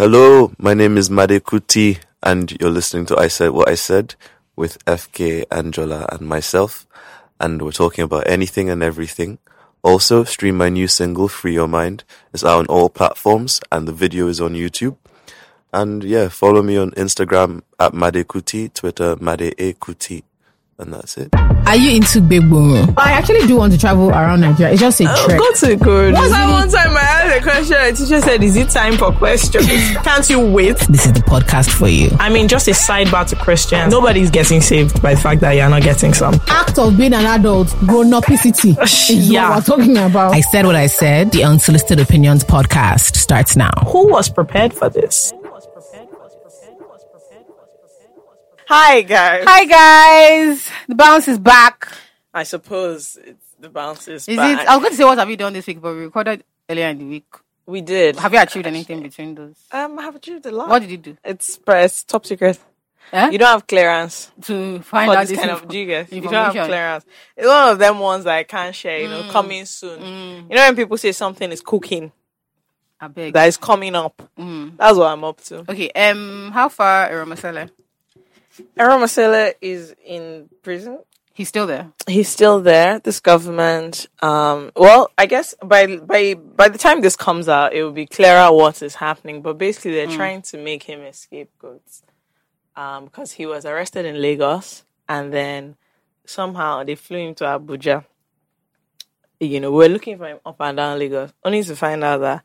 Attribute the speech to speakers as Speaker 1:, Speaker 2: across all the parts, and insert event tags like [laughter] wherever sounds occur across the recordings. Speaker 1: Hello, my name is Made Kuti, and you're listening to I Said What I Said with FK, Angela, and myself. And we're talking about anything and everything. Also, stream my new single, Free Your Mind. It's out on all platforms, and the video is on YouTube. And yeah, follow me on Instagram at Made Kuti, Twitter, Made A Kuti. And that's it.
Speaker 2: Are you into big boom?
Speaker 3: I actually do want to travel around Nigeria. It's just a
Speaker 2: Oh,
Speaker 3: trek.
Speaker 4: Go to good.
Speaker 5: Once I one time I asked a question, the teacher said, Is it time for questions? Can't you wait?
Speaker 2: This is the podcast for you.
Speaker 5: I mean, just a sidebar to Christians. Nobody's getting saved by the fact that you're not getting some.
Speaker 3: Act of being an adult, grown
Speaker 2: [laughs]
Speaker 3: upicity. Is
Speaker 5: Yeah.
Speaker 3: what we're talking about.
Speaker 2: I said what I said. The Unsolicited Opinions podcast starts now.
Speaker 5: Who was prepared for this? Hi, guys.
Speaker 6: Hi guys, the bounce is back.
Speaker 5: I suppose it's the bounces.
Speaker 6: Is
Speaker 5: back.
Speaker 6: it? I was going to say what have you done this week, but we recorded earlier in the week.
Speaker 5: We did.
Speaker 6: Have you achieved anything between those?
Speaker 5: Um, have you the lot?
Speaker 6: What did you do?
Speaker 5: It's press top secret.
Speaker 6: Eh?
Speaker 5: You don't have clearance
Speaker 6: to find
Speaker 5: for
Speaker 6: out
Speaker 5: this kind of
Speaker 6: info-
Speaker 5: jiggers. You don't have
Speaker 6: information.
Speaker 5: clearance. It's one of them ones that I can't share. You know, coming soon. You know when people say something is cooking,
Speaker 6: I beg.
Speaker 5: that is coming up. That's what I'm up to.
Speaker 6: okay. Um, how far Eramasela?
Speaker 5: Aaron Masela is in prison.
Speaker 6: He's still there.
Speaker 5: He's still there. This government, um, well, I guess by by by the time this comes out, it will be clearer what is happening. But basically, they're trying to make him a scapegoat um, because he was arrested in Lagos and then somehow they flew him to Abuja. You know, we we're looking for him up and down Lagos, only to find out that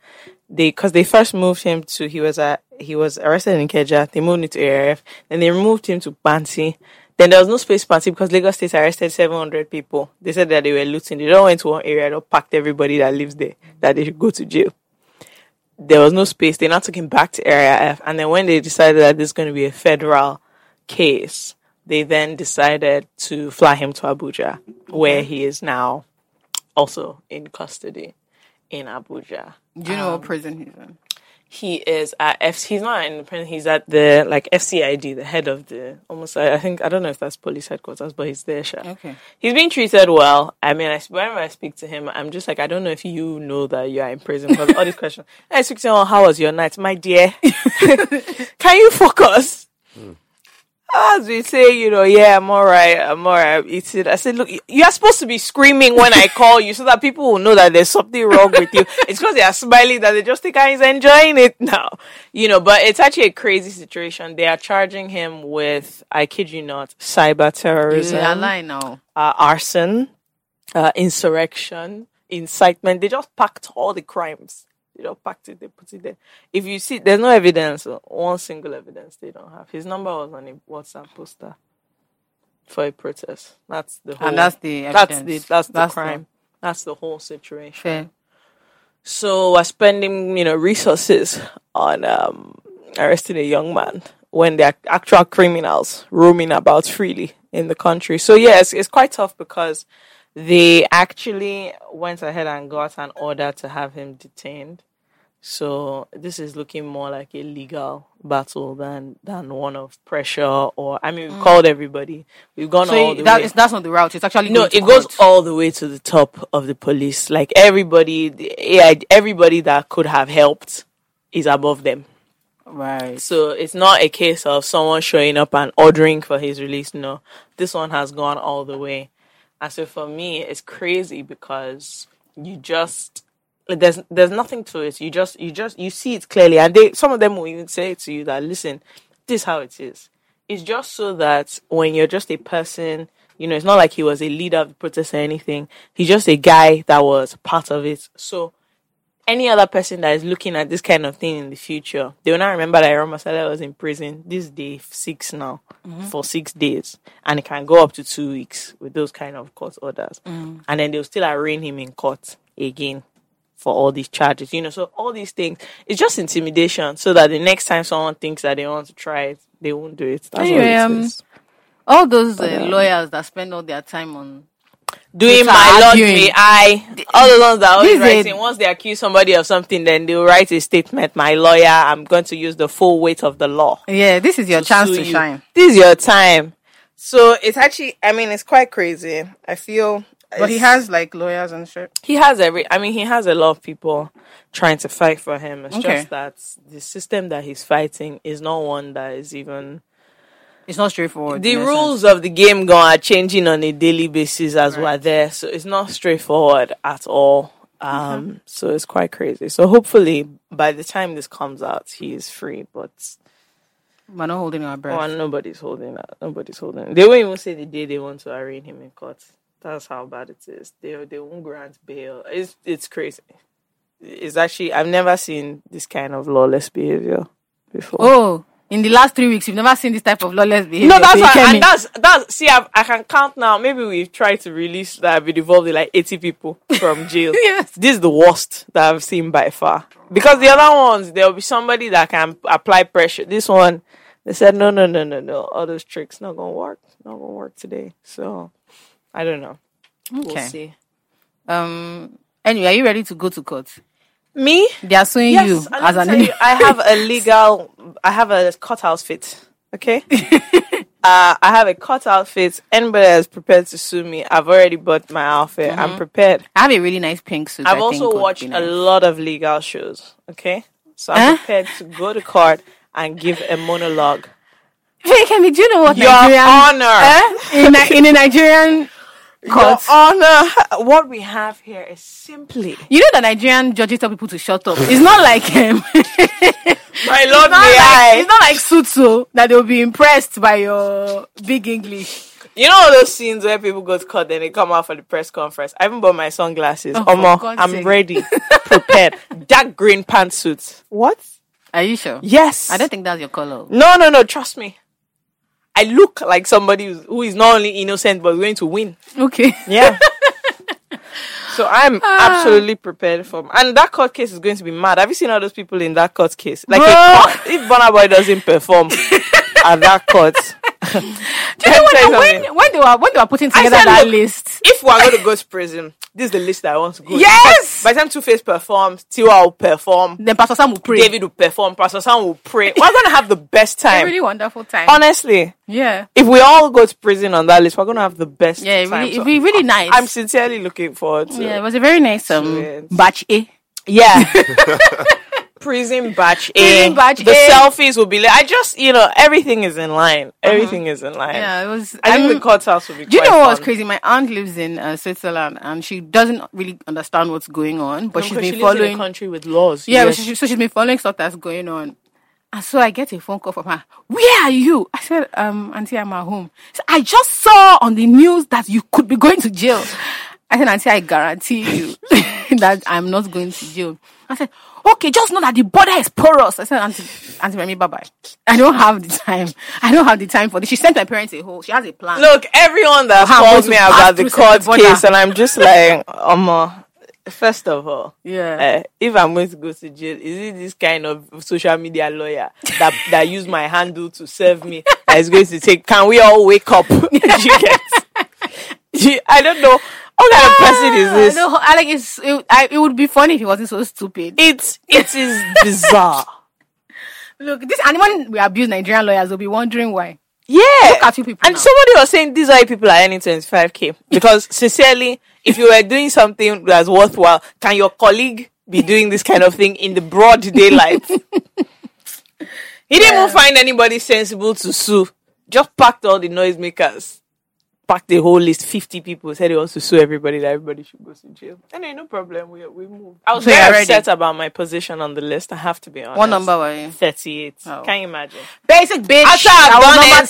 Speaker 5: they because they first moved him to he was at he was arrested in Keja. They moved him to ARF, then they moved him to Panti. Then there was no space Panti because Lagos State arrested seven hundred people. They said that they were looting. They don't went to one area. They all packed everybody that lives there that they should go to jail. There was no space. They now took him back to Area F, and then when they decided that this is going to be a federal case, they then decided to fly him to Abuja, where he is now also in custody in Abuja
Speaker 6: Do you know
Speaker 5: Um,
Speaker 6: what prison he's in?
Speaker 5: he is at F. He's not an independent. He's at the like FCID, the head of the almost. I, I think I don't know if that's police headquarters, but he's there. Sure.
Speaker 6: Okay.
Speaker 5: He's being treated well. I mean, I, s- whenever I speak to him, I'm just like, I don't know if you know that you are in prison because all these questions. I speak to him, "Oh, how was your night, my dear? [laughs] Can you focus? As we say, you know, yeah, I'm all right. I'm all right. I'm eating. I said, look, you- you are supposed to be screaming when I call you so that people will know that there's something wrong with you. It's because they are smiling that they just think he's enjoying it now, you know. But it's actually a crazy situation. They are charging him with, I kid you not, cyber terrorism
Speaker 6: Yeah, I lie now.
Speaker 5: uh, arson, uh, insurrection, incitement. They just packed all the crimes. They just packed it. They put it there. If you see, there's no evidence. uh, One single evidence they don't have. His number was on a WhatsApp poster for a protest. That's the whole.
Speaker 6: that's the
Speaker 5: That's the
Speaker 6: evidence.
Speaker 5: that's the
Speaker 6: That's the-
Speaker 5: crime. that's the whole situation.
Speaker 6: Fair.
Speaker 5: So we're spending, you know, resources on um, arresting a young man when they're actual criminals roaming about freely in the country. So yes, it's, it's quite tough because they actually went ahead and got an order to have him detained. So this is looking more like a legal battle than than one of pressure or I mean we've called everybody. We've gone all
Speaker 6: Mm. So
Speaker 5: the
Speaker 6: that
Speaker 5: way
Speaker 6: is that's not the route. It's actually
Speaker 5: no
Speaker 6: going to
Speaker 5: it goes
Speaker 6: court.
Speaker 5: all the way to the top of the police like everybody the AI, everybody that could have helped is above them
Speaker 6: right.
Speaker 5: so it's not a case of someone showing up and ordering for his release no this one has gone all the way and so for me it's crazy because you just there's there's nothing to it you just you just you see it clearly and they some of them will even say to you that listen this is how it is it's just so that when you're just a person, you know, it's not like he was a leader of the protest or anything. He's just a guy that was part of it. So any other person that is looking at this kind of thing in the future, they will not remember that Aaron Masala was in prison this day six now for six days, and it can go up to two weeks with those kind of court orders, and then they'll still arraign him in court again for all these charges. You know, so all these things it's just intimidation, so that the next time someone thinks that they want to try it, they won't do it. That's
Speaker 6: Anyway,
Speaker 5: all it
Speaker 6: um,
Speaker 5: is.
Speaker 6: All those uh, lawyers that spend all their time on
Speaker 5: doing
Speaker 6: Which are
Speaker 5: my lord
Speaker 6: arguing.
Speaker 5: may I. All the ones that are always
Speaker 6: This is-
Speaker 5: writing, once they accuse somebody of something, then they'll write a statement, my lawyer, I'm going to use the full weight of the law.
Speaker 6: yeah, this is your chance
Speaker 5: sue
Speaker 6: to
Speaker 5: you.
Speaker 6: shine.
Speaker 5: This is your time. So it's actually, I mean, it's quite crazy. I feel
Speaker 4: But he has like lawyers and shit.
Speaker 5: he has every i mean he has a lot of people trying to fight for him it's
Speaker 6: Okay.
Speaker 5: just that the system that he's fighting is not one that is even
Speaker 6: It's not straightforward.
Speaker 5: the
Speaker 6: in essence.
Speaker 5: rules of the game gone are changing on a daily basis as we're there so it's not straightforward at all um so it's quite crazy so hopefully by the time this comes out he is free but
Speaker 6: We're not holding our breath.
Speaker 5: oh, and nobody's holding that nobody's holding they won't even say the day they want to arraign him in court that's how bad it is they they won't grant bail it's it's crazy it's actually i've never seen this kind of lawless behavior before
Speaker 6: Oh, in the last three weeks, you've never seen this type of lawless behavior.
Speaker 5: No, that's
Speaker 6: So you
Speaker 5: why,
Speaker 6: came in.
Speaker 5: and that's that's. See, I've, I can count now. Maybe we've tried to release that I've been involved in like eighty people
Speaker 6: [laughs]
Speaker 5: from jail.
Speaker 6: Yes.
Speaker 5: this is the worst that I've seen by far. Because the other ones, there will be somebody that can apply pressure. This one, they said no, no, no, no, no. All those tricks not gonna work. Not gonna work today. So, I don't know. We'll
Speaker 6: Okay.
Speaker 5: see.
Speaker 6: Um. Anyway, are you ready to go to court?
Speaker 5: Me?
Speaker 6: They are suing
Speaker 5: Yes.
Speaker 6: you
Speaker 5: and let
Speaker 6: as
Speaker 5: me
Speaker 6: an
Speaker 5: tell you, I have a
Speaker 6: [laughs]
Speaker 5: legal. I have a cut outfit. Okay. uh, I have a cut outfit. Anybody that's prepared to sue me, I've already bought my outfit. I'm prepared.
Speaker 6: I have a really nice pink suit. Mm-hmm. I
Speaker 5: I've
Speaker 6: think would
Speaker 5: also
Speaker 6: be
Speaker 5: watched a
Speaker 6: nice. Eh?
Speaker 5: lot of legal shows. Okay, so I'm
Speaker 6: Huh?
Speaker 5: prepared to go to court and give a monologue.
Speaker 6: Hey, Kemi, do you know what
Speaker 5: Your
Speaker 6: [laughs] Nigerian
Speaker 5: Honor,
Speaker 6: Eh? [laughs] in, a, in a Nigerian
Speaker 5: Your
Speaker 6: court?
Speaker 5: Honor, what we have here is simply
Speaker 6: You know that Nigerian judges tell people to shut up. It's not like [laughs] um,
Speaker 5: my Lord.
Speaker 6: not
Speaker 5: May
Speaker 6: like,
Speaker 5: I?
Speaker 6: it's not like Sutsu that they'll be impressed by your big English.
Speaker 5: You know all those scenes where people go to court, then they come out for the press conference. I haven't bought my sunglasses.
Speaker 6: Oh,
Speaker 5: Oh,
Speaker 6: for
Speaker 5: Omo,
Speaker 6: God's
Speaker 5: I'm
Speaker 6: sake. [laughs]
Speaker 5: ready, prepared. Dark green pantsuit. What?
Speaker 6: Are you sure?
Speaker 5: Yes.
Speaker 6: I don't think that's your color.
Speaker 5: No, no, no. Trust me. I look like somebody who's- who is not only innocent but going to win.
Speaker 6: [laughs] Okay.
Speaker 5: Yeah. [laughs] so I'm
Speaker 6: Ah.
Speaker 5: absolutely prepared for. And that court case is going to be mad. Have you seen all those people in that court case? Like,
Speaker 6: Bro.
Speaker 5: if, if Bonaboy doesn't
Speaker 6: [laughs]
Speaker 5: perform at that court,
Speaker 6: Do you know
Speaker 5: Let me
Speaker 6: when,
Speaker 5: tell you
Speaker 6: when, when they were when they were putting together
Speaker 5: said,
Speaker 6: that
Speaker 5: look,
Speaker 6: list?
Speaker 5: if we are going to go to prison, this is the list that I want to go. to.
Speaker 6: Yes!
Speaker 5: By the time Two Face performs, Tiwa will perform,
Speaker 6: Then Pastor Sam will pray.
Speaker 5: David will perform, Pastor Sam will pray. We're going to have the best
Speaker 6: a
Speaker 5: time.
Speaker 6: really wonderful time.
Speaker 5: Honestly,
Speaker 6: yeah.
Speaker 5: if we all go to prison on that list, we're going to have the best
Speaker 6: Yeah, it
Speaker 5: time.
Speaker 6: really, it'd
Speaker 5: So
Speaker 6: be really nice.
Speaker 5: I'm sincerely looking forward to
Speaker 6: yeah, it
Speaker 5: it.
Speaker 6: was a very nice um,
Speaker 5: Sweet.
Speaker 6: batch A.
Speaker 5: Yeah. [laughs]
Speaker 6: [laughs]
Speaker 5: prison batch A.
Speaker 6: Prison batch
Speaker 5: the
Speaker 6: A.
Speaker 5: selfies will be like, I just, you know, everything is in line. Everything is in line.
Speaker 6: Uh-huh. Yeah, it was.
Speaker 5: I think
Speaker 6: I'm-
Speaker 5: the courthouse will be
Speaker 6: Do you
Speaker 5: quite
Speaker 6: know what's
Speaker 5: fun.
Speaker 6: crazy? My aunt lives in uh, Switzerland and she doesn't really understand what's going on, but she's
Speaker 5: Because
Speaker 6: been
Speaker 5: she lives in a
Speaker 6: following.
Speaker 5: country with laws.
Speaker 6: yeah, but
Speaker 5: Yes.
Speaker 6: she, so she's been following stuff that's going on. And so I get a phone call from her. Where are you? I said, um, Auntie, I'm at home. She said, I just saw on the news that you could be going to jail. I said, Auntie, I guarantee you [laughs] that I'm not going to jail. I said, okay, just know that the border is porous. I said, Auntie, Auntie Remy, bye bye. I don't have the time. I don't have the time for this. She sent my parents a whole, she has a plan.
Speaker 5: Look, everyone that
Speaker 6: Wow,
Speaker 5: calls
Speaker 6: to
Speaker 5: me
Speaker 6: pass
Speaker 5: about
Speaker 6: through
Speaker 5: the
Speaker 6: Santa
Speaker 5: court
Speaker 6: Bona.
Speaker 5: case, and I'm just like, um, uh, first of all,
Speaker 6: Yeah.
Speaker 5: eh, if I'm going to go to jail, is it this kind of social media lawyer that that used my handle to serve me that is going to take? Can we all wake up? [laughs] you get? You- I don't know. What kind of person is this?
Speaker 6: No, Ah, I like it's. It, I, it would be funny if he wasn't so stupid.
Speaker 5: It's it is bizarre.
Speaker 6: Look, this and when we abuse Nigerian lawyers, they'll be wondering why.
Speaker 5: Yeah.
Speaker 6: Look at you people
Speaker 5: And
Speaker 6: now.
Speaker 5: somebody was saying these are people are earning 25k. Because sincerely, if you were doing something that's worthwhile, can your colleague be doing this kind of thing in the broad
Speaker 6: [laughs]
Speaker 5: daylight? he didn't even find anybody sensible to sue. Just packed all the noisemakers. Packed the whole list, 50 people said he wants to sue everybody that everybody should go to jail. Anyway, no problem. We, we moved. I was
Speaker 6: So
Speaker 5: very
Speaker 6: you're ready?
Speaker 5: upset about my position on the list. I have to be honest.
Speaker 6: What number were you?
Speaker 5: 38.
Speaker 6: Oh.
Speaker 5: Can you imagine?
Speaker 6: Basic bitch.
Speaker 5: After
Speaker 6: I
Speaker 5: I've
Speaker 6: was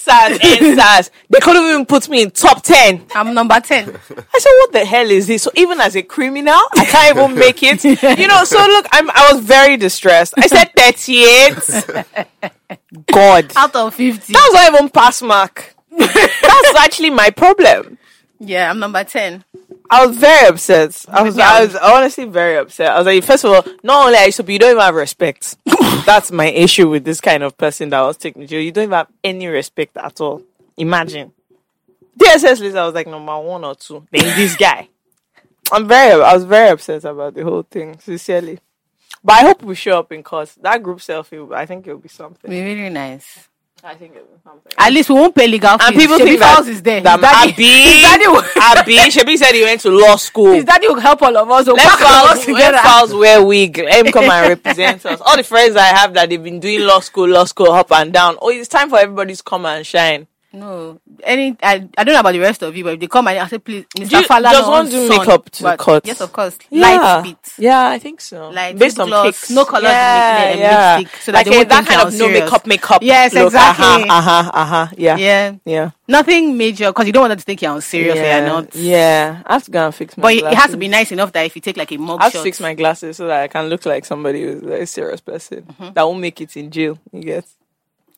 Speaker 5: done
Speaker 6: number
Speaker 5: NSAS, NSAS,
Speaker 6: [laughs]
Speaker 5: NSAS, they couldn't even put me in top 10.
Speaker 6: I'm number ten.
Speaker 5: [laughs] I said, what the hell is this? So even as a criminal, I can't
Speaker 6: [laughs]
Speaker 5: even make it. You know, so look, I'm, I was very distressed. I said 38.
Speaker 6: [laughs]
Speaker 5: God. That
Speaker 6: Out of fifty.
Speaker 5: was not even pass mark. That's actually my problem.
Speaker 6: yeah, I'm number ten.
Speaker 5: I was very upset. I was,
Speaker 6: Maybe I
Speaker 5: I was honestly very upset. I was like, first of all, not only are you stupid, you don't even have
Speaker 6: [laughs]
Speaker 5: respect. That's my issue with this kind of person that was taking you. You don't even have any respect at all. Imagine. DSS list, I was like number one or two. Then this
Speaker 6: [laughs]
Speaker 5: guy. I'm very, I was very upset about the whole thing, sincerely. But I hope we show up in court. That group selfie, I think it'll be something.
Speaker 6: Be really nice.
Speaker 5: I think it was something.
Speaker 6: At least we won't pay legal fees.
Speaker 5: And people
Speaker 6: Shebi
Speaker 5: think that,
Speaker 6: Falz is there.
Speaker 5: that
Speaker 6: his daddy,
Speaker 5: Abi,
Speaker 6: his daddy will,
Speaker 5: Abi, Shebi said he went to law school.
Speaker 6: his [laughs] daddy will help all of us. We'll
Speaker 5: Let
Speaker 6: pack all of us
Speaker 5: Fowls,
Speaker 6: together.
Speaker 5: let Fowls wear wig. Let him come and represent us. All the friends I have that they've been doing law school, law school, up and down. Oh, it's time for everybody to come and shine.
Speaker 6: No, any I, I don't know about the rest of you, but if they come and I say, please,
Speaker 5: Do
Speaker 6: Mr.
Speaker 5: you-
Speaker 6: Falana,
Speaker 5: does one do makeup to the cut?
Speaker 6: Yes, of course.
Speaker 5: yeah.
Speaker 6: Light beat.
Speaker 5: Yeah, I think so.
Speaker 6: Like
Speaker 5: Based on
Speaker 6: gloss,
Speaker 5: pics.
Speaker 6: no colours, lip-
Speaker 5: yeah.
Speaker 6: lipstick, so that
Speaker 5: like
Speaker 6: they
Speaker 5: a-
Speaker 6: won't
Speaker 5: that
Speaker 6: think
Speaker 5: kind
Speaker 6: I'm
Speaker 5: of no
Speaker 6: serious.
Speaker 5: makeup, makeup.
Speaker 6: Yes,
Speaker 5: look.
Speaker 6: exactly.
Speaker 5: Uh huh, uh huh, yeah.
Speaker 6: Yeah.
Speaker 5: Yeah.
Speaker 6: Nothing major because you don't want them to think you're unserious or
Speaker 5: yeah.
Speaker 6: you're not.
Speaker 5: Yeah. I have to go and fix my
Speaker 6: But it-
Speaker 5: glasses.
Speaker 6: it has to be nice enough that if you take like a mug
Speaker 5: I have to
Speaker 6: shot,
Speaker 5: fix my glasses so that I can look like somebody who's a serious person
Speaker 6: Mm-hmm.
Speaker 5: that won't make it in jail. You get?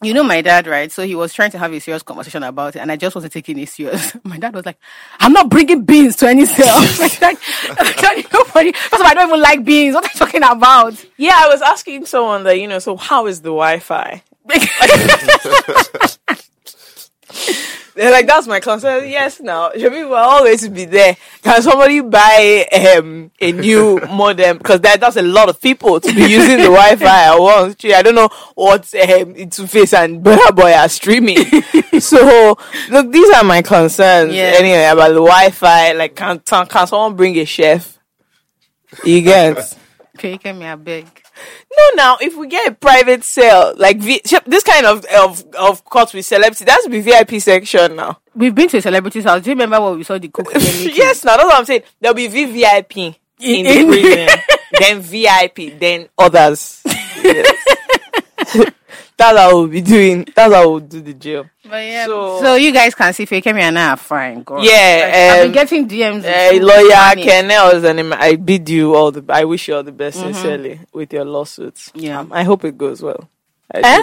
Speaker 6: you know my dad, right? So he was trying to have a serious conversation about it, and I just wasn't taking it serious. [laughs] My dad was like, "I'm not bringing beans to any sale." [laughs] like, like, like, [laughs] nobody. First of all, I don't even like beans. What are you talking about? [laughs]
Speaker 5: Yeah, I was asking someone that you know. So how is the Wi-Fi? They're like, that's my concern. Yes, now Jimmy will always be there. Can somebody buy um, a new modem? Because that, that's a lot of people to be using the Wi-Fi at once. Gee, I don't know what um, Interface and Burna Boy are streaming. so, look, these are my concerns.
Speaker 6: Yeah.
Speaker 5: Anyway, about the Wi-Fi, like, can can someone bring a chef? You get.
Speaker 6: Okay, give me a beg.
Speaker 5: No, now if we get a private sale, like v- this kind of of of court with celebrity, that's be VIP section now.
Speaker 6: We've been to a celebrity's house. Do you remember when we saw the cook?
Speaker 5: [laughs] yes, now that's what I'm saying. There'll be VIP in, the
Speaker 6: [laughs] In-
Speaker 5: prison, then VIP, then
Speaker 6: [laughs]
Speaker 5: others. Yes. [laughs] that's how we'll be doing. That's how we'll do the jail.
Speaker 6: But yeah,
Speaker 5: So-
Speaker 6: so, you guys can see Fake and I are fine. God.
Speaker 5: Yeah, um,
Speaker 6: I've been getting DMs. with
Speaker 5: Uh,
Speaker 6: so
Speaker 5: lawyer eh,
Speaker 6: many.
Speaker 5: Kennels, and I bid you all the. I wish you all the best sincerely with your lawsuits.
Speaker 6: Mm-hmm.
Speaker 5: Um,
Speaker 6: Yeah.
Speaker 5: I hope it goes well. I
Speaker 6: Eh?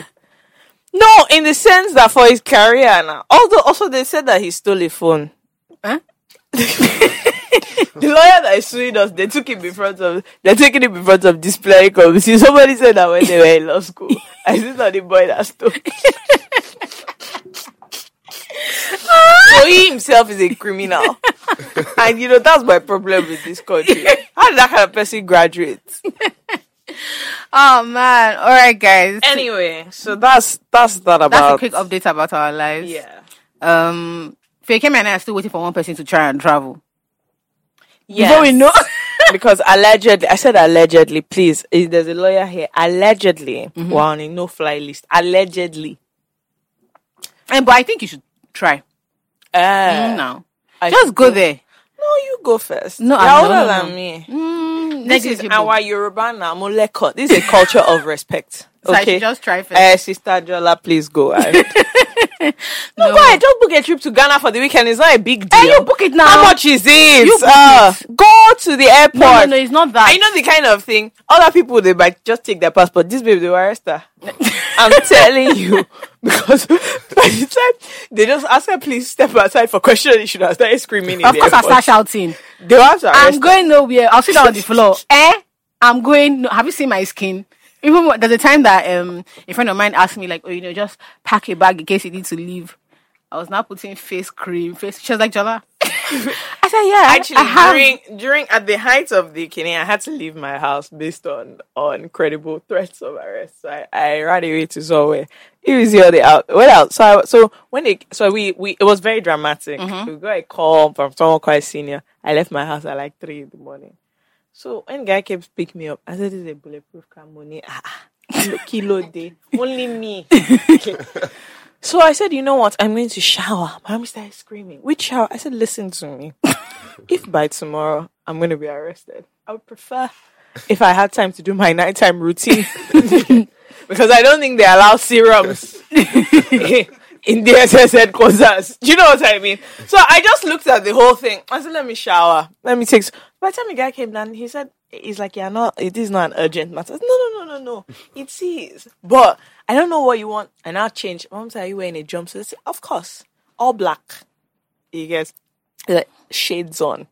Speaker 5: do. No, in the sense that for his career now. Although, also they said that he stole a phone.
Speaker 6: Huh?
Speaker 5: [laughs] The lawyer that is suing us, they took him in front of. They're taking him in front of this playing committee. Somebody said that when they were in law school,
Speaker 6: [laughs]
Speaker 5: I see not the boy that stole. so he himself is a criminal. And you know, that's my problem with this [laughs] country. How did that kind of person graduate?
Speaker 6: Oh man! All right, guys.
Speaker 5: Anyway, so that's that's that about
Speaker 6: that's a quick update about our lives.
Speaker 5: Yeah.
Speaker 6: Um, Fake and I are still waiting for one person to try and travel.
Speaker 5: Yes.
Speaker 6: Before we know, [laughs]
Speaker 5: because allegedly, I said allegedly, please. eh, There's a lawyer here. Allegedly, we're on a no fly list. Allegedly.
Speaker 6: and but I think you should try
Speaker 5: Uh,
Speaker 6: now.
Speaker 5: I-
Speaker 6: Just go there.
Speaker 5: No, you go first.
Speaker 6: No,
Speaker 5: You're
Speaker 6: I- no,
Speaker 5: older
Speaker 6: no,
Speaker 5: than
Speaker 6: no.
Speaker 5: me.
Speaker 6: Mm,
Speaker 5: This is our Yoruba now. Moleko. This is a culture of respect.
Speaker 6: [laughs] So I
Speaker 5: Okay.
Speaker 6: should just try first.
Speaker 5: Eh, Sister Jola, please go. [laughs]
Speaker 6: [laughs]
Speaker 5: And- no,
Speaker 6: No.
Speaker 5: why? Just book a trip to Ghana for the weekend. It's not a big deal.
Speaker 6: Eh, you book it now.
Speaker 5: How much is it?
Speaker 6: You book
Speaker 5: Uh, Go to the airport.
Speaker 6: no, no, no, it's not that.
Speaker 5: I know the kind of thing. Other people they might just take their passport. This baby they will arrest
Speaker 6: [laughs]
Speaker 5: her. I'm telling you. Because [laughs] by the time they just ask her, please step aside for question, you should have started screaming. In
Speaker 6: Of
Speaker 5: the
Speaker 6: course, I
Speaker 5: airport.
Speaker 6: start shouting.
Speaker 5: They will have to arrest
Speaker 6: I'm going nowhere. I'll sit down on the floor. [laughs] eh? I'm going. No, have you seen my skin? Even when- there's a time that um a friend of mine asked me like, oh, you know, just pack a bag in case you need to leave. I was now putting face cream. Face. She was like, Jola. [laughs] I said, yeah.
Speaker 5: Actually,
Speaker 6: I have.
Speaker 5: during during at the height of the killing, I had to leave my house based on on credible threats of arrest. So I, I ran away to somewhere. It was the other out. Went out. So I, so when they so we we it was very dramatic.
Speaker 6: Mm-hmm.
Speaker 5: We got a call from someone quite senior. I left my house at like three in the morning. So when guy came to pick me up, I said, "This is a bulletproof car, money." Ah, ah. Kilo- kilo day, only me. So I said, you know what? I'm going to shower. My mom started screaming. Which shower? I said, listen to me. if by tomorrow I'm going to be arrested, I would prefer if I had time to do my nighttime routine [laughs] because I don't think they allow serums [laughs] in DSS headquarters. Do you know what I mean? So I just looked at the whole thing. I said, let me shower. Let me take. s-" By the time the guy came down, he said, he's like, yeah, not, it is not an urgent matter. I said, no, no, no, no, no. It is. But I don't know what you want. And I'll change. Mom said, are you wearing a jumpsuit? I said, of course. All black. You guys. He's like, Shades on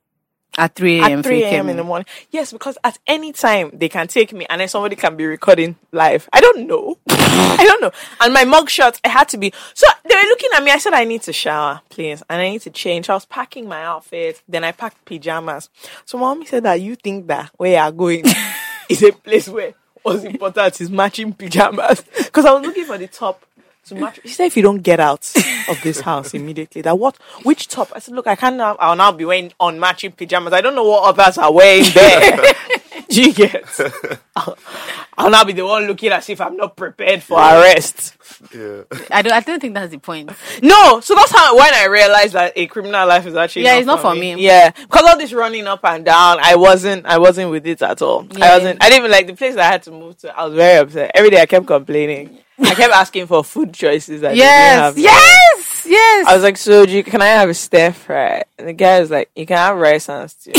Speaker 6: At 3 a.m.
Speaker 5: at 3 a.m. in the morning. Yes, because at any time they can take me and then somebody can be recording live. I don't know. I don't know. And my mugshot, I had to be. So they were looking at me. I said, I need to shower, please. And I need to change. I was packing my outfit. Then I packed pajamas. So mommy said that you think that where you are going is a place where what's important is matching pajamas. Because I was looking for the top to match. She said, if you don't get out of this house immediately, that what, which top? I said, look, I can't now, I'll now be wearing on matching pajamas. I don't know what others are wearing there. [laughs] Do you get? [laughs] I'll, I'll now be the one looking as if I'm not prepared for arrest.
Speaker 1: Yeah.
Speaker 6: I don't. I don't think that's the point.
Speaker 5: No, so that's how when I realized that a criminal life is actually
Speaker 6: Yeah, it's not for me.
Speaker 5: Yeah, because all this running up and down, I wasn't, I wasn't with it at all. I
Speaker 6: Yeah.
Speaker 5: wasn't. I didn't even like the place that I had to move to. I was very upset every day. I kept complaining. I kept asking for food choices. That they
Speaker 6: Yes,
Speaker 5: didn't have.
Speaker 6: yes, yes.
Speaker 5: I was like, so do you- can I have a stir fry? And the guy was like, you can have rice and
Speaker 6: [laughs]
Speaker 5: stew.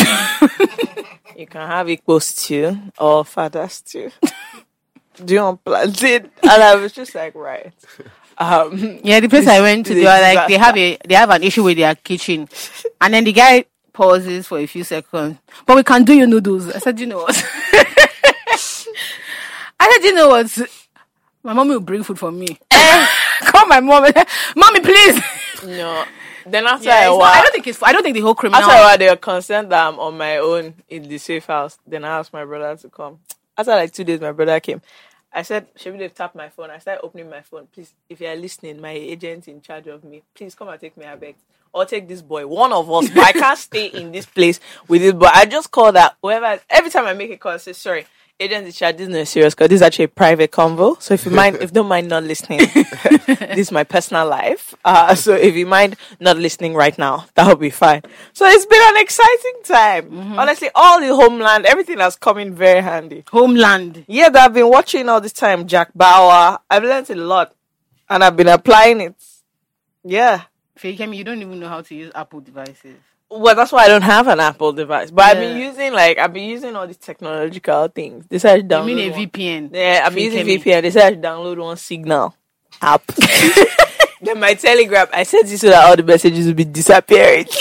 Speaker 5: you can have equal stew or fada stew. [laughs] do you want plantain? And I was just like, right. Um,
Speaker 6: Yeah, the place I went to,
Speaker 5: the
Speaker 6: they were like they
Speaker 5: disaster.
Speaker 6: [laughs] have a they have an issue with their kitchen, and then the guy pauses for a few seconds. But we can do your noodles. I said, you know what? [laughs] I said, you know what? My mommy will bring food for [laughs] me. Call my mom. [laughs] and- Mommy, please.
Speaker 5: no. Then after
Speaker 6: Yeah,
Speaker 5: a
Speaker 6: it's
Speaker 5: while,
Speaker 6: not- I don't think it's. I don't think the whole criminal.
Speaker 5: After a while, they were concerned that I'm on my own in the safe house. Then I asked my brother to come. After like two days, my brother came. I said, Should they tap my phone? I started opening my phone. Please, if you are listening, my agent in charge of me, please come and take me. I beg. Or take this boy, one of us. But I can't stay in this place with this boy. I just call that whoever. Every time I make a call, I say, Sorry, agent in charge, this is not a serious call. This is actually a private convo. So if you mind, if you don't mind not listening, this is my personal life. Uh, so if you mind not listening right now, that will be fine. So it's been an exciting time.
Speaker 6: Mm-hmm.
Speaker 5: Honestly, all the homeland, everything has come in very handy.
Speaker 6: homeland.
Speaker 5: Yeah, that I've been watching all this time, Jack Bauer. I've learned a lot and I've been applying it. Yeah.
Speaker 6: Fake you don't even know how to use Apple devices.
Speaker 5: Well, that's why I don't have an Apple device. But I've been
Speaker 6: Yeah.
Speaker 5: using like I've been using all these technological things. They said
Speaker 6: I
Speaker 5: download
Speaker 6: mean a
Speaker 5: one.
Speaker 6: VPN.
Speaker 5: Yeah, I'm
Speaker 6: Free
Speaker 5: using
Speaker 6: Kemi.
Speaker 5: VPN. They said I should download one Signal app. then my Telegram, I said this so that all the messages will be disappearing. [laughs]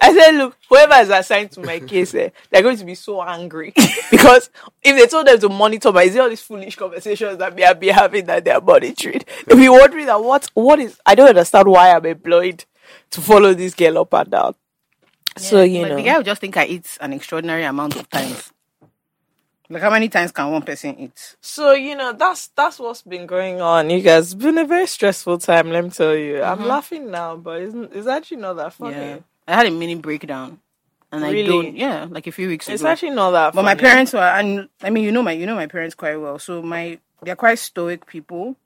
Speaker 5: I said, look, whoever is assigned to my case, eh, they're going to be so angry [laughs] because if they told them to monitor my, is it all these foolish conversations that me I'll be having that they're monitoring? They'll be wondering that what, what is? I don't understand why I'm employed to follow this girl up and down. so you
Speaker 6: but
Speaker 5: know,
Speaker 6: the guy will just think I eat an extraordinary amount of times. Like how many times can one person eat?
Speaker 5: So you know that's that's what's been going on. You guys, it's been a very stressful time. Let me tell you. I'm laughing now, but it's, it's actually not that funny.
Speaker 6: Mm-hmm. Yeah. I had a mini breakdown. And
Speaker 5: Really?
Speaker 6: I don't yeah, like a few weeks
Speaker 5: It's
Speaker 6: ago.
Speaker 5: actually not that.
Speaker 6: but
Speaker 5: funny.
Speaker 6: my parents were and I mean you know my you know my parents quite well. So my they're quite stoic people.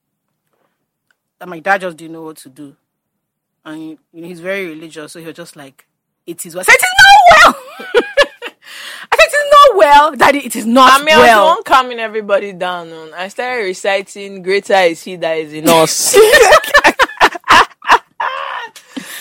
Speaker 6: And my dad just didn't know what to do. And you know, he's very religious, so he was just like, It is well. I said, It is not well [laughs] I said it is not well, Daddy, it is not
Speaker 5: I mean, I
Speaker 6: well.
Speaker 5: was the one calming everybody down. On I started reciting, "Greater is He that is in
Speaker 6: [laughs]
Speaker 5: us." [laughs]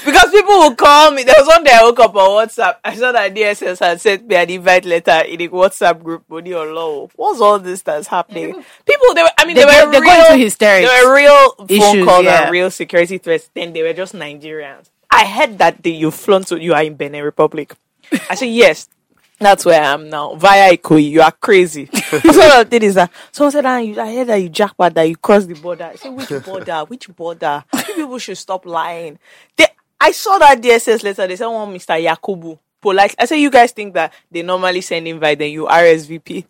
Speaker 5: Because people will call me. There was one day I woke up on WhatsApp. I saw that DSS had sent me an invite letter in a WhatsApp group. Money or law. What's all this that's happening? People, they were. I mean,
Speaker 6: They
Speaker 5: they,
Speaker 6: go-
Speaker 5: were
Speaker 6: they go
Speaker 5: real,
Speaker 6: into hysterics.
Speaker 5: They were real phone
Speaker 6: Issues,
Speaker 5: calls
Speaker 6: yeah.
Speaker 5: and real security threats. Then they were just Nigerians. I heard that day you flown to you are in Benin Republic. I said yes. That's where I am now. Via Ikoyi, you are crazy. [laughs] so the thing is that someone said, ah, you, I heard that you jackpot that you crossed the border. I said, which border? Which border? You people should stop lying. They, I saw that DSS letter. They said one Mr. Yakubu. Polite. I said, you guys think that they normally send invite, then you RSVP.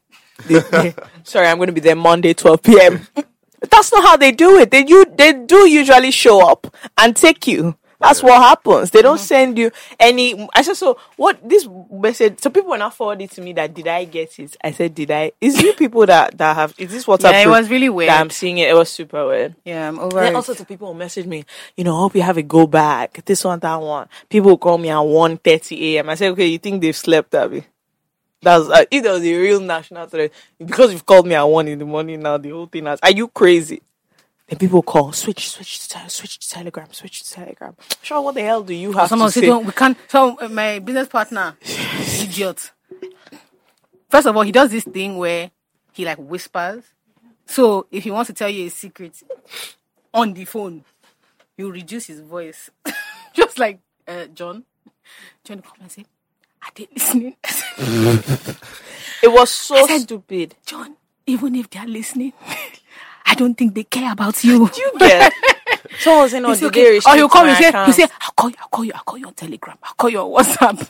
Speaker 5: They- they- [laughs] sorry, I'm going to be there Monday, 12 p.m. [laughs] That's not how they do it. They you they do usually show up and take you. That's what happens. They
Speaker 6: Mm-hmm.
Speaker 5: don't send you any. I said so. What this message? So people were not forwarding to me that did I get it? I said did I? Is you people that that have? Is this what?
Speaker 6: Yeah, it was really weird.
Speaker 5: That I'm seeing it. It was super weird.
Speaker 6: yeah, I'm over
Speaker 5: Then
Speaker 6: it.
Speaker 5: all sorts of people will message me, you know, hope you have a go back. This one, that one. People will call me at 1.30 a.m. I say, okay, you think they've slept, Abby? That's uh, it was a real national threat. Because you've called me at one in the morning now, the whole thing has are you crazy? Then people call, switch, switch to te- switch to telegram, switch to telegram. Sure, what the hell do you have
Speaker 6: Someone
Speaker 5: to
Speaker 6: said,
Speaker 5: say?
Speaker 6: don't, we can't. So, uh, my business partner, idiot. First of all, he does this thing where he like whispers. So, if he wants to tell you a secret on the phone, you reduce his voice. [laughs] Just like uh, John. John come and say, Are they listening? [laughs] I said,
Speaker 5: It was so [laughs] stupid.
Speaker 6: John, even if they are listening, I don't think they care about you.
Speaker 5: You get someone was saying, oh,
Speaker 6: It's
Speaker 5: did
Speaker 6: okay.
Speaker 5: they
Speaker 6: Or
Speaker 5: restrict
Speaker 6: he'll come
Speaker 5: my
Speaker 6: and say,
Speaker 5: account?
Speaker 6: he'll say, I'll call you, I'll call you, I'll call you on Telegram, I'll call you on WhatsApp.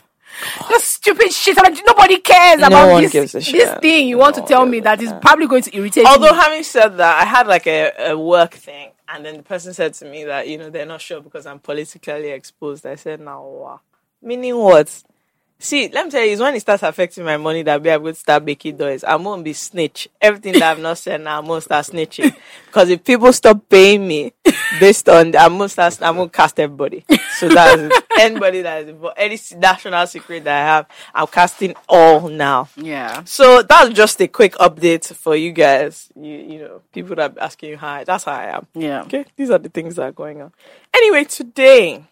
Speaker 6: Just stupid shit. I'm like, nobody cares about
Speaker 5: one
Speaker 6: this,
Speaker 5: gives a
Speaker 6: this
Speaker 5: shit.
Speaker 6: thing you want to tell me that is probably going to irritate
Speaker 5: Although
Speaker 6: me.
Speaker 5: having said that, I had like a, a work thing And then the person said to me that, you know, they're not sure because I'm politically exposed. I said, now, wow. Meaning what? See, let me tell you, it's when it starts affecting my money that me, I'm going to start making noise. I'm going to be snitch. Everything that I've not said now, I'm going to start snitching. Because if people stop paying me based on, I'm going to start, I'm going to cast everybody. So that's it. anybody that is involved, any national secret that I have, I'm casting all now.
Speaker 6: Yeah.
Speaker 5: So that's just a quick update for you guys. You, you know, people that are asking you hi. That's how I am.
Speaker 6: Yeah.
Speaker 5: Okay. These are the things that are going on. Anyway, today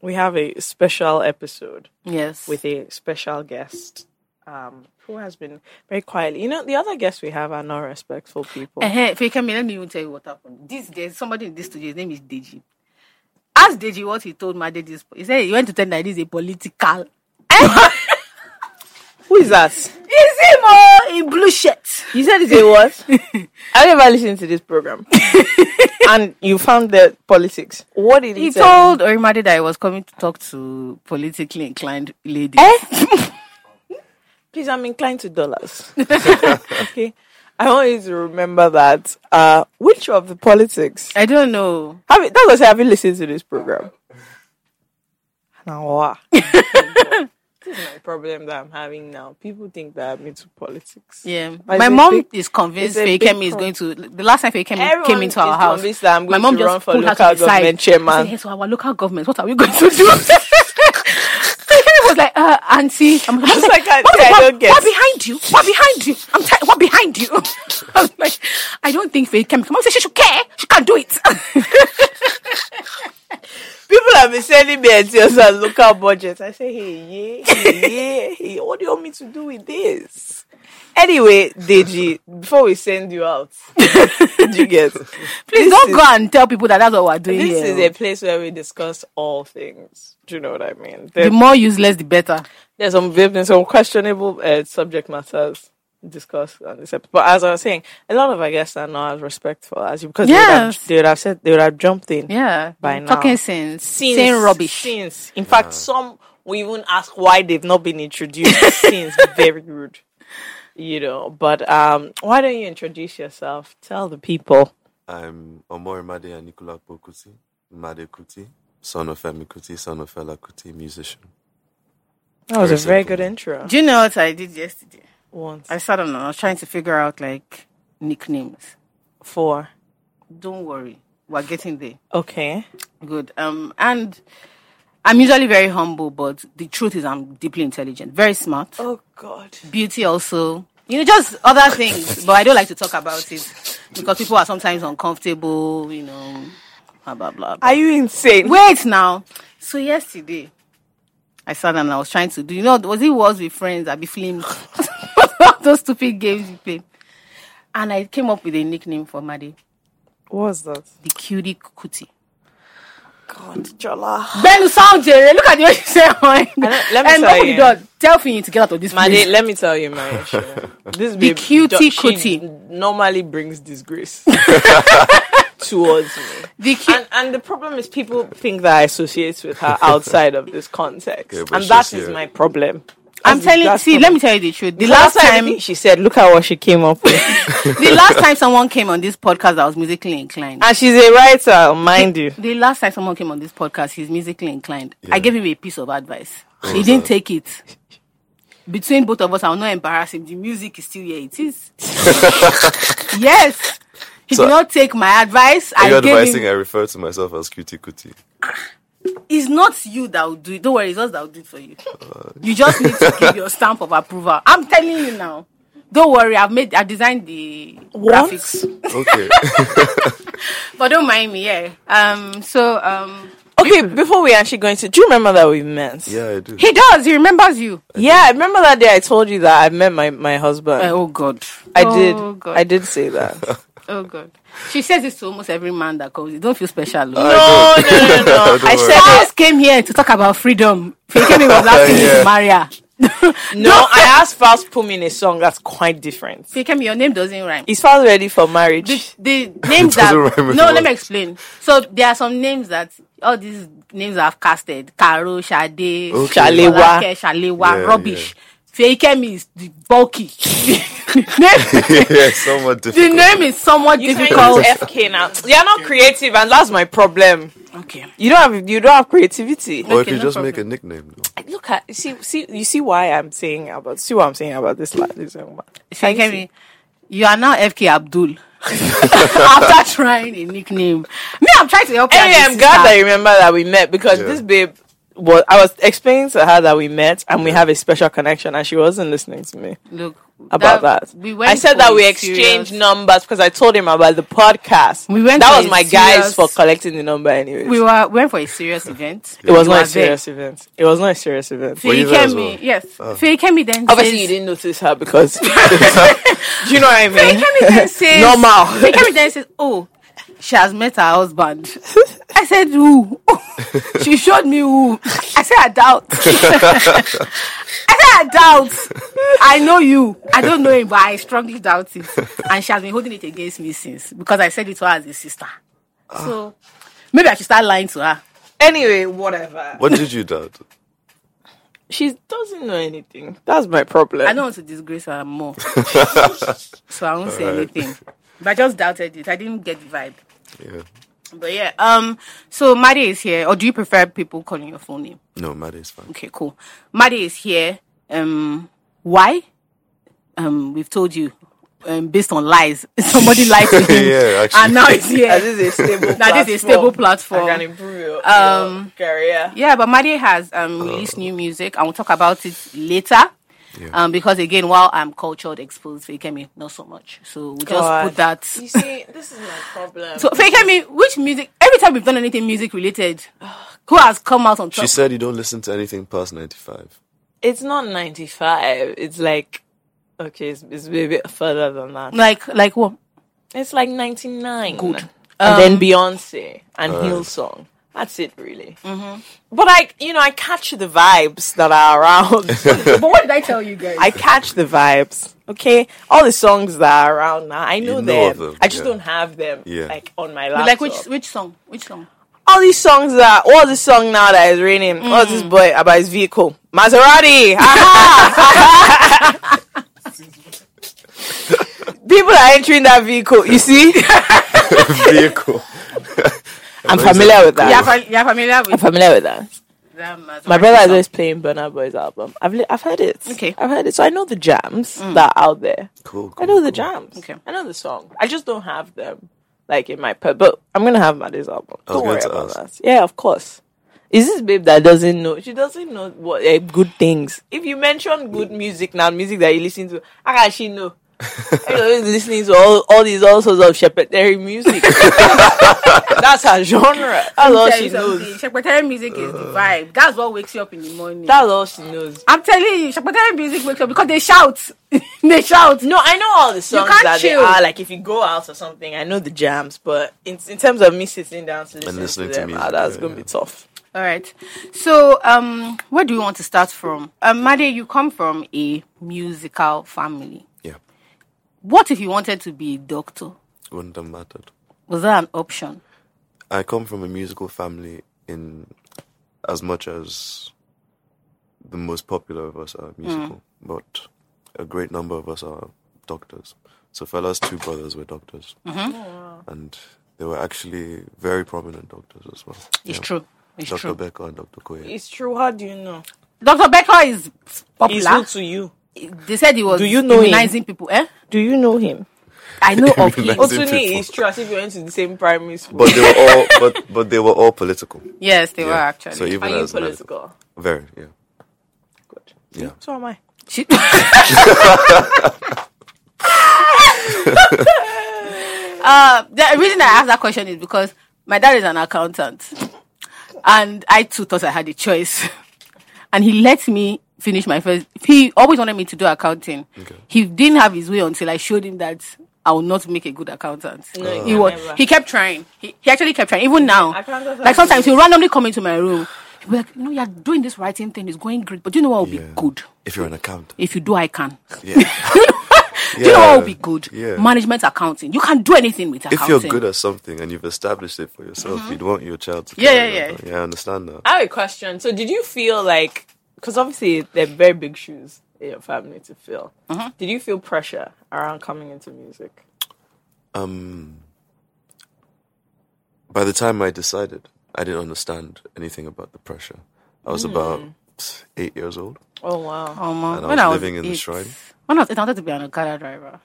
Speaker 5: we have a special episode
Speaker 6: Yes.
Speaker 5: with a special guest um, who has been very quietly. You know, the other guests we have are not respectful people.
Speaker 6: Uh-huh. Fake me, let me even tell you what happened. This there's somebody in this studio, his name is Deji. Ask Deji what he told my Deji. He said he went to tell that this is a political.
Speaker 5: Who is that?
Speaker 6: Is him oh, in blue shirt?
Speaker 5: You said it's a what? I never listened to this program. and you found the politics. What did he,
Speaker 6: He
Speaker 5: tell? you?
Speaker 6: told Orimade that he was coming to talk to politically inclined ladies. Eh?
Speaker 5: please i'm inclined to dollars [laughs] okay i want you to remember that uh which of the politics
Speaker 6: [laughs] I don't know.
Speaker 5: have you, that's what I say, have you listened to this program now
Speaker 6: [laughs]
Speaker 5: what this is my problem that i'm having now people think that i'm into politics
Speaker 6: Yeah,
Speaker 5: But
Speaker 6: my
Speaker 5: it's a
Speaker 6: mom
Speaker 5: big-
Speaker 6: is
Speaker 5: it's
Speaker 6: convinced
Speaker 5: a big
Speaker 6: Fekemi is going to. The last time Fekemi
Speaker 5: Everyone
Speaker 6: came into our
Speaker 5: is
Speaker 6: house,
Speaker 5: convinced that I'm
Speaker 6: my
Speaker 5: going
Speaker 6: mom
Speaker 5: to
Speaker 6: just
Speaker 5: run for
Speaker 6: pulled her
Speaker 5: local
Speaker 6: to the side.
Speaker 5: government chairman.
Speaker 6: I said, "Hey, so our local government, what are we going to do? [laughs] Fekemi was like, uh, "Auntie, [laughs] I'm I was
Speaker 5: like, "Auntie,
Speaker 6: what,
Speaker 5: I
Speaker 6: what-
Speaker 5: don't get
Speaker 6: what behind you? What behind you? I'm tired. What behind you?" [laughs] I was like, "I don't think Fekemi. Come on, say she should care. She can't do it."
Speaker 5: people have been sending me ideas on local budgets. I say, hey, yeah, [laughs] hey, yeah, hey, what do you want me to do with this? Anyway, Deji, before we send you out, did you get?
Speaker 6: Please
Speaker 5: This
Speaker 6: don't
Speaker 5: is-
Speaker 6: go and tell people that that's what we're doing
Speaker 5: This
Speaker 6: here.
Speaker 5: is a place where we discuss all things. Do you know what I mean?
Speaker 6: the
Speaker 5: There,
Speaker 6: more useless, the better.
Speaker 5: there's some there's some questionable uh, subject matters discussed on this episode. But as I was saying, a lot of our guests are not as respectful as you because
Speaker 6: Yes.
Speaker 5: they, would have, they would have said they would have jumped in.
Speaker 6: Yeah,
Speaker 5: By now.
Speaker 6: talking sense,
Speaker 5: since,
Speaker 6: saying rubbish.
Speaker 5: Since, in fact, some we even ask why they've not been
Speaker 6: [laughs]
Speaker 5: introduced since. Very rude, you know. But um, why don't you introduce yourself? Tell the people.
Speaker 1: I'm Omori Made Anikulapo Kuti, Made Kuti, son of Femi Kuti, son of Fela Kuti, musician.
Speaker 5: That was
Speaker 1: Very
Speaker 5: a very
Speaker 1: simple.
Speaker 5: good intro.
Speaker 6: Do you know what I did yesterday?
Speaker 5: Once,
Speaker 6: I sat down and I was trying to figure out like nicknames.
Speaker 5: four.
Speaker 6: Don't worry, we're getting there.
Speaker 5: Okay.
Speaker 6: Good. Um, and I'm usually very humble, but the truth is I'm deeply intelligent, very smart.
Speaker 5: Oh God.
Speaker 6: Beauty also, you know, just other things. but I don't like to talk about it because people are sometimes uncomfortable. You know, blah blah blah. blah.
Speaker 5: Are you insane?
Speaker 6: Wait now. So yesterday, I sat down and I was trying to do. You know, was it was with friends? I be filmed [laughs] those stupid games we play. And I came up with a nickname for Maddie,
Speaker 5: What's that?
Speaker 6: the cutie cootie.
Speaker 5: God, Jola.
Speaker 6: Ben sound Jerry, look at the way she said mine.
Speaker 5: don't- let me
Speaker 6: and
Speaker 5: tell
Speaker 6: open
Speaker 5: you.
Speaker 6: the door. Tell Finny to get out of this
Speaker 5: Made,
Speaker 6: place.
Speaker 5: let me tell you, my issue. This
Speaker 6: The
Speaker 5: babe,
Speaker 6: cutie
Speaker 5: she
Speaker 6: cutie.
Speaker 5: normally brings disgrace towards me.
Speaker 6: The cu-
Speaker 5: and, and the problem is people think that I associate with her outside of this context,
Speaker 1: Yeah, but
Speaker 5: and
Speaker 1: she's
Speaker 5: that is
Speaker 1: here.
Speaker 5: my problem.
Speaker 6: I'm
Speaker 5: That's-
Speaker 6: telling you,
Speaker 5: that's
Speaker 6: see,
Speaker 5: the-
Speaker 6: let me tell you the truth. The
Speaker 5: Last
Speaker 6: last
Speaker 5: time
Speaker 6: time,
Speaker 5: she said, "Look at what she came up
Speaker 6: [laughs]
Speaker 5: with,"
Speaker 6: the last time someone came on this podcast that was musically inclined.
Speaker 5: and she's a writer, mind you.
Speaker 6: The last time someone came on this podcast, he's musically inclined. I
Speaker 1: Yeah.
Speaker 6: gave him a piece of advice. He didn't take it. Between both of us, I'll not embarrass him. The music is still here.
Speaker 1: [laughs]
Speaker 6: It is. yes. He
Speaker 1: So-
Speaker 6: did not take my advice. I
Speaker 1: You're
Speaker 6: gave
Speaker 1: advising
Speaker 6: him.
Speaker 1: I refer to myself as Cutie Kuti.
Speaker 6: It's not you that will do it. Don't worry, it's us that will do it for you.
Speaker 1: Uh,
Speaker 6: You just need
Speaker 1: [laughs]
Speaker 6: to give your stamp of approval. I'm telling you now. Don't worry, I've made, I designed the
Speaker 5: What?
Speaker 6: graphics.
Speaker 1: Okay.
Speaker 6: But don't mind me, yeah. Um, so, um,
Speaker 5: [laughs] Okay, before we actually go into, do you remember that we
Speaker 1: [laughs]
Speaker 5: met?
Speaker 1: yeah, I do.
Speaker 6: he does, he remembers you.
Speaker 5: Yeah, I remember that day I told you that I met my my husband.
Speaker 6: Uh, oh God.
Speaker 5: I did.
Speaker 6: Oh God.
Speaker 5: I did say that.
Speaker 1: [laughs]
Speaker 6: Oh God. She says this to almost every man that comes. You don't feel special. oh. No.
Speaker 5: no, no, no, no, no.
Speaker 1: Don't
Speaker 5: I
Speaker 1: worry.
Speaker 5: said it.
Speaker 6: Just came here to talk about freedom. Fekemi was asking me
Speaker 1: Yeah.
Speaker 6: to marry her.
Speaker 5: No, I asked Fast put me in a song that's quite different.
Speaker 6: Fekemi, your name doesn't rhyme.
Speaker 5: Is Fast ready for marriage?
Speaker 6: the, the names that
Speaker 1: doesn't rhyme with
Speaker 6: no
Speaker 1: what?
Speaker 6: let me explain so there are some names that all these names i've casted karo shade
Speaker 1: Okay.
Speaker 6: shalewa
Speaker 5: Shalewa.
Speaker 6: Folake, shalewa
Speaker 1: Yeah,
Speaker 6: rubbish Feyikemi is the bulky. [laughs] the name,
Speaker 1: [laughs] yeah, somewhat
Speaker 6: the
Speaker 1: difficult.
Speaker 6: name is somewhat
Speaker 5: You can't
Speaker 6: difficult.
Speaker 5: use FK now. You're not creative, and that's my problem.
Speaker 6: Okay.
Speaker 5: You don't have you don't have creativity.
Speaker 1: Or
Speaker 6: Okay,
Speaker 1: if you
Speaker 6: no
Speaker 1: just make a
Speaker 6: problem.
Speaker 1: nickname, though.
Speaker 5: Look at you see see you see why I'm saying about see what I'm saying about this lad. This young man.
Speaker 6: Feyikemi, you are now FK Abdul. [laughs] After trying a nickname. Me, I'm trying to help you.
Speaker 5: Anyway, I'm glad that you remember that we met because
Speaker 1: Yeah.
Speaker 5: this babe was I was explaining to her that we met and we have a special connection and she wasn't listening to me
Speaker 6: Look,
Speaker 5: about that.
Speaker 6: We went
Speaker 5: I said
Speaker 6: for
Speaker 5: that
Speaker 6: a
Speaker 5: we
Speaker 6: serious-
Speaker 5: exchanged numbers because I told him about the podcast.
Speaker 6: We went
Speaker 5: that
Speaker 6: for
Speaker 5: was
Speaker 6: a
Speaker 5: my
Speaker 6: serious-
Speaker 5: guys for collecting the number anyways.
Speaker 6: We were went for a serious event.
Speaker 5: it was
Speaker 6: You
Speaker 5: not
Speaker 6: were
Speaker 5: a serious event. It was not a serious event.
Speaker 6: there.
Speaker 1: Were you there as
Speaker 6: Feyikemi,
Speaker 1: well? Uh.
Speaker 6: yes. Feyikemi then
Speaker 5: Obviously,
Speaker 6: says-
Speaker 5: you didn't notice her [laughs] because. Do you know what I mean? [laughs]
Speaker 6: Feyikemi then says
Speaker 5: Normal.
Speaker 6: Feyikemi then says, "Oh, she has met her husband." I said, "Who?" [laughs] she showed me who. I said, "I doubt." [laughs] I said, "I doubt." I know you. I don't know him, but I strongly doubt it. And she has been holding it against me since because I said it to her as a sister. So maybe I should start lying to her.
Speaker 5: Anyway, whatever.
Speaker 1: What did you doubt?
Speaker 5: She doesn't know anything. That's my problem.
Speaker 6: I don't want to disgrace her more, so I won't say anything. But I just doubted it. I didn't get the vibe.
Speaker 1: Yeah.
Speaker 6: But yeah, um, so Maddie is here, or do you prefer people calling your full name?
Speaker 1: No, Maddie is
Speaker 6: [laughs]
Speaker 1: fine.
Speaker 6: Okay, cool. Maddie is here. Um, why? Um, we've told you, um, based on lies. [laughs] Somebody lied to him,
Speaker 1: Yeah, actually.
Speaker 6: and now it's here.
Speaker 5: That is a
Speaker 6: [laughs]
Speaker 5: stable.
Speaker 6: That is a stable platform.
Speaker 5: I can improve your,
Speaker 6: Um,
Speaker 5: your career.
Speaker 6: Yeah, but Maddie has um, released new music, and we'll talk about it later. Um, because again, while I'm cultured, exposed, Fekemi, not so much. So we'll just
Speaker 5: God.
Speaker 6: put that.
Speaker 5: You see, this is my problem.
Speaker 6: So Fekemi, which music? Every time we've done anything music related, who has come out on top?
Speaker 1: She said you don't listen to anything past
Speaker 6: [laughs]
Speaker 1: 95.
Speaker 5: it's not ninety five. It's like okay, it's, it's a bit further than that.
Speaker 6: like, like what?
Speaker 5: It's like ninety nine. Good.
Speaker 6: Um,
Speaker 5: and then Beyonce and Hillsong. That's it, really. Mm-hmm. But I, you know, I catch the vibes that are around. [laughs]
Speaker 6: But what did I tell you guys?
Speaker 5: I catch the vibes. Okay, all the songs that are around now, I know,
Speaker 1: know
Speaker 5: them.
Speaker 1: them,
Speaker 5: I just
Speaker 1: yeah.
Speaker 5: don't have them
Speaker 1: Yeah.
Speaker 5: like on my
Speaker 6: But
Speaker 5: laptop.
Speaker 6: like which which song? Which song?
Speaker 5: all these songs that what's this song now that is raining? What's
Speaker 6: Mm.
Speaker 5: this boy about his vehicle? Maserati. Aha! [laughs] People are entering that vehicle. You see,
Speaker 1: Vehicle.
Speaker 5: [laughs] I'm familiar with that.
Speaker 6: You're, fa- you're familiar
Speaker 5: I'm
Speaker 6: with
Speaker 5: familiar with that.
Speaker 6: them uh, as
Speaker 5: My brother is always playing Burna Boy's album. I've li- I've heard it.
Speaker 6: Okay. Mm.
Speaker 5: I've heard it. So I know the jams that are out there.
Speaker 1: Cool, cool,
Speaker 5: I know
Speaker 1: cool.
Speaker 5: the jams.
Speaker 6: Okay.
Speaker 5: I know the song. I just don't have them like in my per. But I'm gonna have Maddie's album.
Speaker 1: was
Speaker 5: Don't
Speaker 1: going
Speaker 5: worry
Speaker 1: to
Speaker 5: about
Speaker 1: ask.
Speaker 5: that. Yeah, of course. Is this babe that doesn't know? She doesn't know what eh, good things. If you mention good music now, music that you listen to, how can
Speaker 1: [laughs]
Speaker 5: she know? I'm always listening to all, all these all sorts of shepherdary music. [laughs] That's her genre. That's all she knows.
Speaker 6: Shepatari music is
Speaker 1: Uh.
Speaker 6: the vibe. That's what wakes you up in the morning.
Speaker 5: That's all she knows.
Speaker 6: I'm telling you, Shepatari music wakes you up because they shout. [laughs] they shout.
Speaker 5: No, I know all the songs
Speaker 6: can't
Speaker 5: that
Speaker 6: chill.
Speaker 5: they are. Like if you go out or something, I know the jams. But in in terms of me sitting down to listen
Speaker 1: listening
Speaker 5: to
Speaker 1: to
Speaker 5: them,
Speaker 1: music,
Speaker 5: ah, that's
Speaker 1: yeah,
Speaker 5: gonna be tough.
Speaker 6: All right. So, um, where do you want to start from? Um, Made, you come from a musical family.
Speaker 1: Yeah.
Speaker 6: What if you wanted to be a doctor?
Speaker 1: Wouldn't have mattered.
Speaker 6: Was that an option?
Speaker 1: I come from a musical family in as much as the most popular of us are musical,
Speaker 6: Hmm.
Speaker 1: but a great number of us are doctors. So Fella's two brothers were doctors.
Speaker 6: Mm-hmm. Oh,
Speaker 1: And they were actually very prominent doctors as well.
Speaker 6: It's
Speaker 1: Yeah.
Speaker 6: true. It's
Speaker 1: Dr.
Speaker 6: true.
Speaker 1: Becker and Dr. Koye.
Speaker 5: It's true. How do you know?
Speaker 6: Dr. Becker is
Speaker 5: He's
Speaker 6: popular.
Speaker 5: who to you?
Speaker 6: They said he was
Speaker 5: Do you know him?
Speaker 6: immunizing people. Eh?
Speaker 5: Do you know him?
Speaker 6: I know
Speaker 1: [laughs]
Speaker 6: of him.
Speaker 1: Immunizing- As in
Speaker 5: Oh, to me,
Speaker 1: people.
Speaker 5: it's true. As if you went to the same primary school.
Speaker 1: But they
Speaker 6: [laughs]
Speaker 1: were all but but they were all political.
Speaker 6: Yes, they were
Speaker 1: Yeah.
Speaker 6: actually.
Speaker 1: So even
Speaker 5: Are you
Speaker 1: as medical-
Speaker 5: political?
Speaker 1: very, yeah.
Speaker 5: Good.
Speaker 1: Yeah.
Speaker 5: So am I.
Speaker 6: She- uh, the reason I asked that question is because my dad is an accountant, and I too thought I had a choice, [laughs] and he let me finish my first. He always wanted me to do accounting. He didn't have his way until I showed him that. I will not make a good accountant.
Speaker 5: you
Speaker 6: he
Speaker 5: can
Speaker 6: was,
Speaker 5: never.
Speaker 6: he kept trying. He, he actually kept trying. Even now,
Speaker 5: accountants
Speaker 6: like
Speaker 5: have
Speaker 6: sometimes he'll randomly come into my room. He'll be like, "You know, you're doing this writing thing. It's going great, but do you know what will
Speaker 1: Yeah.
Speaker 6: be good?
Speaker 1: If you're an accountant.
Speaker 6: If you do, I can.
Speaker 1: Yeah.
Speaker 6: [laughs] Do you know what would
Speaker 1: Yeah.
Speaker 6: be good?
Speaker 1: Yeah.
Speaker 6: Management accounting. You can do anything with
Speaker 1: if
Speaker 6: accounting.
Speaker 1: you're good at something and you've established it for yourself, you'd want your child to.
Speaker 6: Mm-hmm. Yeah,
Speaker 1: carry
Speaker 6: yeah,
Speaker 1: on
Speaker 6: yeah.
Speaker 1: that. Yeah, I understand that.
Speaker 5: I have a question. So did you feel like? Because obviously they're very big shoes. your family to feel. Did you feel pressure around coming into music?
Speaker 1: Um, by the time I decided, I didn't understand anything about the pressure. I was about eight years old.
Speaker 5: Oh wow,
Speaker 6: Oh,
Speaker 1: And
Speaker 6: mom.
Speaker 1: I
Speaker 6: Mm. when
Speaker 1: was
Speaker 6: I was
Speaker 1: living in the
Speaker 6: eight-
Speaker 1: shrine.
Speaker 6: When I was eight, I wanted to be an Okada driver.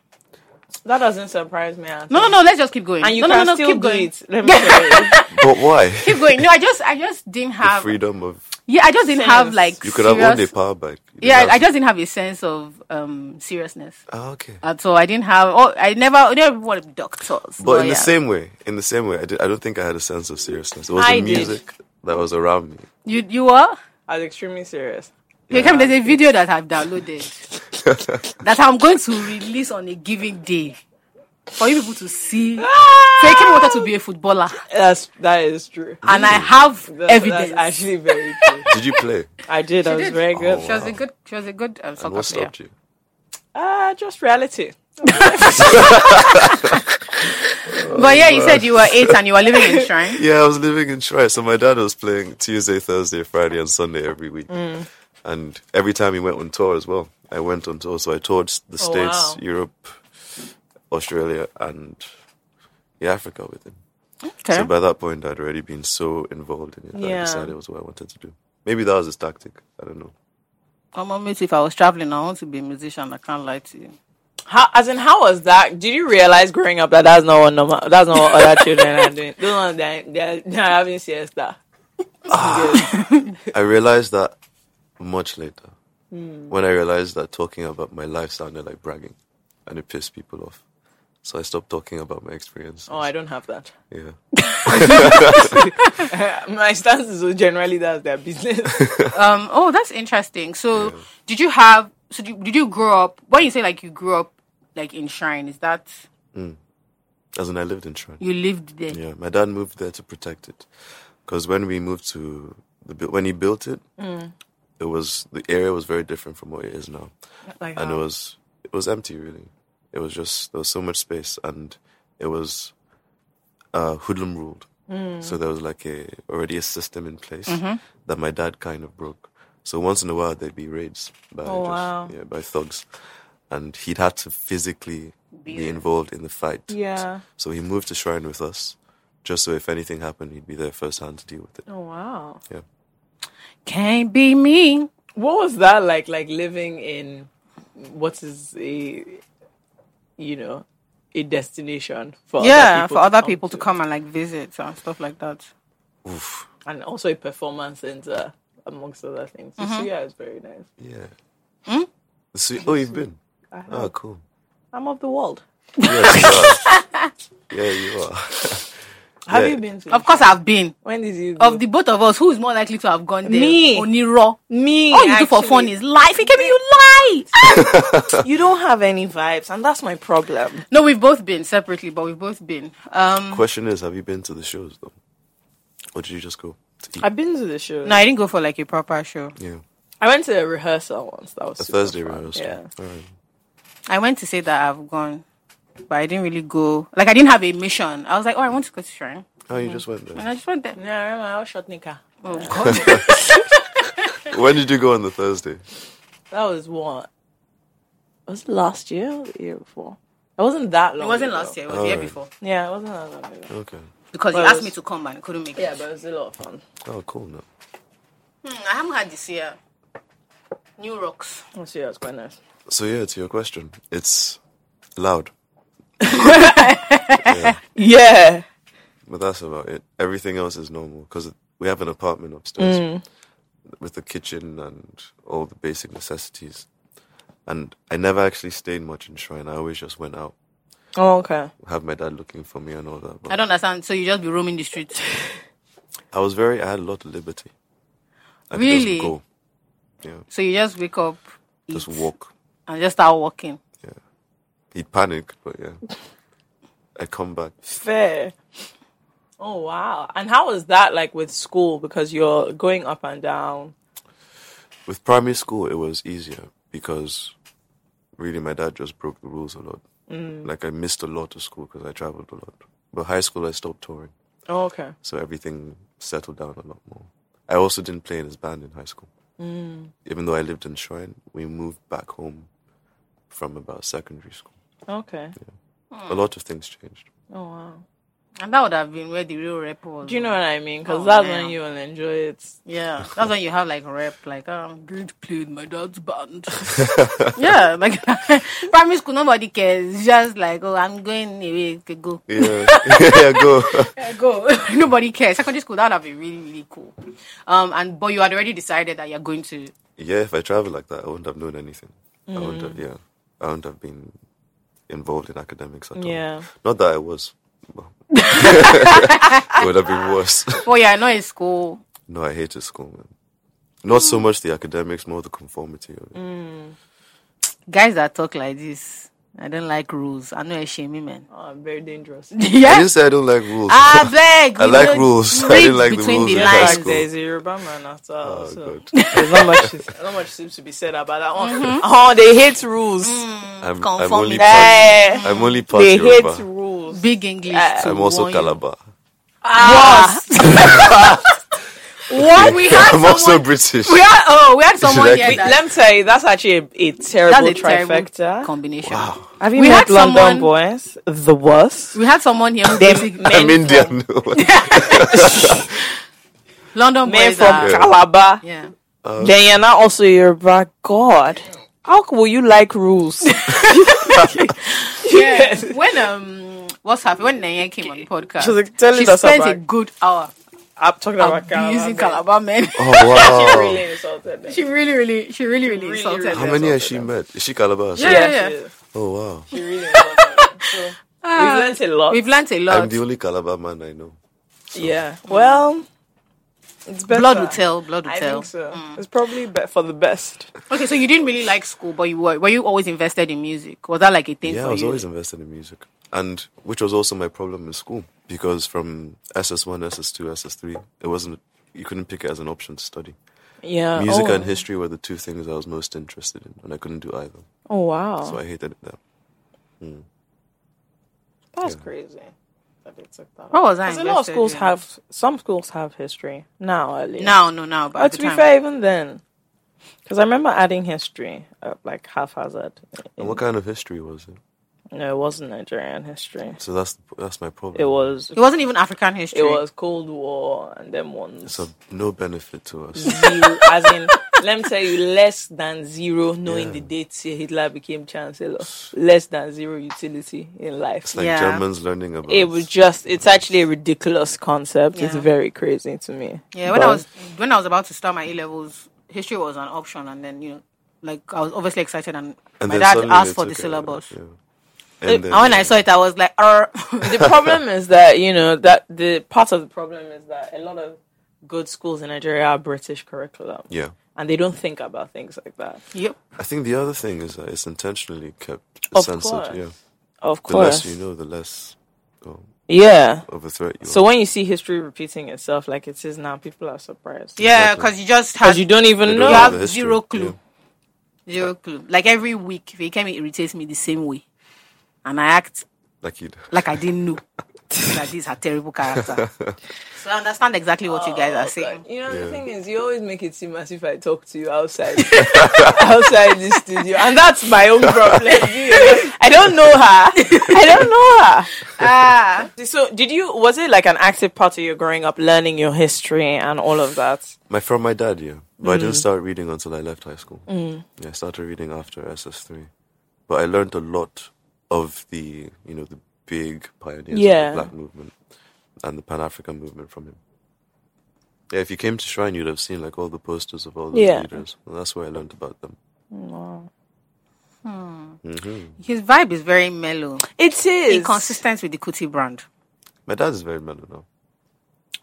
Speaker 5: that doesn't surprise me. At
Speaker 6: No, no, no. Let's just keep going.
Speaker 5: and you
Speaker 6: no,
Speaker 5: can
Speaker 6: no, no,
Speaker 5: still do
Speaker 6: keep going. [laughs]
Speaker 5: it. Let me tell you.
Speaker 1: But why?
Speaker 6: Keep going. No, I just, I just didn't
Speaker 1: [laughs] the
Speaker 6: have.
Speaker 1: freedom of
Speaker 6: Yeah, I just didn't have
Speaker 5: Sense.
Speaker 6: like.
Speaker 1: you could have
Speaker 6: serious-
Speaker 1: owned a power bike. You didn't
Speaker 6: Yeah,
Speaker 1: have-
Speaker 6: I just didn't have a sense of um seriousness.
Speaker 1: Ah, okay.
Speaker 6: at all. I didn't have. Oh, I never. I never wanted doctors.
Speaker 1: But in the
Speaker 6: lawyers.
Speaker 1: same way, in the same way, I, did, I don't think I had a sense of seriousness. It was
Speaker 5: I
Speaker 1: the
Speaker 5: did.
Speaker 1: music that was around me.
Speaker 6: you you were.
Speaker 5: I was extremely serious.
Speaker 6: You came- there's a video that I've
Speaker 1: [laughs]
Speaker 6: downloaded that I'm going to release on a given day for you people to see. So
Speaker 5: Ah!
Speaker 6: Taking wanted to be a footballer,
Speaker 5: That's that is true.
Speaker 6: and I have
Speaker 5: That's,
Speaker 6: evidence.
Speaker 5: That's actually very true.
Speaker 1: Did you
Speaker 6: [laughs]
Speaker 1: play?
Speaker 5: I did. I was
Speaker 6: did.
Speaker 5: very good.
Speaker 6: she was a good. She was a good um, soccer
Speaker 1: what
Speaker 6: player.
Speaker 1: stopped you?
Speaker 5: Ah, just reality.
Speaker 6: But yeah, you said you were eight and you were living
Speaker 5: [laughs]
Speaker 6: in shrine.
Speaker 1: Yeah, I was living in Troy, so my dad was playing Tuesday, Thursday, Friday, and Sunday every week.
Speaker 5: Mm.
Speaker 1: And every time he went on tour as well, I went on tour. So I toured the States,
Speaker 5: Oh, wow.
Speaker 1: Europe, Australia, and yeah, Africa with him.
Speaker 6: Okay.
Speaker 1: So by that point, I'd already been so involved in it that I
Speaker 5: Yeah.
Speaker 1: decided it was what I wanted to do. Maybe that was his tactic. I don't know.
Speaker 6: Um, um, mate, if I was traveling, I want to be a musician. I can't lie to you.
Speaker 5: How, as in, how was that? Did you realize growing up that that's not what normal, that's not what
Speaker 6: [laughs]
Speaker 5: other children are doing? Those ones they they're, they're having siesta.
Speaker 6: Ah.
Speaker 1: I realized that much later
Speaker 5: Mm.
Speaker 1: when I realized that talking about my life sounded like bragging and it pissed people off. So I stopped talking about my experience.
Speaker 5: Oh, I don't have that.
Speaker 1: Yeah.
Speaker 5: My stance is generally that's their business.
Speaker 6: [laughs] Um, oh, that's interesting. So, did you have? So, did, did you grow up? When you say like you grew up, like in Shrine, is that
Speaker 1: As in, I lived in Trinidad.
Speaker 6: you lived there?
Speaker 1: Yeah, my dad moved there to protect it, because when we moved to the bu- when he built it,
Speaker 5: Mm.
Speaker 1: it was the area was very different from what it is now,
Speaker 5: Like,
Speaker 1: and it
Speaker 5: how?
Speaker 1: was it was empty really. It was just there was so much space, and it was uh, hoodlum ruled.
Speaker 5: Mm.
Speaker 1: So there was like a already a system in place
Speaker 5: Mm-hmm.
Speaker 1: that my dad kind of broke. So once in a while there'd be raids by just,
Speaker 5: Oh, wow.
Speaker 1: yeah, by thugs, and he'd had to physically be involved in the fight.
Speaker 5: Yeah.
Speaker 1: So he moved to Shrine with us, just so if anything happened, he'd be there firsthand to deal with it.
Speaker 5: Oh wow.
Speaker 6: Can't be me.
Speaker 5: What was that like? Like living in what is a, you know, a destination for
Speaker 6: yeah,
Speaker 5: other people
Speaker 6: for
Speaker 5: to
Speaker 6: other
Speaker 5: come
Speaker 6: people to come and like visit and stuff like that.
Speaker 1: Oof.
Speaker 5: and also a performance center amongst other things. So
Speaker 6: Mm-hmm.
Speaker 5: yeah, it's very nice.
Speaker 1: Yeah.
Speaker 5: Hmm?
Speaker 1: So, oh, you've been? Oh, cool.
Speaker 5: I'm of the world.
Speaker 1: Yes, you are. yeah, you are.
Speaker 5: Have
Speaker 1: Yeah.
Speaker 5: you been to?
Speaker 6: Of course, I've been.
Speaker 5: when did you?
Speaker 6: Of the both of us, who is more likely to have gone there?
Speaker 5: Me.
Speaker 6: Oniro.
Speaker 5: me,
Speaker 6: All you do for fun is lie. It can be you lie.
Speaker 5: [laughs] you don't have any vibes, and that's my problem.
Speaker 6: no, we've both been separately, but we've both been. Um,
Speaker 1: Question is, have you been to the shows though, or did you just go to eat?
Speaker 5: I've been to the show.
Speaker 6: no, I didn't go for like a proper show.
Speaker 1: yeah,
Speaker 5: I went to a rehearsal once. That was
Speaker 1: a
Speaker 5: super
Speaker 1: Thursday
Speaker 5: fun.
Speaker 1: rehearsal.
Speaker 5: Yeah.
Speaker 1: All right.
Speaker 6: I went to say that I've gone, but I didn't really go. Like I didn't have a mission. I was like, oh, I want to go to shrine,
Speaker 1: Oh, you just went
Speaker 5: [laughs]
Speaker 6: and
Speaker 1: there.
Speaker 6: I just went there.
Speaker 5: Yeah, I remember I was short Nika.
Speaker 6: [laughs] Oh God!
Speaker 1: when did you go on the Thursday?
Speaker 5: That was what? Was it last year or the year before? It wasn't that long.
Speaker 6: it wasn't
Speaker 5: ago.
Speaker 6: last year. It was the year
Speaker 1: Alright.
Speaker 6: before
Speaker 5: Yeah, it wasn't that long ago.
Speaker 1: Okay.
Speaker 6: because you
Speaker 5: Well, it
Speaker 6: asked
Speaker 5: was-
Speaker 6: me to come and I couldn't make it.
Speaker 5: Yeah, but it was a lot of fun.
Speaker 1: Oh, cool. No.
Speaker 6: Hmm, I haven't had this year. New rocks.
Speaker 5: Oh, so yeah, it was quite nice.
Speaker 1: So yeah, to your question, it's loud,
Speaker 5: Yeah.
Speaker 1: but that's about it. Everything else is normal because we have an apartment upstairs
Speaker 6: Mm.
Speaker 1: with the kitchen and all the basic necessities. And I never actually stayed much in Shrine. I always just went out,
Speaker 5: Oh, okay.
Speaker 1: have my dad looking for me and all that. But
Speaker 6: I don't understand. So you just be roaming the streets.
Speaker 1: I was very, I had a lot of liberty. I could
Speaker 6: Really?
Speaker 1: Just go,
Speaker 6: So you just wake up, eat,
Speaker 1: just walk.
Speaker 6: and just start walking.
Speaker 1: He'd panic, but yeah. I come back.
Speaker 5: Fair. Oh wow! And how was that like with school? Because you're going up and down.
Speaker 1: With primary school, it was easier because really my dad just broke the rules a lot. Like I missed a lot of school because I traveled a lot. But high school, I stopped touring.
Speaker 5: Oh, okay.
Speaker 1: So everything settled down a lot more. I also didn't play in his band in high school. Even though I lived in Shrine, we moved back home from about secondary school.
Speaker 5: Okay.
Speaker 1: A lot of things changed.
Speaker 5: Oh wow.
Speaker 6: And that would have been where the real rep was.
Speaker 5: Do you know what I mean? Because
Speaker 6: Oh,
Speaker 5: that's
Speaker 6: man.
Speaker 5: when you will enjoy it.
Speaker 1: [laughs]
Speaker 6: Yeah, that's when you have like rep, like um, dude played my dad's band.
Speaker 1: [laughs]
Speaker 6: [laughs] yeah, like [laughs] primary school, nobody cares. It's just like oh, I'm going away, okay, go,
Speaker 1: Yeah, [laughs] yeah, go.
Speaker 6: Yeah, go. [laughs] nobody cares. Secondary school, that would have been really, really cool. Um, and but you had already decided that you're going to.
Speaker 1: Yeah, if I travel like that, I wouldn't have known anything. I wouldn't
Speaker 6: Mm.
Speaker 1: have, yeah, I wouldn't have been involved in academics at all.
Speaker 5: Yeah.
Speaker 1: Not that I was.
Speaker 6: [laughs]
Speaker 1: well, it would have been worse. [laughs]
Speaker 6: Oh yeah, I know it's school.
Speaker 1: no, I hated school, man. Not so much the academics, more the conformity of it.
Speaker 6: Guys that talk like this, I don't like rules. I know it's shaming, man.
Speaker 5: Oh, very dangerous.
Speaker 1: I
Speaker 6: [laughs] yeah.
Speaker 1: didn't say I don't like rules.
Speaker 6: I
Speaker 1: [laughs] I
Speaker 6: beg. Ah, you
Speaker 1: like
Speaker 6: don't
Speaker 1: rules. [laughs] I
Speaker 6: read
Speaker 1: didn't like the
Speaker 6: between
Speaker 1: rules
Speaker 6: the
Speaker 1: in
Speaker 5: Yeah,
Speaker 1: high
Speaker 6: lines.
Speaker 5: like
Speaker 1: school.
Speaker 5: there's a Yoruba man after all,
Speaker 1: Oh,
Speaker 5: so
Speaker 6: [laughs]
Speaker 1: God.
Speaker 5: there's not much not much seems to be said about that one. Oh, they hate rules.
Speaker 1: I'm, I'm
Speaker 6: Conformity.
Speaker 1: only part,
Speaker 5: Eh,
Speaker 1: I'm only part
Speaker 5: they hate
Speaker 1: Yoruba.
Speaker 5: rules.
Speaker 6: Big English. to
Speaker 1: I'm also
Speaker 6: warn you.
Speaker 1: Calabar.
Speaker 6: [laughs]
Speaker 1: [laughs]
Speaker 6: What we had
Speaker 1: I'm also
Speaker 6: someone-
Speaker 1: British.
Speaker 6: We had oh we had someone
Speaker 1: Should I
Speaker 6: here.
Speaker 1: click?
Speaker 6: That,
Speaker 5: Let me tell you, that's actually a, a
Speaker 6: that's
Speaker 5: terrible
Speaker 6: a terrible
Speaker 5: trifecta.
Speaker 6: combination.
Speaker 5: Have you
Speaker 6: We
Speaker 5: met
Speaker 6: had
Speaker 5: London
Speaker 6: someone-
Speaker 5: boys? The worst.
Speaker 6: We had someone here who basically
Speaker 1: I'm Indian.
Speaker 6: London
Speaker 5: Men
Speaker 6: boys
Speaker 5: from
Speaker 6: are,
Speaker 5: Calabar.
Speaker 6: yeah.
Speaker 5: Then you're not also Yoruba. God, how will you like
Speaker 6: [laughs]
Speaker 5: rules? [laughs]
Speaker 6: yeah. [laughs] When um what's happened when Nanya came on the podcast,
Speaker 5: She was like, telling
Speaker 6: she
Speaker 5: us
Speaker 6: spent
Speaker 5: about-
Speaker 6: a good hour
Speaker 5: I'm talking about Calabar.
Speaker 6: abusing Calabar men.
Speaker 1: [laughs] oh wow!
Speaker 5: Really insulted them.
Speaker 6: [laughs] she really, really, she really, really insulted
Speaker 5: really-
Speaker 1: How
Speaker 6: them.
Speaker 1: many has she met? Is she Calabar? as well?
Speaker 6: Yeah, yeah, yeah.
Speaker 5: Yes,
Speaker 1: Oh wow!
Speaker 5: she really insulted them. So, We've learnt a lot.
Speaker 6: Ah. We've learnt a
Speaker 1: I'm
Speaker 6: lot.
Speaker 1: the only Calabar man I know.
Speaker 5: Yeah. Well, it's better.
Speaker 6: Mm. Blood will tell. Blood will
Speaker 5: I
Speaker 6: tell. Mm.
Speaker 5: think so. It's probably be- for the best.
Speaker 6: Okay, so you didn't really like school, but you were. Were you always invested in music? Was that like a thing
Speaker 1: Yeah, I
Speaker 6: for
Speaker 1: was
Speaker 6: you?
Speaker 1: always invested in music, and which was also my problem in school because from SS1, SS2, SS3, it wasn't. You couldn't pick it as an option to study.
Speaker 6: Uh,
Speaker 5: Yeah.
Speaker 1: Music
Speaker 5: oh.
Speaker 1: and history were the two things I was most interested in, and I couldn't do either.
Speaker 5: Oh wow.
Speaker 1: So I hated it there.
Speaker 5: That's crazy. That they took that.
Speaker 6: What was I?
Speaker 5: Because a lot of
Speaker 6: invested
Speaker 5: schools
Speaker 6: in?
Speaker 5: have some schools have history now at least.
Speaker 6: No, no, no. But
Speaker 5: but
Speaker 6: at
Speaker 5: to
Speaker 6: the
Speaker 5: be
Speaker 6: time-
Speaker 5: fair, even then, because I remember adding history uh, like haphazard.
Speaker 1: And what kind of history was it?
Speaker 5: No, it wasn't Nigerian history.
Speaker 1: So that's that's my problem.
Speaker 5: It was.
Speaker 6: it wasn't even African history.
Speaker 5: It was Cold War and then ones.
Speaker 1: So no benefit to us.
Speaker 5: zero, as in, let me tell you, less than zero, knowing the dates Hitler became chancellor, less than zero utility in life.
Speaker 1: It's like
Speaker 6: Yeah.
Speaker 1: Germans learning about.
Speaker 5: It was just, it's actually a ridiculous concept. It's
Speaker 6: Yeah.
Speaker 5: very crazy to me.
Speaker 6: Yeah, when I
Speaker 5: But-
Speaker 6: was when I was about to start my A levels, history was an option, and then you know, like I was obviously excited, and,
Speaker 1: And
Speaker 6: my
Speaker 1: then
Speaker 6: dad
Speaker 1: suddenly
Speaker 6: asked
Speaker 1: they
Speaker 6: for the
Speaker 1: took it,
Speaker 6: syllabus.
Speaker 1: yeah.
Speaker 5: It-
Speaker 1: And then,
Speaker 6: And when I saw it, I was like, "Arr." [laughs]
Speaker 5: the problem is that, you know, that the part of the problem is that a lot of good schools in Nigeria are British curriculum.
Speaker 1: yeah.
Speaker 5: And they don't think about things like that.
Speaker 6: yep.
Speaker 1: I think the other thing is that it's intentionally kept
Speaker 5: Of
Speaker 1: censored.
Speaker 5: course.
Speaker 1: Yeah.
Speaker 5: Of
Speaker 1: The less
Speaker 5: course.
Speaker 1: you know, the less oh,
Speaker 5: Yeah.
Speaker 1: of a threat you
Speaker 5: So
Speaker 1: are.
Speaker 5: when you see history repeating itself like it is now, people are surprised.
Speaker 6: Yeah, because you just had
Speaker 5: Because you don't even
Speaker 1: don't
Speaker 5: know.
Speaker 1: know
Speaker 6: you
Speaker 1: the
Speaker 6: have
Speaker 1: history,
Speaker 6: zero
Speaker 1: yeah.
Speaker 6: clue, zero clue. Like every week, they came, it irritates me the same way, and I act
Speaker 1: like you do.
Speaker 6: like I didn't know [laughs] that this had terrible
Speaker 1: [laughs]
Speaker 6: character. so I understand exactly what you guys
Speaker 1: Oh,
Speaker 6: are saying.
Speaker 5: You know, the
Speaker 1: Yeah.
Speaker 5: thing is, you always make it seem as if I talk to you outside, [laughs] outside the studio, and that's my own problem. You know? I don't know her. I don't know her. Ah. So, did you? Was it like an active part of your growing up, learning your history and all of that?
Speaker 1: My from my dad, yeah. But I didn't
Speaker 5: Mm.
Speaker 1: start reading until I left high school. Yeah, I started reading after SS3. But I learned a lot of the, you know, the big pioneers
Speaker 5: Yeah.
Speaker 1: of the black movement and the Pan African movement from him. Yeah, if you came to Shrine, you'd have seen like all the posters of all those
Speaker 5: Yeah.
Speaker 1: leaders. And that's where I learned about them.
Speaker 6: His vibe is very mellow,
Speaker 5: It is
Speaker 6: inconsistent with the Kuti brand.
Speaker 1: My dad is very mellow now.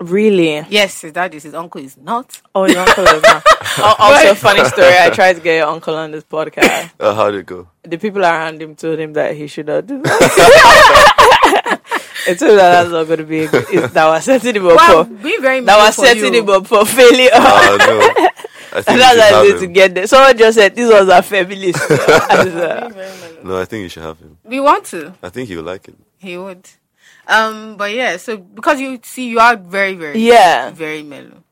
Speaker 5: Really?
Speaker 6: Yes, his dad is his uncle is not.
Speaker 5: Oh, your uncle is not. Al- also, funny story. I tried to get your uncle on this podcast.
Speaker 1: Uh, how'd it go?
Speaker 5: the people around him told him that he should not do that. [laughs] it told him that that's not going to be a good. It, that was setting him up
Speaker 6: Wow,
Speaker 5: for
Speaker 6: being very
Speaker 5: that
Speaker 6: mellow
Speaker 5: was
Speaker 6: for
Speaker 5: setting
Speaker 6: you.
Speaker 5: him up for failure. [laughs]
Speaker 1: Oh, no. I think
Speaker 5: and
Speaker 1: you should
Speaker 5: that's how
Speaker 1: have
Speaker 5: he's going to
Speaker 1: him.
Speaker 5: get there. Someone just said this was a feminist. I was, uh,
Speaker 1: No, I think you should have him.
Speaker 6: We want to.
Speaker 1: I think he would like it.
Speaker 6: He would. Um, but yeah, so because you see, you are very,
Speaker 5: [laughs]
Speaker 6: very,
Speaker 5: yeah,
Speaker 6: very mellow.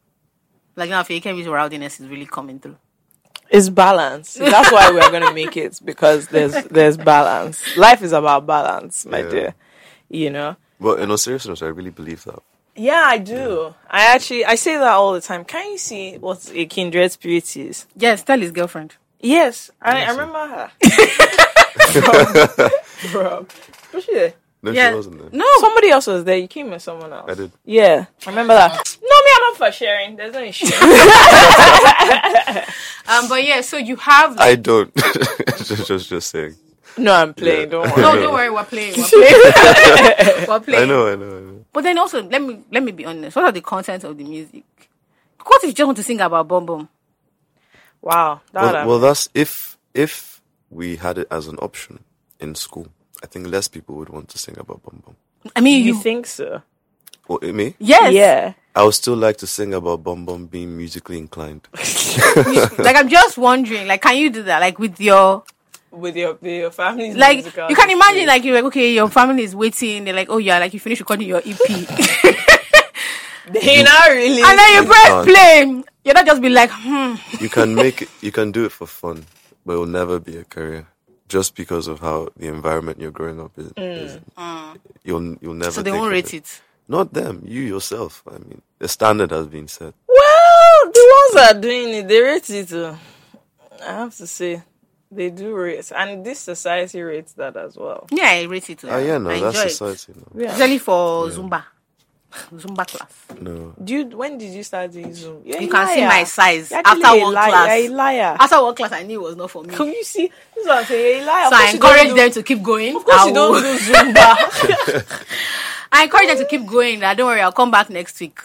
Speaker 6: Like now, Fakemi's rowdiness is really coming through.
Speaker 5: It's balance. That's why we're gonna make it because there's there's balance. Life is about balance, my
Speaker 1: Yeah.
Speaker 5: dear. You know.
Speaker 1: But in all seriousness, I really believe that.
Speaker 5: Yeah, I do. I actually I say that all the time. Can you see what a kindred spirit is?
Speaker 6: Yes, tell his girlfriend.
Speaker 5: Yes, I, I remember her. Bro, was she there?
Speaker 1: No,
Speaker 6: Yeah.
Speaker 1: she wasn't there.
Speaker 6: No,
Speaker 5: Somebody else was there. You came with someone else.
Speaker 1: I did.
Speaker 5: Yeah, I remember that. [laughs] no, me, I'm not for sharing. There's no issue.
Speaker 6: [laughs] um, but yeah, so you have.
Speaker 1: I don't. [laughs] just, just, just saying.
Speaker 5: no, I'm playing. Don't worry.
Speaker 6: no, don't worry, we're playing.
Speaker 1: [laughs]
Speaker 6: We're playing. we're playing.
Speaker 1: I know, I know, I know.
Speaker 6: But then also, let me let me be honest. What are the contents of the music? What if you just want to sing about Bum Bum?
Speaker 5: Wow, that would
Speaker 1: Well,
Speaker 6: um,
Speaker 5: have-
Speaker 1: well, that's if if we had it as an option in school, I think less people would want to sing about Bum Bum.
Speaker 6: I mean,
Speaker 5: you
Speaker 6: you.
Speaker 5: think so?
Speaker 1: Well, eh, me,
Speaker 6: yes.
Speaker 5: Yeah.
Speaker 1: I would still like to sing about Bum Bum being musically inclined.
Speaker 6: Like I'm just wondering, like, can you do that? Like with your
Speaker 5: With your with your family's
Speaker 6: like
Speaker 5: musical
Speaker 6: you can imagine
Speaker 5: taste.
Speaker 6: like you're like, okay, your family is waiting, they're like, Oh yeah, like you finished recording your E EP.
Speaker 5: you know really
Speaker 6: and then you
Speaker 1: God.
Speaker 6: press play. You're not just be like, hmm.
Speaker 1: You can make it, you can do it for fun, but it will never be a career just because of how the environment you're growing up is. is- You'll you'll never.
Speaker 6: Mm, uh. So they
Speaker 1: think
Speaker 6: won't
Speaker 1: of
Speaker 6: rate it.
Speaker 1: Not them, you yourself. I mean, the standard has been set.
Speaker 5: Well, the ones that are doing it, they rate it. uh, I have to say, they do rate, and this society rates that as well.
Speaker 6: Yeah, I rate it.
Speaker 1: Ah, yeah, no,
Speaker 6: I enjoy
Speaker 1: that's
Speaker 6: it.
Speaker 1: society. No.
Speaker 6: Especially for Zumba. [sighs] Zumba class.
Speaker 1: no.
Speaker 5: Do you? When did you start doing Zoom? You're
Speaker 6: You
Speaker 5: a
Speaker 6: can see
Speaker 5: liar.
Speaker 6: my size
Speaker 5: You're
Speaker 6: after
Speaker 5: actually a
Speaker 6: one
Speaker 5: liar.
Speaker 6: class. Ah.
Speaker 5: You're a liar.
Speaker 6: After one class, I knew it was not for me.
Speaker 5: Can you see? This is what I'm saying. You're a liar. Of
Speaker 6: So I
Speaker 5: course you don't
Speaker 6: encourage
Speaker 5: do-
Speaker 6: them to keep going.
Speaker 5: Of course, you
Speaker 6: I
Speaker 5: don't
Speaker 6: will-
Speaker 5: do Zumba. [laughs]
Speaker 6: [laughs] I encourage them to keep going. That don't worry, I'll come back next week.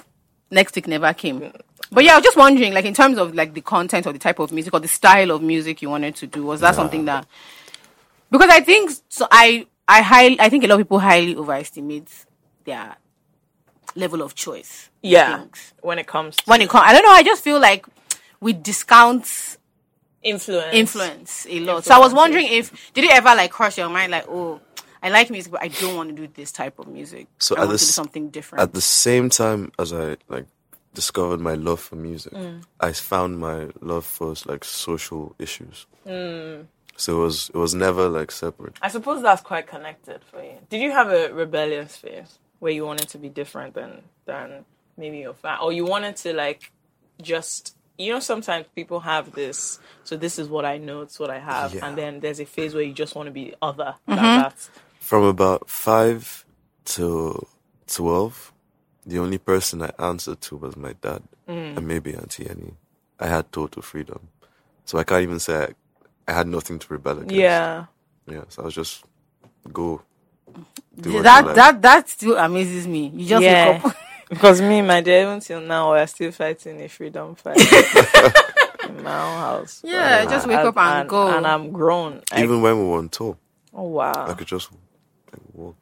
Speaker 6: Next week never came. But yeah, I was just wondering, like in terms of like the content or the type of music or the style of music you wanted to do, was that something that? Because I think so. I I highly, I think a lot of people highly overestimate their level of choice. in
Speaker 5: yeah.
Speaker 6: things.
Speaker 5: When it comes to
Speaker 6: When it comes, I don't know. I just feel like we discount
Speaker 5: influence,
Speaker 6: influence a lot. So I was wondering if did it ever like cross your mind like, oh, I like music, but I don't want to do this type of music.
Speaker 1: So
Speaker 6: I
Speaker 1: at
Speaker 6: want
Speaker 1: this-
Speaker 6: to do something different.
Speaker 1: at the same time as I like discovered my love for music,
Speaker 6: Mm.
Speaker 1: I found my love for like social issues.
Speaker 6: Mm.
Speaker 1: So it was it was never like separate.
Speaker 5: I suppose that's quite connected for you. Did you have a rebellious phase where you wanted to be different than than maybe your fat, or you wanted to like just you know sometimes people have this. So this is what I know, it's what I have,
Speaker 1: Yeah.
Speaker 5: and then there's a phase where you just want to be other.
Speaker 6: Mm-hmm.
Speaker 5: than that.
Speaker 1: From about five to twelve, the only person I answered to was my dad and maybe Auntie Annie. I had total freedom, so I can't even say I, I had nothing to rebel against.
Speaker 5: Yeah,
Speaker 1: yeah. So I was just go. do what you
Speaker 6: that
Speaker 1: like.
Speaker 6: that that still amazes me. You just
Speaker 5: Yeah.
Speaker 6: look up. [laughs]
Speaker 5: because me, and my dear, even till now, we're still fighting a
Speaker 1: [laughs]
Speaker 5: freedom fight. In my own house.
Speaker 6: Yeah, just wake up and go.
Speaker 5: And I'm grown. I-
Speaker 1: Even when we were on tour,
Speaker 5: oh, wow.
Speaker 1: I could just like, walk.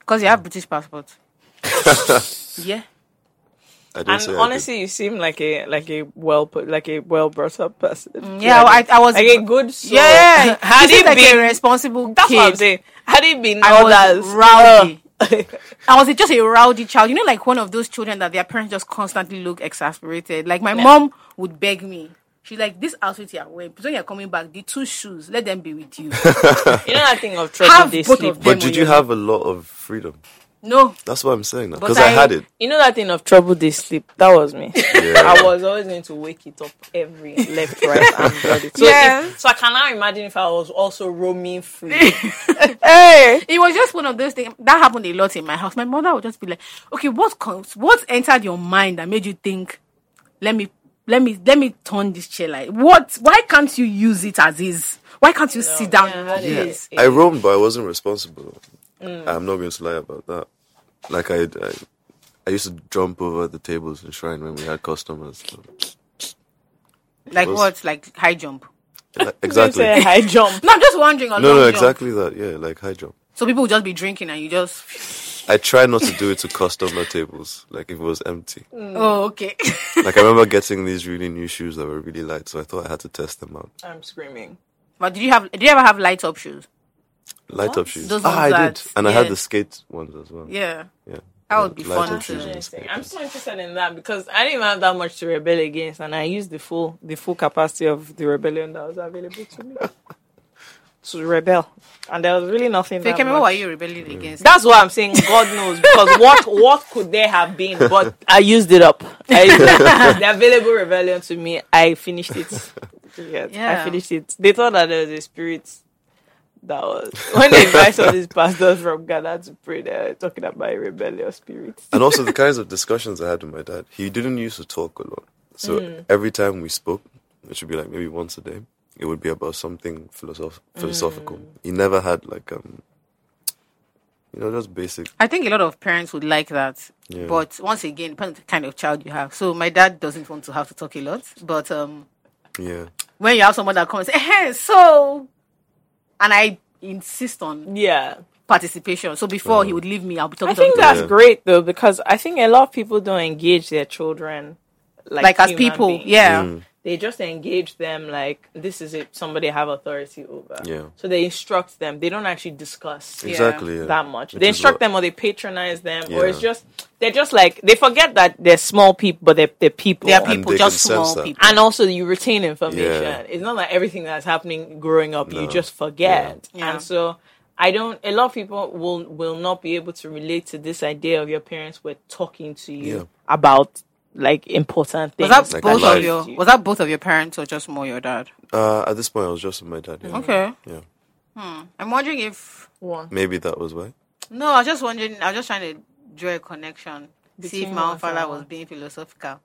Speaker 6: Because you have British passport. [laughs] yeah.
Speaker 1: I didn't say I
Speaker 5: And
Speaker 1: could-
Speaker 5: honestly, you seem like a like a well put like a well brought up person.
Speaker 6: Mm, Yeah, well, I, I was
Speaker 5: like a good soul.
Speaker 6: [laughs] Yeah, yeah.
Speaker 5: [laughs] had
Speaker 6: You
Speaker 5: it
Speaker 6: seem like
Speaker 5: been
Speaker 6: a responsible
Speaker 5: that's what I'm
Speaker 6: kid.
Speaker 5: saying. Had it been
Speaker 6: I was
Speaker 5: others,
Speaker 6: rowdy. I was just a rowdy child. You know, like one of those children that their parents just constantly look exasperated. Like my mom would beg me. She's like, "This outfit you're wearing, so you're coming back. The two shoes, let them be with
Speaker 5: [laughs]
Speaker 6: you."
Speaker 5: you know that thing of
Speaker 6: Have
Speaker 5: trouble they
Speaker 6: both
Speaker 5: sleep.
Speaker 6: of them.
Speaker 1: But
Speaker 6: when
Speaker 1: did you
Speaker 6: you're-
Speaker 1: have a lot of freedom?
Speaker 6: no,
Speaker 1: That's what I'm saying now.
Speaker 6: But
Speaker 1: Because I,
Speaker 6: I-
Speaker 1: had it.
Speaker 5: You know that thing of trouble they sleep. That was
Speaker 6: [laughs]
Speaker 5: me. I was always going to wake it up every left, right, and body. So,
Speaker 6: Yeah.
Speaker 5: if, so I can now imagine if I was also roaming
Speaker 6: [laughs]
Speaker 5: free.
Speaker 6: it was just one of those things that happened a lot in my house. My mother would just be like, "Okay, what comes? What entered your mind that made you think, let me, let me, let me turn this chair like what? Why can't you use it as is? Why can't you sit down?
Speaker 5: yeah,
Speaker 6: in
Speaker 5: I had it.
Speaker 6: this?"
Speaker 1: I roamed, but I wasn't responsible.
Speaker 6: Mm.
Speaker 1: I'm not going to lie about that. Like I, I, I used to jump over the tables in Shrine when we had customers.
Speaker 6: [laughs] Like
Speaker 1: was-
Speaker 6: what? Like high jump?
Speaker 1: Like,
Speaker 5: Say a
Speaker 1: exactly.
Speaker 5: high jump.
Speaker 6: No, I'm just wondering. or
Speaker 1: No,
Speaker 6: long
Speaker 1: no,
Speaker 6: jump.
Speaker 1: exactly that. Yeah, like high jump.
Speaker 6: So people would just be drinking and you just
Speaker 1: I try not to do it to customer tables, like if it was empty.
Speaker 6: oh okay. [laughs]
Speaker 1: Like I remember getting these really new shoes that were really light, so I thought I had to test them out.
Speaker 5: I'm screaming.
Speaker 6: but did you have did you ever have light up shoes?
Speaker 1: Light up shoes.
Speaker 6: Those
Speaker 1: ah,
Speaker 6: ones
Speaker 1: I did,
Speaker 6: that-
Speaker 1: and I had
Speaker 6: yeah.
Speaker 1: the skate ones as well.
Speaker 6: Yeah.
Speaker 1: yeah.
Speaker 6: That would be
Speaker 1: Life
Speaker 6: fun
Speaker 1: decisions.
Speaker 6: too.
Speaker 5: Interesting. I'm so interested in that because I didn't even have that much to rebel against, and I used the full the full capacity of the rebellion that was available to me to rebel, and there was really nothing.
Speaker 6: They
Speaker 5: That
Speaker 6: can remember
Speaker 5: much.
Speaker 6: what you rebelling against.
Speaker 5: That's what I'm saying. God knows because what what could there have been? But I used it up. I used it
Speaker 6: [laughs]
Speaker 5: up. the available rebellion to me, I finished it. Yes,
Speaker 6: Yeah.
Speaker 5: I finished it. They thought that there was a spirit that was when they invited all these pastors from Ghana to pray. They're talking about a rebellious spirit.
Speaker 1: and also the kinds of discussions I had with my dad. He didn't used to talk a lot, so
Speaker 5: Hmm.
Speaker 1: every time we spoke, it should be like maybe once a day. It would be about something philosoph- philosophical.
Speaker 5: Hmm.
Speaker 1: He never had like um, you know, just basic.
Speaker 6: I think a lot of parents would like that.
Speaker 1: Yeah.
Speaker 6: But once again, depends on the kind of child you have. So my dad doesn't want to have to talk a lot. But um
Speaker 1: Yeah,
Speaker 6: when you have someone that comes, eh, so and I insist on
Speaker 5: Yeah.
Speaker 6: participation. So before
Speaker 1: Oh.
Speaker 6: he would leave me, I'll be talking
Speaker 5: I think
Speaker 6: to
Speaker 5: that's
Speaker 1: Yeah.
Speaker 5: great though because I think a lot of people don't engage their children like,
Speaker 6: like as
Speaker 5: human
Speaker 6: people.
Speaker 5: beings.
Speaker 6: Yeah.
Speaker 1: Mm.
Speaker 5: they just engage them like this is it somebody have authority over.
Speaker 1: Yeah.
Speaker 5: So they instruct them. They don't actually discuss
Speaker 1: exactly. Yeah.
Speaker 5: that much.
Speaker 1: Which
Speaker 5: they
Speaker 1: is
Speaker 5: instruct
Speaker 1: what-
Speaker 5: them or they patronize them or it's
Speaker 1: Yeah.
Speaker 5: just they're just like they forget that they're small people but they're, they're people.
Speaker 6: They are
Speaker 1: And
Speaker 6: people,
Speaker 1: they
Speaker 6: just
Speaker 1: can sense
Speaker 6: small
Speaker 1: that.
Speaker 6: people.
Speaker 5: and also you retain information.
Speaker 1: Yeah.
Speaker 5: It's not like everything that's happening growing up you
Speaker 1: No.
Speaker 5: just forget.
Speaker 6: Yeah.
Speaker 5: And so I don't a lot of people will will not be able to relate to this idea of your parents were talking to you
Speaker 1: Yeah.
Speaker 5: about like important
Speaker 6: Was
Speaker 5: things.
Speaker 6: that
Speaker 1: Like
Speaker 6: both
Speaker 1: life.
Speaker 6: of your was that both of your parents or just more your dad?
Speaker 1: Uh, at this point, I was just with my dad.
Speaker 5: Mm-hmm.
Speaker 1: Yeah.
Speaker 6: Okay.
Speaker 1: Yeah.
Speaker 6: Hmm. I'm wondering if
Speaker 5: one?
Speaker 1: Maybe that was why.
Speaker 6: no, I was just wondering I was just trying to draw a connection. see
Speaker 5: Between
Speaker 6: if my own
Speaker 5: what and
Speaker 6: father
Speaker 5: what?
Speaker 6: was being philosophical.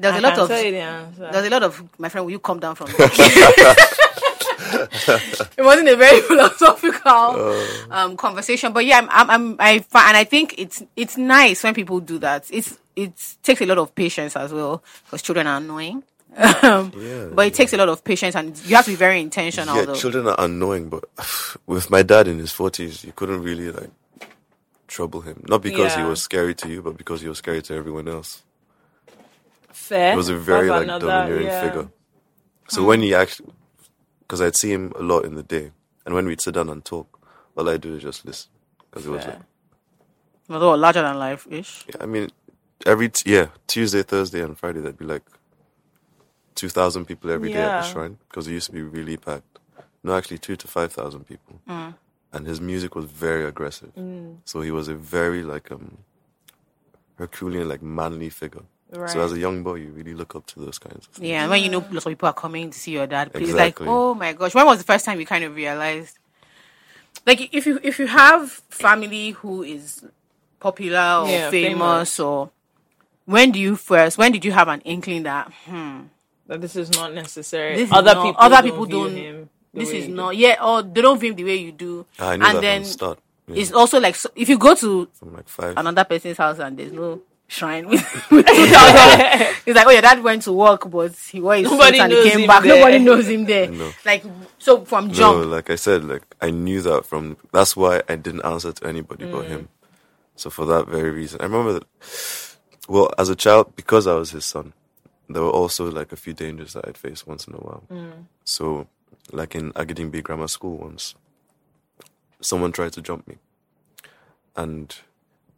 Speaker 6: There's
Speaker 5: I
Speaker 6: a lot
Speaker 5: can
Speaker 6: of
Speaker 5: tell you the answer.
Speaker 6: There's a lot of my friend. Will you come down from? there?" it wasn't a very [laughs] philosophical um, conversation, but yeah, I'm, I'm, I'm, I, fi- and I think it's, it's nice when people do that. It's, it takes a lot of patience as well because children are annoying. [laughs] Um, but it takes a lot of patience, and you have to be very intentional.
Speaker 1: Yeah,
Speaker 6: though.
Speaker 1: children are annoying, but [sighs] with my dad in his forties, you couldn't really like trouble him. Not because he
Speaker 5: Yeah.
Speaker 1: was scary to you, but because he was scary to everyone else.
Speaker 5: Fair.
Speaker 1: He was
Speaker 5: [laughs]
Speaker 1: a very
Speaker 5: That's
Speaker 1: like
Speaker 5: another-
Speaker 1: domineering
Speaker 5: yeah. Hmm.
Speaker 1: figure. So when he actually, because I'd see him a lot in the day, and when we'd sit down and talk, all I do is just listen because it was
Speaker 5: Fair.
Speaker 1: like,
Speaker 6: although larger than life ish.
Speaker 1: yeah, I mean, every t- yeah Tuesday, Thursday, and Friday there'd be like two thousand people every day at the
Speaker 5: Yeah.
Speaker 1: shrine because it used to be really packed. No, actually, two to five thousand people,
Speaker 5: Hmm.
Speaker 1: and his music was very aggressive. So he was a very like um Herculean, like manly figure.
Speaker 5: Right.
Speaker 1: So as a young boy, you really look up to those kinds. Of things.
Speaker 6: Yeah, and when you know lots of people are coming to see your dad, it's
Speaker 1: Exactly.
Speaker 6: like, oh my gosh, when was the first time you kind of realized? Like, if you if you have family who is popular or
Speaker 5: Yeah,
Speaker 6: famous, or when do you first? When did you have an inkling that hmm,
Speaker 5: That this is not necessary.
Speaker 6: This is
Speaker 5: other
Speaker 6: not-
Speaker 5: people
Speaker 6: other
Speaker 5: don't
Speaker 6: people
Speaker 5: view
Speaker 6: don't-
Speaker 5: him the
Speaker 6: this
Speaker 5: way
Speaker 6: is
Speaker 5: you
Speaker 6: not yeah, or they don't view him the way you do?
Speaker 1: I knew
Speaker 6: and
Speaker 1: that
Speaker 6: then
Speaker 1: from the start. Yeah,
Speaker 6: it's also like so, if you go to
Speaker 1: from like five.
Speaker 6: another person's house and there's no shrine with, [laughs] with 2000. it's like, oh, your dad went to work, but he wore his
Speaker 5: Nobody
Speaker 6: suit and he
Speaker 5: knows
Speaker 6: came
Speaker 5: him
Speaker 6: back.
Speaker 5: there.
Speaker 6: Nobody knows him there.
Speaker 1: No.
Speaker 6: Like, so from
Speaker 1: No,
Speaker 6: jump,
Speaker 1: like I said, like I knew that from. That's why I didn't answer to anybody but
Speaker 6: Mm.
Speaker 1: him. So for that very reason, I remember that. Well, as a child, because I was his son, there were also like a few dangers that I'd face once in a while.
Speaker 6: Mm.
Speaker 1: So, like in Agidimbi Grammar School once, someone tried to jump me, and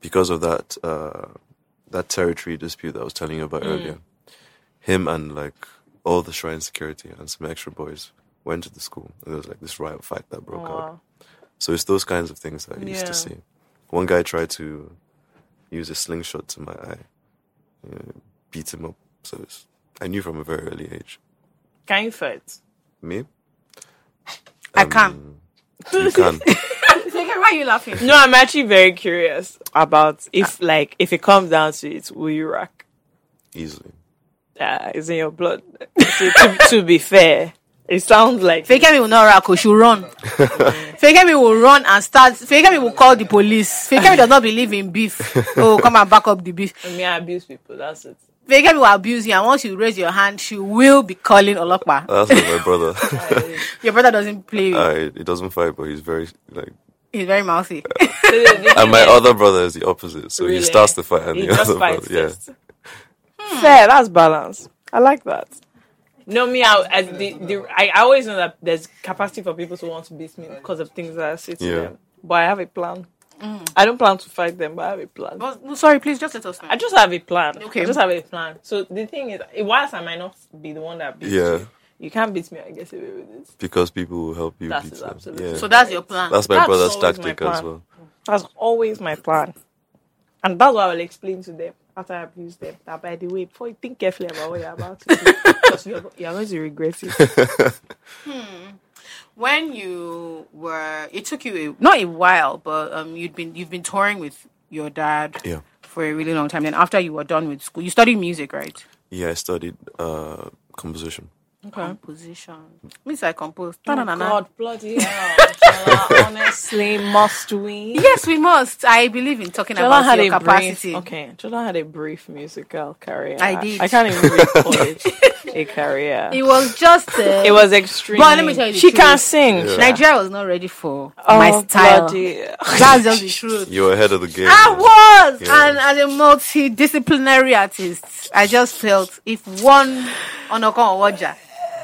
Speaker 1: because of that uh, that territory dispute that I was telling you about earlier, him and like all the shrine security and some extra boys went to the school, and there was like this riot fight that broke out. So it's those kinds of things that I used
Speaker 5: Yeah.
Speaker 1: to see. One guy tried to use a slingshot to my eye, you know, beat him up. So it's, I knew from a very early age.
Speaker 5: Can you fight?
Speaker 1: Me,
Speaker 6: I can't.
Speaker 1: you can.
Speaker 6: Why are you laughing?
Speaker 5: No, I'm actually very curious about if, like, if it comes down to it, will you rock?
Speaker 1: easily.
Speaker 5: Uh, it's in your blood. to, to- to be fair, it sounds like
Speaker 6: Fakemi will not rack, oh, she'll run. Fakemi will run and start. Fakemi will call the police. Fakemi does not believe in beef. Oh, come and back up the beef.
Speaker 5: me. I abuse people. That's it.
Speaker 6: Fakemi will abuse you, and once you raise your hand, she will be calling Olokpa.
Speaker 1: That's like my brother.
Speaker 6: Your brother doesn't play. with you.
Speaker 1: [laughs] I, he doesn't fight, but he's very like.
Speaker 6: He's very mouthy.
Speaker 1: And my other brother is the opposite, so
Speaker 5: Really?
Speaker 1: he starts the fight, and
Speaker 5: He
Speaker 1: the
Speaker 5: just
Speaker 1: other brother, [laughs]
Speaker 5: fights
Speaker 1: yeah.
Speaker 5: first. Fair. That's balance. I like that. Hmm. No, me. I, I, the, the, I I always know that there's capacity for people to Hmm. want to beat me because of things that I say to
Speaker 1: Yeah.
Speaker 5: them. But I have a plan. I don't plan to fight them, but I have a plan.
Speaker 6: [laughs] But, no, sorry, please just let us know.
Speaker 5: I just have a plan.
Speaker 6: Okay.
Speaker 5: I just have a plan. So the thing is, whilst I might not be the one that beats
Speaker 1: Yeah.
Speaker 5: you, you can't beat me. I guess away with this.
Speaker 1: because people will help you.
Speaker 5: That
Speaker 1: beat
Speaker 5: is
Speaker 1: them.
Speaker 5: absolutely
Speaker 1: Yeah.
Speaker 5: true.
Speaker 6: so that's your plan.
Speaker 1: that's my
Speaker 5: That's
Speaker 1: brother's
Speaker 5: always
Speaker 1: tactic
Speaker 5: my
Speaker 1: as
Speaker 5: plan.
Speaker 1: well.
Speaker 5: That's always my plan. And that's what I will explain to them after I abuse them. That by the way, before you think carefully about what you're about to do, because you're, you're going to regret
Speaker 6: [laughs]
Speaker 5: it.
Speaker 6: when you were, it took you a, not a while, but um, you'd been you've been touring with your dad
Speaker 1: Yeah.
Speaker 6: for a really long time. Then after you were done with school, you studied music, right?
Speaker 1: Yeah, I studied uh, composition.
Speaker 6: Composition. Means I compose.
Speaker 5: bloody hell. Jola, honestly, must we?
Speaker 6: Yes, we must. I believe in talking
Speaker 5: Jola
Speaker 6: about
Speaker 5: had
Speaker 6: your
Speaker 5: a
Speaker 6: capacity.
Speaker 5: brief. Okay, Jola had a brief musical career.
Speaker 6: I did.
Speaker 5: I can't even really call
Speaker 6: [laughs]
Speaker 5: it a career.
Speaker 6: It was just. Uh,
Speaker 5: It was extreme.
Speaker 6: But let me tell you the
Speaker 5: she
Speaker 6: truth.
Speaker 5: can't sing.
Speaker 6: [laughs] Nigeria was not ready for
Speaker 5: Oh,
Speaker 6: my style.
Speaker 5: Bloody.
Speaker 6: [laughs] That's just the truth.
Speaker 1: You're ahead of the game.
Speaker 6: I
Speaker 1: man.
Speaker 6: was,
Speaker 1: Yeah.
Speaker 6: and as a multidisciplinary artist, I just felt if one on a waja.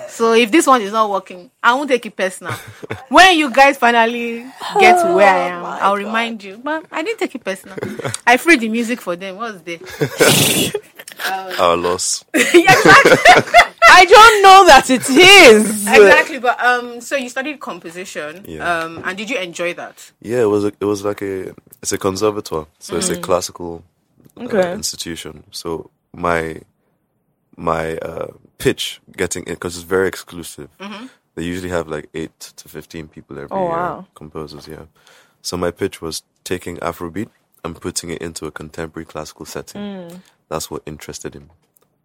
Speaker 6: So if this one is not working, I won't take it personal. when you guys finally get to where I
Speaker 5: Oh
Speaker 6: am, I'll remind you. But I didn't take it personal. I freed the music for them. What's there?
Speaker 1: Our loss.
Speaker 5: I don't know that it is.
Speaker 6: exactly. But um, so you studied composition.
Speaker 1: Yeah.
Speaker 6: Um, and did you enjoy that?
Speaker 1: Yeah, it was. A, it was like a. It's a conservatoire, so it's a classical uh,
Speaker 5: Mm. Okay.
Speaker 1: institution. So my my uh, pitch getting it because it's very exclusive. They usually have like eight to fifteen people every
Speaker 5: Mm-hmm. Oh,
Speaker 1: year.
Speaker 5: wow.
Speaker 1: Composers, yeah. So my pitch was taking Afrobeat and putting it into a contemporary classical setting.
Speaker 5: Mm.
Speaker 1: That's what interested him,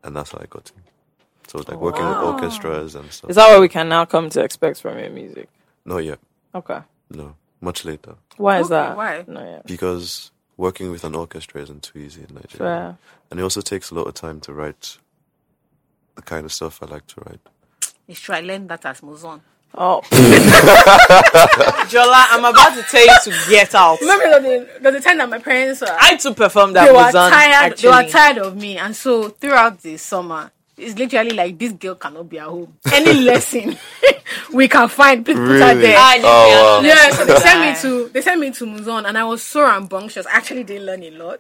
Speaker 1: and that's how I got him. So like working with orchestras and stuff.
Speaker 5: Oh, Is that what we can now come to expect from your music?
Speaker 1: Not yet.
Speaker 5: Okay.
Speaker 1: No, much later.
Speaker 5: Why is
Speaker 6: Okay,
Speaker 5: that?
Speaker 6: why?
Speaker 5: No, yeah.
Speaker 1: because working with an orchestra isn't too easy in Nigeria.
Speaker 5: Fair.
Speaker 1: And it also takes a lot of time to write the kind of stuff I like to write.
Speaker 6: It's true. I learned that as Mozon.
Speaker 5: Oh. [laughs] Jola, I'm about to tell you to get out.
Speaker 6: Remember the, the, the time that my parents were.
Speaker 5: I to perform that
Speaker 6: they were
Speaker 5: was
Speaker 1: um,
Speaker 5: on,
Speaker 6: tired. They were
Speaker 5: actually.
Speaker 6: tired of me, and so throughout the summer, it's literally like this girl cannot be at home.
Speaker 1: [laughs]
Speaker 6: Any lesson [laughs] we can find, please put her
Speaker 1: Really?
Speaker 6: there.
Speaker 1: Ah,
Speaker 5: Oh, wow.
Speaker 6: yeah, so they sent me to they sent me to Muzon, and I was so rambunctious. I actually didn't learn
Speaker 1: [laughs]
Speaker 6: a lot.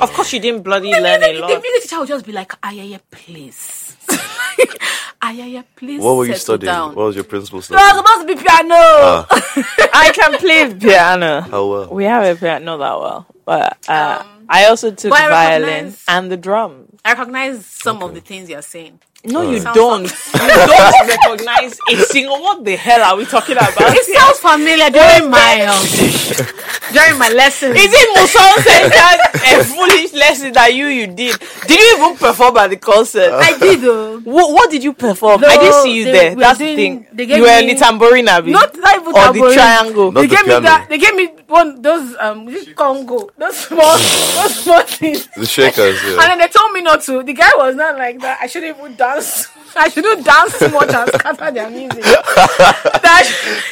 Speaker 5: Of course, you didn't bloody
Speaker 6: the,
Speaker 5: learn
Speaker 6: music,
Speaker 5: a
Speaker 6: the
Speaker 5: lot.
Speaker 6: music teacher would just be like, "Ayaya, please, [laughs] Ayaya, please."
Speaker 1: What were you
Speaker 6: settle
Speaker 1: studying?
Speaker 6: Down.
Speaker 1: What was your principal
Speaker 6: I was
Speaker 1: studying?
Speaker 6: supposed to be piano.
Speaker 5: I can play piano.
Speaker 1: How well?
Speaker 5: We have a piano not that well, but uh, I also took
Speaker 6: but I
Speaker 5: violin
Speaker 6: recognize-
Speaker 5: and the drum.
Speaker 6: I recognize some of the things you're saying.
Speaker 5: No, you
Speaker 6: Sounds-
Speaker 5: don't. you [laughs] don't recognize a single. What the hell are we talking about?
Speaker 6: It sounds familiar during my um,
Speaker 1: [laughs]
Speaker 6: during my lessons.
Speaker 5: Is it Muson said that a foolish lesson that you you did? Did you even perform at the concert?
Speaker 6: I did though.
Speaker 5: what, what did you perform? I didn't see you
Speaker 6: they
Speaker 5: there.
Speaker 6: were
Speaker 5: That's the
Speaker 6: doing-
Speaker 5: thing.
Speaker 6: they gave
Speaker 5: You were in
Speaker 6: me-
Speaker 5: the tambourine, Abby.
Speaker 6: Not not even
Speaker 5: or the
Speaker 6: tambourine.
Speaker 5: triangle.
Speaker 1: Not
Speaker 6: they
Speaker 1: Oh, the
Speaker 6: gave me
Speaker 1: piano.
Speaker 6: that. They gave me one those um is it Congo those small those small things.
Speaker 1: The shakers,
Speaker 6: And
Speaker 1: yeah.
Speaker 6: then they told me not to. The guy was not like that. I shouldn't even dance. [laughs] I shouldn't dance too much and scatter their music. that,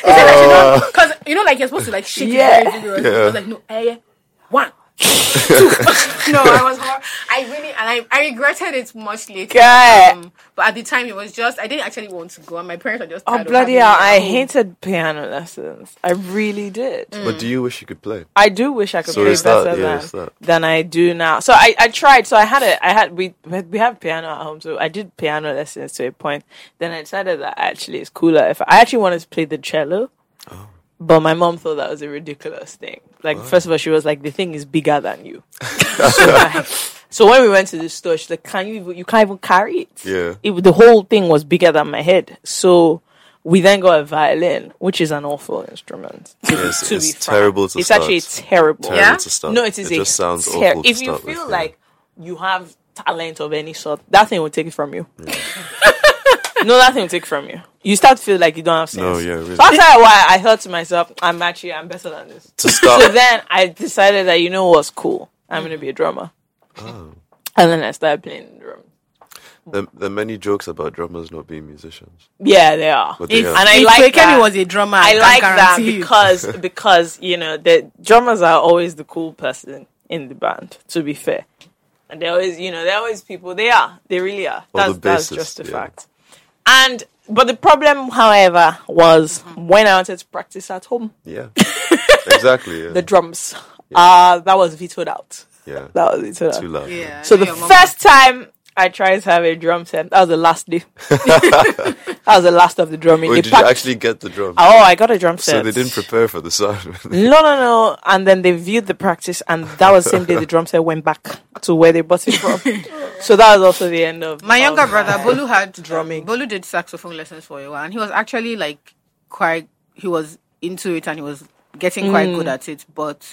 Speaker 6: he said I
Speaker 1: Uh.
Speaker 6: should not because you know like you're supposed to like shake
Speaker 5: Yeah.
Speaker 6: it. very vigorously. I was like no, eh, one. two. no, I was. Hor- I really and I, I regretted it much later. um,
Speaker 5: God.
Speaker 6: but at the time it was just I didn't actually want to go and my parents were just.
Speaker 5: Oh
Speaker 6: tired of
Speaker 5: bloody
Speaker 6: having me
Speaker 5: hell!
Speaker 6: at
Speaker 5: I
Speaker 6: home.
Speaker 5: hated piano lessons. I really did.
Speaker 1: But do you wish you could play?
Speaker 5: I do wish I could
Speaker 1: So
Speaker 5: play
Speaker 1: it's that-
Speaker 5: better
Speaker 1: yeah, it's
Speaker 5: than,
Speaker 1: that.
Speaker 5: than I do now. So I, I tried. So I had a I had we we have piano at home. So I did piano lessons to a point. Then I decided that actually it's cooler if I actually wanted to play the cello.
Speaker 1: Oh.
Speaker 5: But my mom thought that was a ridiculous thing. Like first of all, she was like, "The thing is bigger than you." [laughs] so, like- so when we went to the store, she's like, "Can you even, you can't even carry it?"
Speaker 1: Yeah.
Speaker 5: It, the whole thing was bigger than my head. So. We then got a violin, which is an awful instrument. To, be-
Speaker 1: Yes,
Speaker 5: to
Speaker 1: it's
Speaker 5: be frank.
Speaker 1: terrible to
Speaker 5: It's
Speaker 1: start.
Speaker 5: actually terrible.
Speaker 1: Terrible Yeah? to start.
Speaker 5: No, it is.
Speaker 1: It
Speaker 5: a
Speaker 1: just sounds
Speaker 5: ter-
Speaker 1: awful to
Speaker 5: If you
Speaker 1: start with,
Speaker 5: feel
Speaker 1: yeah.
Speaker 5: like you have talent of any sort, that thing will take it from you. [laughs] no, that thing will take it from you. You start to feel like you don't have sense.
Speaker 1: No, yeah, really.
Speaker 5: So after a while, I thought to myself, I'm actually I'm better than this.
Speaker 1: To start. [laughs]
Speaker 5: [laughs] So then I decided that you know what's cool. I'm gonna be a drummer.
Speaker 1: Oh.
Speaker 5: And then I started playing drum.
Speaker 1: there, there are many jokes about drummers not being musicians.
Speaker 5: Yeah, they are.
Speaker 1: But they
Speaker 6: It's-
Speaker 1: are.
Speaker 5: And I
Speaker 6: If
Speaker 5: like
Speaker 6: Kwekemi
Speaker 5: that.
Speaker 6: was a drummer.
Speaker 5: I
Speaker 6: can
Speaker 5: like that
Speaker 6: guarantee you.
Speaker 5: because
Speaker 1: [laughs]
Speaker 5: because you know the drummers are always the cool person in the band. To be fair, and they're always you know they're always people. They are. They really are.
Speaker 1: Or the
Speaker 5: That's that's
Speaker 1: bassist,
Speaker 5: just a
Speaker 1: yeah.
Speaker 5: fact. And but the problem, however, was when I wanted to practice at home, [laughs]
Speaker 1: Yeah. exactly. Yeah.
Speaker 5: the drums. Uh, that was vetoed out.
Speaker 1: Yeah.
Speaker 5: That was vetoed out.
Speaker 1: Too loud.
Speaker 6: Yeah,
Speaker 5: So
Speaker 6: I know
Speaker 5: the
Speaker 6: your mom-
Speaker 5: first time I tried to have a drum set, that was the last
Speaker 1: [laughs]
Speaker 5: day. [laughs] that was the last of the drumming. They
Speaker 1: Wait, did you
Speaker 5: packed-
Speaker 1: actually get the drum?
Speaker 5: oh, I got a drum set.
Speaker 1: so they didn't prepare for the [laughs] sound.
Speaker 5: No, no, no. And then they viewed the practice, and that was the same day the drum set went back to where they bought it [laughs] from. so that was also the end of
Speaker 6: My
Speaker 5: of
Speaker 6: younger
Speaker 5: my-
Speaker 6: brother Bolu had
Speaker 5: drumming.
Speaker 6: Bolu did saxophone lessons for a while, and he was actually like quite. He was into it, and he was getting quite
Speaker 5: Mm.
Speaker 6: good at it. But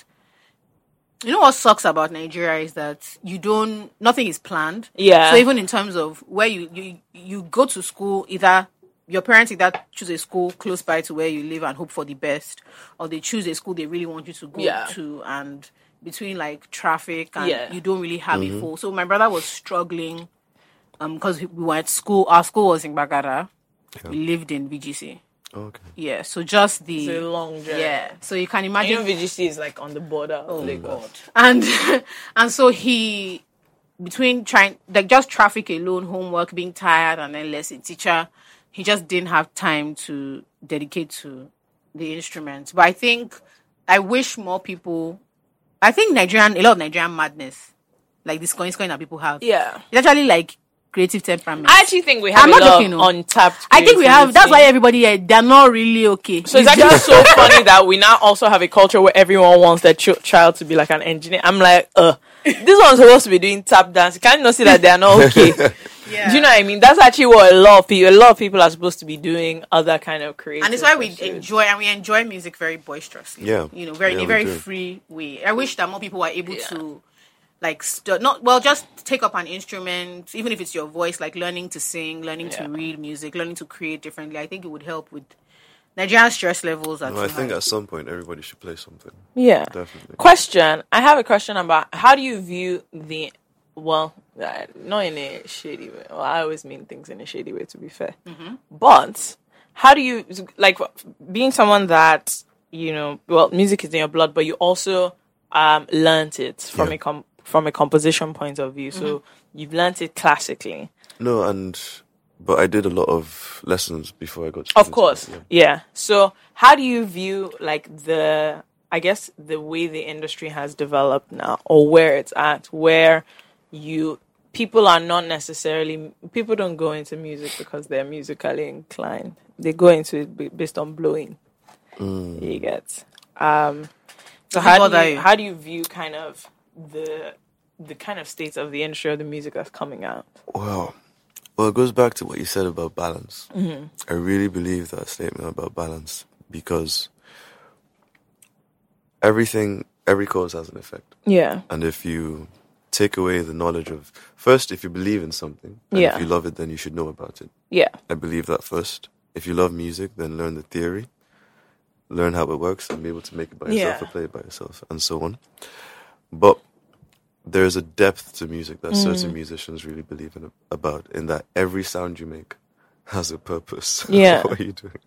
Speaker 6: you know what sucks about Nigeria is that you don't. Nothing is planned.
Speaker 5: Yeah.
Speaker 6: So even in terms of where you you you go to school, either your parents either choose a school close by to where you live and hope for the best, or they choose a school they really want you to go
Speaker 5: Yeah.
Speaker 6: to and. Between like traffic and
Speaker 5: Yeah.
Speaker 6: you don't really have a full. So my brother was struggling because we were at school. Our school was in Bagara. We lived in VGC.
Speaker 1: okay.
Speaker 6: Yeah, so just the
Speaker 5: It's a long journey.
Speaker 6: yeah. So you can
Speaker 5: You know,
Speaker 6: imagine,
Speaker 5: VGC is like on the border. Oh my god.
Speaker 6: and [laughs] and so he between trying like just traffic alone, homework, being tired, and then lesson teacher, he just didn't have time to dedicate to the instrument. But I think I wish more people. I think Nigerian a lot of Nigerian madness, like this coin coin that people have.
Speaker 5: Yeah.
Speaker 6: it's actually like creative temperament.
Speaker 5: I actually think we have
Speaker 6: I'm
Speaker 5: a
Speaker 6: not
Speaker 5: lot
Speaker 6: joking, no.
Speaker 5: untapped.
Speaker 6: I think we have. That's why
Speaker 5: creativity.
Speaker 6: everybody here, they're not really okay.
Speaker 5: So it's actually so funny that we now also have a culture where everyone wants their ch- child to be like an engineer. I'm like, uh, this one's supposed to be doing tap dance. Can you not see that they are not okay?
Speaker 6: yeah.
Speaker 5: Do you know what I mean? That's actually what a lot of people, a lot of people are supposed to be doing other kind of creative.
Speaker 6: and it's why we
Speaker 5: pursuits.
Speaker 6: enjoy and we enjoy music very boisterously.
Speaker 1: Yeah.
Speaker 6: you know, very
Speaker 1: Yeah,
Speaker 6: in a
Speaker 1: we
Speaker 6: very
Speaker 1: do.
Speaker 6: free way. I wish that more people were able to, like, stu- not well, just take up an instrument, even if it's your voice, like learning to sing, learning
Speaker 5: Yeah.
Speaker 6: to read music, learning to create differently. I think it would help with Nigerian stress levels. Are
Speaker 1: No,
Speaker 6: too
Speaker 1: I think
Speaker 6: high.
Speaker 1: at some point everybody should play something.
Speaker 5: Yeah.
Speaker 1: Definitely.
Speaker 5: Question. I have a question about how do you view the well, uh, not in a shady way. Well, I always mean things in a shady way to be fair. But how do you like being someone that you know? Well, music is in your blood, but you also um learnt it from
Speaker 1: Yeah.
Speaker 5: a com- from a composition point of view. So you've learnt it classically,
Speaker 1: No, and but I did a lot of lessons before I got. To
Speaker 5: of
Speaker 1: Trinity,
Speaker 5: course.
Speaker 1: yeah.
Speaker 5: Yeah. So how do you view like the I guess the way the industry has developed now or where it's at where you people are not necessarily people don't go into music because they're musically inclined. They go into it b- based on blowing. You get. Um so how
Speaker 6: bother
Speaker 5: do you,
Speaker 6: you?
Speaker 5: how do you view kind of the the kind of state of the industry or the music that's coming out?
Speaker 1: Wow. Well, it goes back to what you said about balance. Mm-hmm. I really believe that statement about balance because everything, every cause has an effect.
Speaker 5: Yeah.
Speaker 1: And if you take away the knowledge of, first, if you believe in something, and
Speaker 5: Yeah.
Speaker 1: if you love it, then you should know about it.
Speaker 5: Yeah.
Speaker 1: I believe that first. If you love music, then learn the theory, learn how it works, and be able to make it by yourself
Speaker 5: Yeah.
Speaker 1: or play it by yourself, and so on. But there is a depth to music that
Speaker 5: Mm.
Speaker 1: certain musicians really believe in about, in that every sound you make has a purpose. [laughs]
Speaker 5: Yeah.
Speaker 1: what are you doing?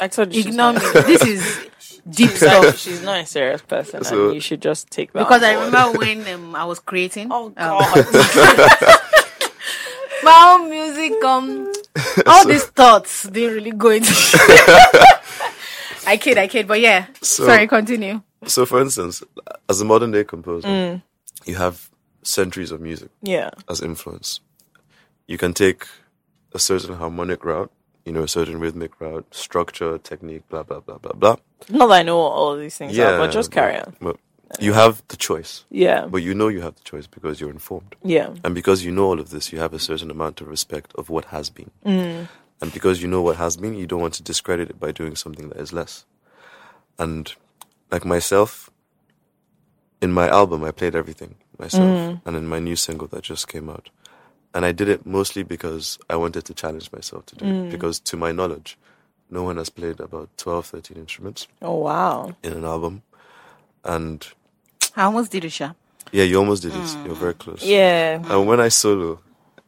Speaker 5: I told you she's
Speaker 6: Ignore
Speaker 5: not-
Speaker 6: me. this [laughs] is deep
Speaker 5: So
Speaker 6: stuff.
Speaker 5: [laughs] she's not a serious person,
Speaker 1: So-
Speaker 5: and you should just take that.
Speaker 6: Because
Speaker 5: on
Speaker 6: I
Speaker 5: board.
Speaker 6: remember when um, I was creating
Speaker 5: Oh
Speaker 6: um,
Speaker 5: God!
Speaker 6: my own
Speaker 1: [laughs]
Speaker 6: music, um, all these thoughts didn't really go into. [laughs] I kid, I kid, but yeah.
Speaker 1: So-
Speaker 6: Sorry, continue.
Speaker 1: So, for instance, as a modern day composer,
Speaker 5: Mm.
Speaker 1: you have centuries of music.
Speaker 5: [laughs] yeah,
Speaker 1: as influence. You can take a certain harmonic route, you know, a certain rhythmic route, structure, technique, blah blah blah blah blah.
Speaker 5: not that I know what all these things are, but just carry on.
Speaker 1: but you have the choice,
Speaker 5: Yeah,
Speaker 1: but you know you have the choice because you're informed,
Speaker 5: yeah,
Speaker 1: and because you know all of this, you have a certain amount of respect of what has been, and because you know what has been, you don't want to discredit it by doing something that is less. And like myself, in my album, I played everything myself, and in my new single that just came out. And I did it mostly because I wanted to challenge myself to do it. Because to my knowledge, no one has played about 12, 13 instruments
Speaker 5: Oh wow!
Speaker 1: in an album. And
Speaker 6: I almost did a shop.
Speaker 1: yeah, you almost did it. You're very close.
Speaker 5: Yeah,
Speaker 1: And when I solo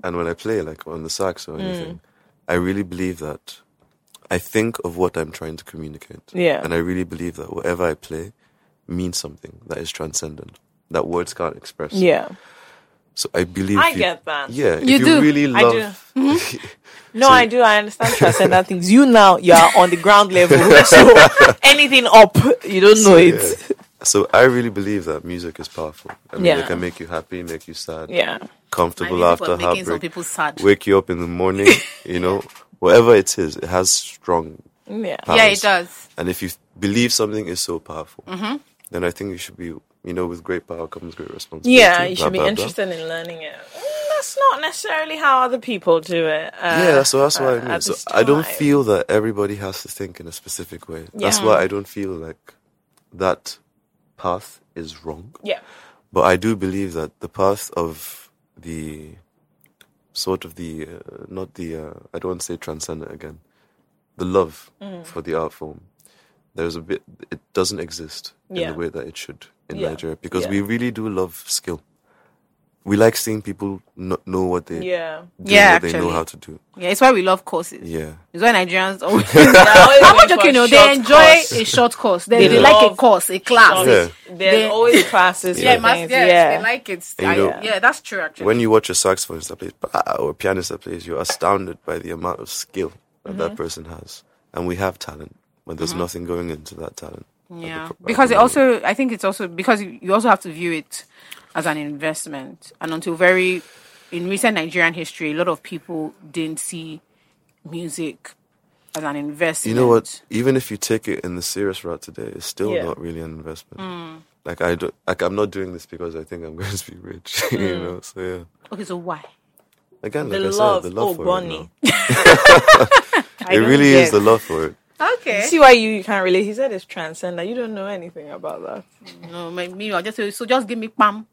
Speaker 1: and when I play, like on the sax or
Speaker 5: Mm.
Speaker 1: anything, I really believe that I think of what I'm trying to communicate.
Speaker 5: Yeah.
Speaker 1: And I really believe that whatever I play means something that is transcendent, that words can't express.
Speaker 5: yeah.
Speaker 1: So I believe.
Speaker 5: I
Speaker 1: you-
Speaker 5: get that.
Speaker 1: Yeah. if
Speaker 6: You
Speaker 1: you
Speaker 6: do.
Speaker 1: really
Speaker 5: I do. [laughs]
Speaker 1: love.
Speaker 5: No, I do. I understand transcendent things. [laughs]
Speaker 1: [laughs]
Speaker 5: You now, you are on the ground level, so anything up, you don't know it.
Speaker 1: Yeah. So I really believe that music is powerful. I mean,
Speaker 5: Yeah.
Speaker 1: it can make you happy, make you sad,
Speaker 5: Yeah.
Speaker 1: comfortable
Speaker 7: music
Speaker 1: after
Speaker 7: was making some
Speaker 1: heartbreak,
Speaker 7: people sad.
Speaker 1: wake you up in the
Speaker 7: [laughs]
Speaker 1: morning. you know, whatever it is, it has strong.
Speaker 5: Yeah.
Speaker 1: Powers.
Speaker 6: Yeah, it does.
Speaker 1: And if you believe something is so powerful,
Speaker 5: Mm-hmm.
Speaker 1: then I think you should be. You know, with great power comes great responsibility.
Speaker 5: Yeah,
Speaker 1: blah,
Speaker 5: you should be
Speaker 1: blah, blah.
Speaker 5: interested in learning it. Mm, That's not necessarily how other people do it. Uh,
Speaker 1: Yeah, that's what, that's what
Speaker 5: uh,
Speaker 1: I mean.
Speaker 5: at
Speaker 1: So
Speaker 5: this
Speaker 1: I don't
Speaker 5: time.
Speaker 1: feel that everybody has to think in a specific way. That's why I don't feel like that path is wrong.
Speaker 5: Yeah.
Speaker 1: But I do believe that the path of the sort of the uh, not the uh, I don't want to say transcendent again, the love
Speaker 5: Mm.
Speaker 1: for the art form. There's a bit it doesn't exist in
Speaker 5: Yeah.
Speaker 1: the way that it should in
Speaker 5: Yeah.
Speaker 1: Nigeria because
Speaker 5: Yeah.
Speaker 1: we really do love skill. We like seeing people not know what they
Speaker 5: Yeah.
Speaker 1: do,
Speaker 6: Yeah,
Speaker 1: what they know
Speaker 6: actually.
Speaker 1: how to do.
Speaker 6: Yeah, it's why we love courses.
Speaker 1: Yeah.
Speaker 6: It's why Nigerians
Speaker 5: always
Speaker 6: always. [laughs] I'm not
Speaker 5: going for
Speaker 6: joking. No,
Speaker 5: a
Speaker 6: they
Speaker 5: short
Speaker 6: enjoy
Speaker 5: course.
Speaker 6: a short course. They, they
Speaker 5: Yeah.
Speaker 6: like a
Speaker 5: Love
Speaker 6: course, a class.
Speaker 1: Yeah.
Speaker 5: There's
Speaker 6: They- [laughs]
Speaker 5: always classes.
Speaker 6: Yeah,
Speaker 5: Yeah.
Speaker 6: it must-
Speaker 5: Things.
Speaker 6: yes,
Speaker 5: yeah.
Speaker 6: they like it.
Speaker 1: And you
Speaker 6: I-
Speaker 1: know-
Speaker 6: yeah, that's true. Actually,
Speaker 1: When you watch a saxophonist that plays bah, or a pianist that plays, you're astounded by the amount of skill that
Speaker 5: Mm-hmm.
Speaker 1: that person has. And we have talent, but there's nothing going into that talent. at the
Speaker 6: yeah,
Speaker 1: pro- at the
Speaker 6: because it
Speaker 1: moment.
Speaker 6: also, I think it's also because you you also have to view it as an investment. And until very in recent Nigerian history, a lot of people didn't see music as an
Speaker 1: you
Speaker 6: investment.
Speaker 5: Mm-hmm.
Speaker 1: know what? Even if you take it in the serious route today, it's still
Speaker 5: Yeah. Mm.
Speaker 1: not really an investment. Like I don't, like I'm not doing this because I think I'm [laughs] going to be rich. you know, so yeah.
Speaker 6: Okay, so why?
Speaker 1: Again,
Speaker 5: Mm. The
Speaker 1: like I
Speaker 5: love.
Speaker 1: said, the love
Speaker 5: oh,
Speaker 1: for
Speaker 5: Bonnie.
Speaker 1: [laughs]
Speaker 5: [laughs]
Speaker 1: it. Now. It really is the love for it.
Speaker 6: Okay,
Speaker 5: See why you can't relate. He said it's transcendent. You don't know anything about that.
Speaker 6: no, my- me, I just say, so just give me pam.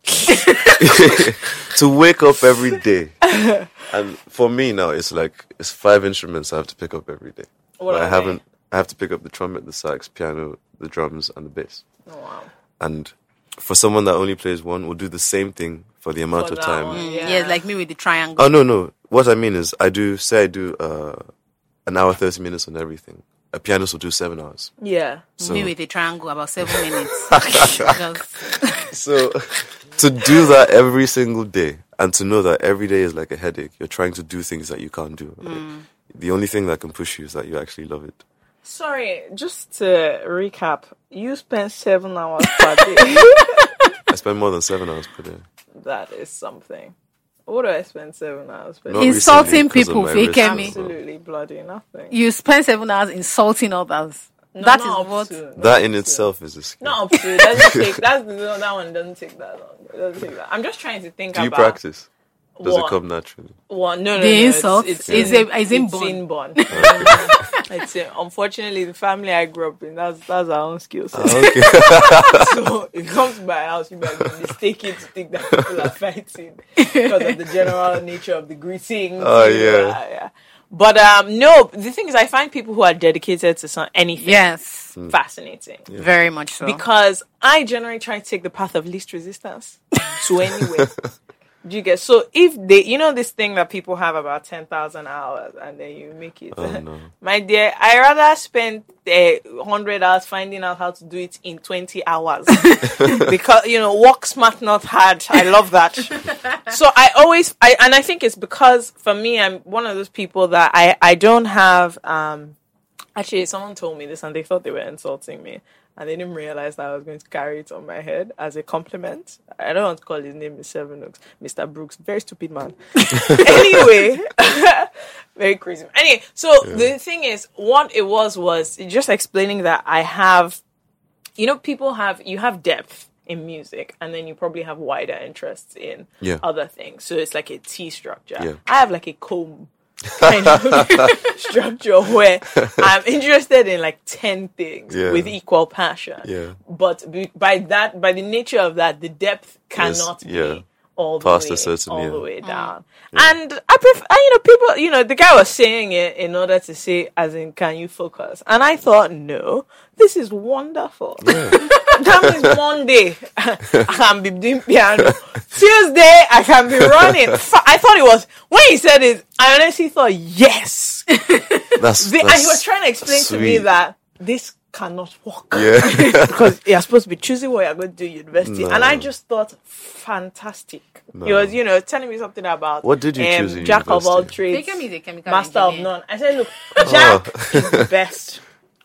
Speaker 1: to wake up every day. and for me now, it's like it's five instruments I have to pick up every day.
Speaker 5: What
Speaker 1: But
Speaker 5: are
Speaker 1: I
Speaker 5: they?
Speaker 1: haven't. I have to pick up the trumpet, the sax, piano, the drums, and the bass.
Speaker 5: Oh,
Speaker 1: And for someone that only plays one, will do the same thing for the amount
Speaker 5: For
Speaker 1: of
Speaker 5: that
Speaker 1: time.
Speaker 5: one,
Speaker 6: Yeah,
Speaker 5: Yeah.
Speaker 6: like me with the triangle.
Speaker 1: Oh no, no. What I mean is, I do say I do uh, an hour thirty minutes on everything. A pianist will do seven hours.
Speaker 5: Yeah.
Speaker 1: So,
Speaker 6: Me with the triangle
Speaker 1: [laughs]
Speaker 6: about seven minutes. Just-
Speaker 1: so to do that every single day and to know that every day is like a headache. You're trying to do things that you can't do.
Speaker 5: Hmm.
Speaker 1: The only thing that can push you is that you actually love it.
Speaker 5: Sorry, just to recap, you spend seven hours per day. [laughs]
Speaker 1: I spend more than seven hours per day.
Speaker 5: that is something. What do I spend seven hours per
Speaker 1: Not
Speaker 5: day?
Speaker 6: Insulting
Speaker 1: recently 'cause of
Speaker 6: people,
Speaker 1: my
Speaker 6: fake
Speaker 1: wrist.
Speaker 6: me.
Speaker 5: Absolutely bloody nothing.
Speaker 6: you spend seven hours insulting others. that is
Speaker 5: not up
Speaker 6: what.
Speaker 5: to-
Speaker 1: That in itself is a skill.
Speaker 5: Not up to. It doesn't
Speaker 1: [laughs]
Speaker 5: take. That's no, that one doesn't take that long. It doesn't take that. I'm just trying to think
Speaker 1: do you
Speaker 5: about.
Speaker 1: practice? Does it
Speaker 5: what-
Speaker 1: come naturally?
Speaker 5: What? No, no,
Speaker 6: The
Speaker 5: no. it's-
Speaker 6: insult
Speaker 5: It's,
Speaker 6: is
Speaker 5: in-
Speaker 6: a- is inborn.
Speaker 5: It's inborn. [laughs]
Speaker 6: [laughs]
Speaker 5: it's in, unfortunately the family I grew up in. That's that's our own skill set.
Speaker 1: Ah, Okay.
Speaker 5: [laughs] So it comes to my house, you might be mistaken to think that people are fighting because of the general nature of the greetings.
Speaker 1: [laughs] Oh,
Speaker 5: you
Speaker 1: yeah.
Speaker 5: know, uh, yeah. But um, no, the thing is, I find people who are dedicated to some, anything
Speaker 6: Yes,
Speaker 1: Hmm.
Speaker 5: fascinating
Speaker 6: very much so.
Speaker 5: because I generally try to take the path of least resistance
Speaker 1: [laughs]
Speaker 5: to anywhere. Do you get so if they, you know, this thing that people have about ten thousand hours and then you make it. [laughs]
Speaker 1: Oh, no.
Speaker 5: My dear, I rather spend uh, hundred hours finding out how to do it in
Speaker 1: [laughs]
Speaker 5: twenty hours because you know, work smart, not hard. I
Speaker 1: [laughs]
Speaker 5: love that. so I always, I and I think it's because for me, I'm one of those people that I I don't have. um Actually, someone told me this and they thought they were insulting me. And they didn't realize that I was going to carry it on my head as a compliment. I don't want to call his name Mr. Seven Oaks. Mr. Brooks, very stupid
Speaker 1: [laughs]
Speaker 5: man. anyway, [laughs] very crazy. Anyway, so the thing is, what it was was just explaining that I have, you know, people have, you have depth in music and then you probably have wider interests in
Speaker 1: Yeah.
Speaker 5: other things. So it's like a T structure.
Speaker 1: Yeah.
Speaker 5: I have like a comb kind of [laughs] structure where I'm interested in like 10 things
Speaker 1: Yeah.
Speaker 5: with equal passion.
Speaker 1: Yeah.
Speaker 5: But be, by that, by the nature of that, the depth
Speaker 1: Yes,
Speaker 5: cannot
Speaker 1: yeah.
Speaker 5: be all the
Speaker 1: Past a
Speaker 5: way,
Speaker 1: certain
Speaker 5: all
Speaker 1: year.
Speaker 5: the way down. And I prefer, I- you know, people, you know, the guy was saying it in order to say, as in, can you focus? And I thought, no, this is wonderful. [laughs] that means Monday I can be doing piano. Tuesday I can be running. F- I thought it was when he said it. I honestly thought yes. [laughs] The-
Speaker 1: That's,
Speaker 5: and
Speaker 1: that's
Speaker 5: he was trying to explain to me
Speaker 1: sweet.
Speaker 5: that this cannot work
Speaker 1: [laughs]
Speaker 5: [laughs]
Speaker 1: Yeah.
Speaker 5: because you're supposed to be choosing what you're going to do in university. And I
Speaker 1: No.
Speaker 5: just thought, fantastic. He was, you know, telling me something about um,
Speaker 1: What did you choose in
Speaker 5: Jack of all
Speaker 1: university? Oh.
Speaker 5: trades,
Speaker 6: Baker is a chemical
Speaker 1: [laughs]
Speaker 5: master of
Speaker 6: engineer.
Speaker 5: none. I said, look, Jack is the best.